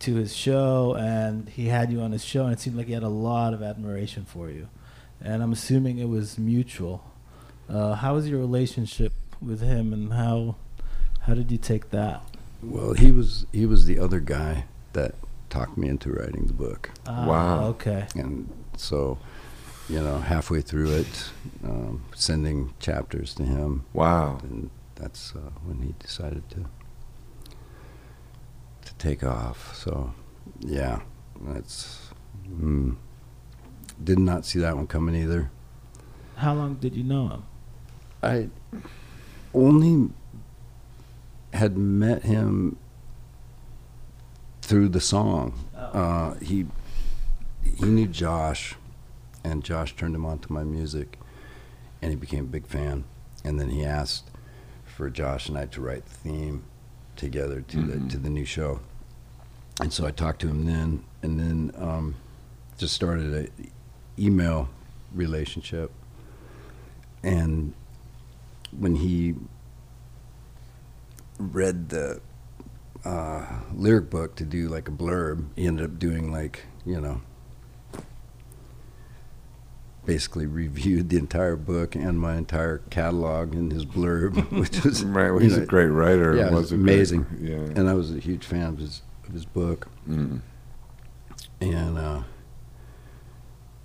Speaker 3: to his show, and he had you on his show, and it seemed like he had a lot of admiration for you, and I'm assuming it was mutual. Uh, how was your relationship with him, and how how did you take that?
Speaker 2: well, he was he was the other guy that talked me into writing the book.
Speaker 3: Ah,
Speaker 1: Wow.
Speaker 3: Okay.
Speaker 2: and so you know halfway through it um, sending chapters to him
Speaker 1: Wow.
Speaker 2: and that's uh, when he decided to to take off so yeah that's mm, did not see that one coming either
Speaker 3: How long did you know him?
Speaker 2: i only had met him through the song uh, he he knew Josh, and Josh turned him on to my music, and he became a big fan. And then he asked for Josh and I to write the theme together to the to the new show, and so I talked to him then, and then um, just started an email relationship. And when he read the uh, lyric book to do like a blurb, he ended up doing like you know basically reviewed the entire book and my entire catalog in his blurb, which was
Speaker 1: Right. Well,
Speaker 2: you
Speaker 1: he's
Speaker 2: know,
Speaker 1: a great writer.
Speaker 2: yeah,
Speaker 1: was
Speaker 2: it's
Speaker 1: a great-
Speaker 2: amazing.
Speaker 1: yeah.
Speaker 2: and I was a huge fan of his of his book,
Speaker 1: Mm.
Speaker 2: and uh,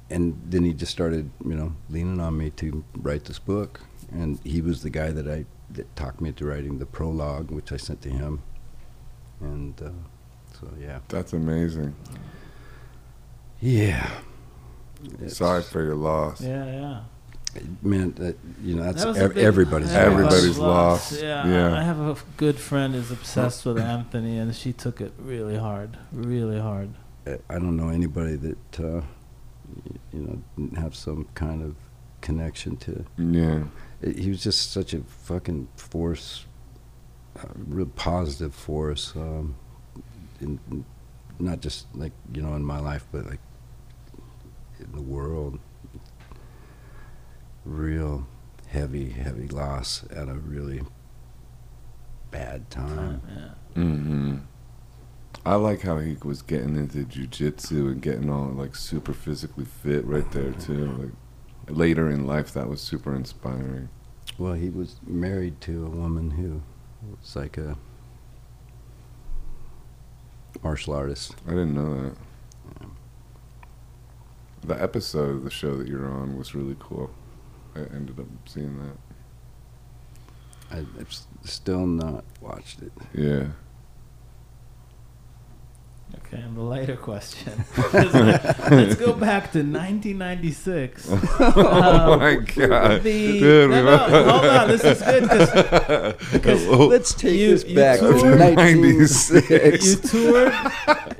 Speaker 2: and then he just started, you know, leaning on me to write this book, and he was the guy that I that talked me into writing the prologue, which I sent to him, and uh, so yeah,
Speaker 1: That's amazing.
Speaker 2: yeah. It's-
Speaker 1: Sorry for your loss.
Speaker 3: Yeah, yeah.
Speaker 2: it meant that you know that's
Speaker 3: That was a
Speaker 2: ev-
Speaker 3: big-
Speaker 2: everybody's
Speaker 1: Everybody's
Speaker 2: loss.
Speaker 1: lost.
Speaker 3: Yeah,
Speaker 1: Yeah.
Speaker 3: I have a good friend who's obsessed with Anthony, and she took it really hard, really hard.
Speaker 2: I I don't know anybody that uh, y- you know didn't have some kind of connection to
Speaker 1: Yeah.
Speaker 2: it- he was just such a fucking force, a real positive force, um, in, in- not just like you know in my life, but like in the world. Real heavy, heavy loss at a really bad time.
Speaker 3: Uh, yeah.
Speaker 1: hmm I like how he was getting into jujitsu and getting all like super physically fit right there too. Like later in life, that was super inspiring.
Speaker 2: Well, he was married to a woman who was like a martial artist.
Speaker 1: I didn't know that. The episode of the show that you're on was really cool. I ended up seeing that.
Speaker 2: I, I've s- still not watched it.
Speaker 1: Yeah.
Speaker 3: Okay, and the later question. Let's go back to 1996.
Speaker 1: oh
Speaker 3: Um,
Speaker 1: my god,
Speaker 3: the- no, no, hold on, this is good 'cause
Speaker 1: Oh,
Speaker 2: Let's take
Speaker 3: You-
Speaker 2: this
Speaker 3: you
Speaker 2: back to
Speaker 3: toured-
Speaker 2: 1996.
Speaker 3: you toured.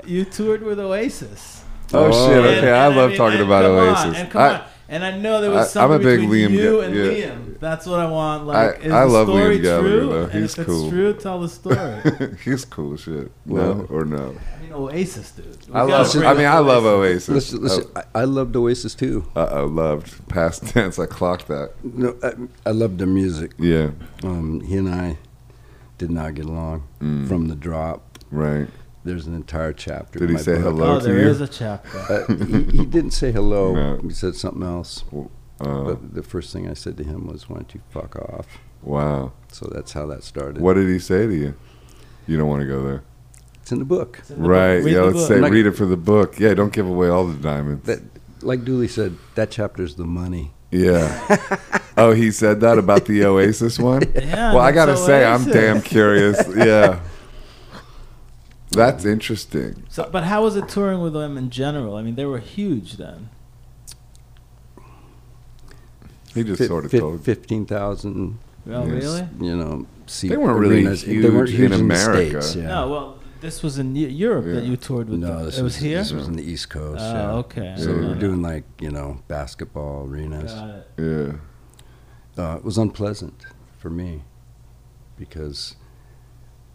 Speaker 3: You toured with Oasis.
Speaker 1: oh, shit!
Speaker 2: And-
Speaker 1: Okay, I love
Speaker 3: mean,
Speaker 1: talking
Speaker 3: and
Speaker 1: about
Speaker 3: come
Speaker 1: Oasis.
Speaker 3: On, and come
Speaker 1: I-
Speaker 3: on. And I know there
Speaker 1: I-
Speaker 3: was
Speaker 1: I'm a
Speaker 3: something
Speaker 1: big
Speaker 3: between
Speaker 1: Liam
Speaker 3: you
Speaker 1: Ga-
Speaker 3: and
Speaker 1: yeah.
Speaker 3: Liam. That's what I want. Like, is
Speaker 1: I
Speaker 3: the
Speaker 1: love Liam
Speaker 3: story
Speaker 1: Gallagher,
Speaker 3: true?
Speaker 1: though.
Speaker 3: and
Speaker 1: He's
Speaker 3: if
Speaker 1: cool.
Speaker 3: it's true, tell the story.
Speaker 1: He's cool as shit. no
Speaker 2: Well-
Speaker 1: or no?
Speaker 3: I mean, Oasis, dude. We
Speaker 1: I
Speaker 3: gotta
Speaker 1: love.
Speaker 3: bring
Speaker 1: I mean,
Speaker 3: up
Speaker 1: I love
Speaker 3: Oasis.
Speaker 1: Oasis.
Speaker 2: Listen, listen, I, I loved Oasis too.
Speaker 1: Uh oh, loved past tense. I clocked that.
Speaker 2: No, I, I loved their music.
Speaker 1: Yeah,
Speaker 2: Um, he and I did not get along
Speaker 1: Mm.
Speaker 2: from the drop.
Speaker 1: right. There's
Speaker 2: There's an entire chapter.
Speaker 1: Did
Speaker 2: in
Speaker 1: he
Speaker 2: my
Speaker 1: say
Speaker 2: book.
Speaker 1: hello?
Speaker 3: Oh,
Speaker 1: to
Speaker 3: there
Speaker 1: you.
Speaker 3: is a chapter.
Speaker 2: Uh, he, he didn't say hello.
Speaker 1: No.
Speaker 2: He said something else.
Speaker 1: Uh,
Speaker 2: But the first thing I said to him was, "Why don't you fuck off?"
Speaker 1: wow.
Speaker 2: So that's how that started.
Speaker 1: What did he say to you? You don't want to go there,
Speaker 2: It's in the book.
Speaker 3: It's in the
Speaker 1: right?
Speaker 3: book. Read
Speaker 1: yeah,
Speaker 3: the
Speaker 1: let's
Speaker 3: book.
Speaker 1: say
Speaker 2: Like-
Speaker 1: read it for the book. Yeah, don't give away all the diamonds.
Speaker 2: That, like Dooley said, that chapter's the money.
Speaker 1: yeah. oh, he said that about the Oasis one.
Speaker 3: Yeah,
Speaker 1: well, I
Speaker 3: that's
Speaker 1: gotta say, I'm
Speaker 3: Oasis.
Speaker 1: damn curious. yeah. That's interesting.
Speaker 3: So, but how was it touring with them in general? I mean, they were huge then.
Speaker 1: He just
Speaker 2: Fif-
Speaker 1: sort of
Speaker 2: fif-
Speaker 1: told.
Speaker 2: fifteen thousand.
Speaker 3: Oh,
Speaker 1: Yes.
Speaker 3: really?
Speaker 2: You know, seat
Speaker 1: They weren't really
Speaker 2: arenas.
Speaker 1: huge
Speaker 2: They weren't
Speaker 1: in
Speaker 2: huge in, the
Speaker 1: America.
Speaker 2: States, yeah.
Speaker 3: No, well, this was in Eu- Europe that
Speaker 1: Yeah.
Speaker 3: you toured with. them.
Speaker 2: No, this
Speaker 3: it was, here.
Speaker 2: This was in the East Coast.
Speaker 3: Oh,
Speaker 2: yeah.
Speaker 3: okay.
Speaker 2: So we
Speaker 1: Yeah.
Speaker 2: were doing like you know basketball arenas.
Speaker 3: Got it.
Speaker 1: Yeah.
Speaker 2: Uh, it was unpleasant for me because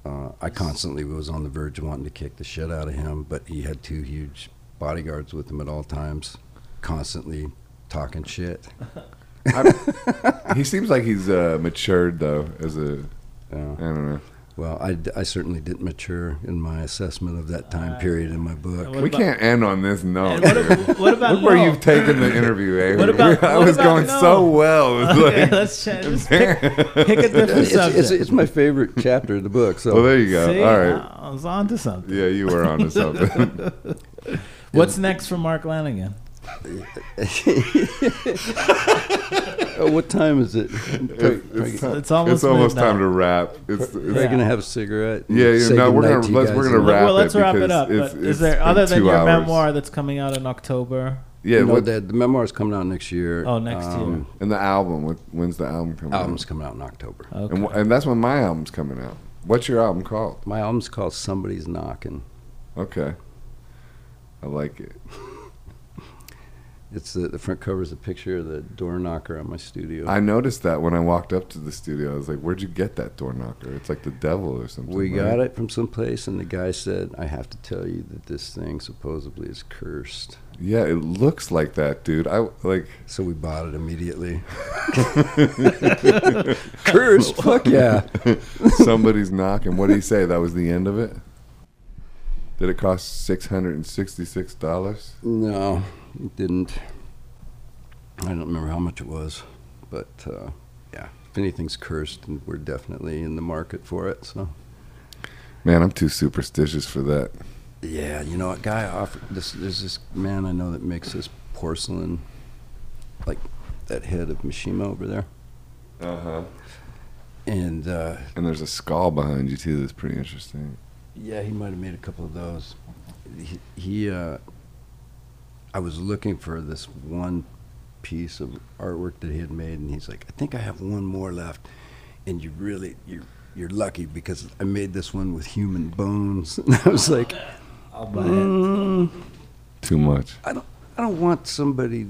Speaker 2: uh, I constantly was on the verge of wanting to kick the shit out of him, but he had two huge bodyguards with him at all times, constantly talking shit.
Speaker 1: he seems like he's uh, matured though. As a, I
Speaker 2: Uh,
Speaker 1: don't know.
Speaker 2: well, I, d- I certainly didn't mature in my assessment of that time
Speaker 3: Uh,
Speaker 2: period in my book.
Speaker 3: What
Speaker 1: we
Speaker 3: about-
Speaker 1: can't end on this note.
Speaker 3: And what, ab- what about
Speaker 1: Oh. Look where
Speaker 3: Noel?
Speaker 1: you've taken the interview, eh?
Speaker 3: What about-
Speaker 1: I
Speaker 3: what
Speaker 1: was
Speaker 3: about
Speaker 1: going
Speaker 3: no?
Speaker 1: so well. It was
Speaker 3: Okay,
Speaker 1: like-
Speaker 3: let's change. Just pick, pick a different
Speaker 2: it's,
Speaker 3: subject.
Speaker 2: it's, it's my favorite chapter of the book. So
Speaker 1: well, there you go.
Speaker 3: See,
Speaker 1: All right.
Speaker 3: I was on to something.
Speaker 1: Yeah, you were onto something.
Speaker 3: What's next for Mark Lanigan?
Speaker 2: Uh, what time is it? Craig,
Speaker 1: it's,
Speaker 2: Craig,
Speaker 3: It's almost
Speaker 1: it's almost
Speaker 3: midnight.
Speaker 1: time to wrap. It's,
Speaker 2: Craig
Speaker 1: it's,
Speaker 2: gonna have a cigarette. and
Speaker 1: Yeah, yeah,
Speaker 2: say
Speaker 1: no, we're
Speaker 2: goodnight
Speaker 1: gonna-
Speaker 2: to you
Speaker 1: let's- we're
Speaker 2: guys.
Speaker 1: gonna
Speaker 3: Well,
Speaker 1: wrap it
Speaker 3: let's wrap
Speaker 1: because
Speaker 3: it up. But
Speaker 1: it's-
Speaker 3: is
Speaker 1: it's
Speaker 3: there
Speaker 1: been
Speaker 3: other than
Speaker 1: two
Speaker 3: your
Speaker 1: hours.
Speaker 3: memoir that's coming out in October?
Speaker 1: yeah.
Speaker 2: no,
Speaker 1: what-
Speaker 2: the, the memoir is coming out next year. Um,
Speaker 3: Oh, next year.
Speaker 1: and the album. What, when's the album coming?
Speaker 2: Album's
Speaker 1: out?
Speaker 2: coming out in October.
Speaker 3: Okay.
Speaker 1: And, wh- and that's when my album's coming out. What's your album called?
Speaker 2: My album's called Somebody's Knocking.
Speaker 1: Okay. I like it.
Speaker 2: It's the, the front cover is a picture of the door knocker on my studio.
Speaker 1: I noticed that when I walked up to the studio. I was like, "Where'd you get that door knocker? It's like the devil or something."
Speaker 2: we got it from someplace, and the guy said, "I have to tell you that this thing supposedly is cursed."
Speaker 1: Yeah, it looks like that, dude. I like.
Speaker 2: So we bought it immediately. cursed? Fuck yeah!
Speaker 1: Somebody's knocking. What did he say? That was the end of it. Did it cost six hundred and sixty-six dollars?
Speaker 2: No, it didn't. I don't remember how much it was, but uh, yeah, if anything's cursed, then we're definitely in the market for it. So
Speaker 1: Man, I'm too superstitious for that.
Speaker 2: yeah, you know, a guy offered this. There's this man I know that makes this porcelain, like that head of Mishima over there,
Speaker 1: Uh
Speaker 2: Uh-huh.
Speaker 1: huh.
Speaker 2: and uh,
Speaker 1: And there's a skull behind you too. That's pretty interesting.
Speaker 2: Yeah, he might have made a couple of those. He, he uh, I was looking for this one piece of artwork that he had made, and he's like, "I think I have one more left." And you really, you, you're lucky because I made this one with human bones, and I was like,
Speaker 3: I'll buy it.
Speaker 2: mm,
Speaker 1: Too much.
Speaker 2: "I don't want somebody,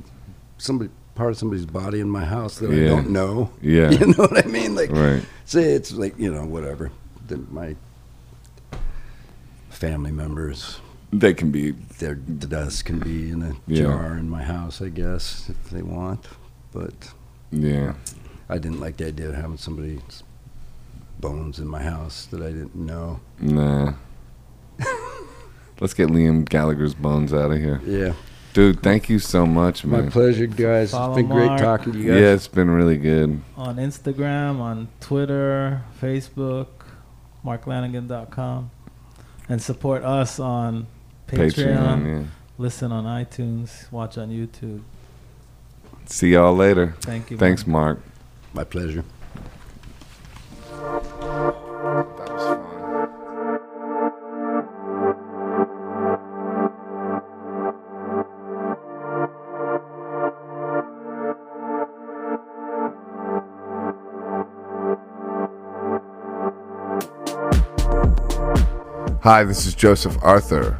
Speaker 2: somebody part of somebody's body in my house that I
Speaker 1: Yeah.
Speaker 2: don't know."
Speaker 1: Yeah.
Speaker 2: You know what I mean? Like,
Speaker 1: Right.
Speaker 2: say it's like you know whatever that my family members
Speaker 1: They can be.
Speaker 2: their the dust can be in a
Speaker 1: Yeah.
Speaker 2: jar in my house, I guess, if they want. But
Speaker 1: Yeah.
Speaker 2: I didn't like the idea of having somebody's bones in my house that I didn't know.
Speaker 1: Nah. Let's get Liam Gallagher's bones out of here,
Speaker 2: Yeah,
Speaker 1: dude. Thank you so much,
Speaker 2: my
Speaker 1: man.
Speaker 2: pleasure, guys.
Speaker 3: Follow
Speaker 2: it's been great
Speaker 3: Mark.
Speaker 2: talking to you guys.
Speaker 1: Yeah, it's been really good.
Speaker 3: On Instagram, on Twitter, Facebook, marklanigan.com. And support us on Patreon.
Speaker 1: Patreon.
Speaker 3: Listen on iTunes. Watch on YouTube.
Speaker 1: yeah. See y'all later.
Speaker 3: Thank you.
Speaker 1: Thanks, Mark.
Speaker 2: My pleasure.
Speaker 1: That was fun. Hi, this is Joseph Arthur.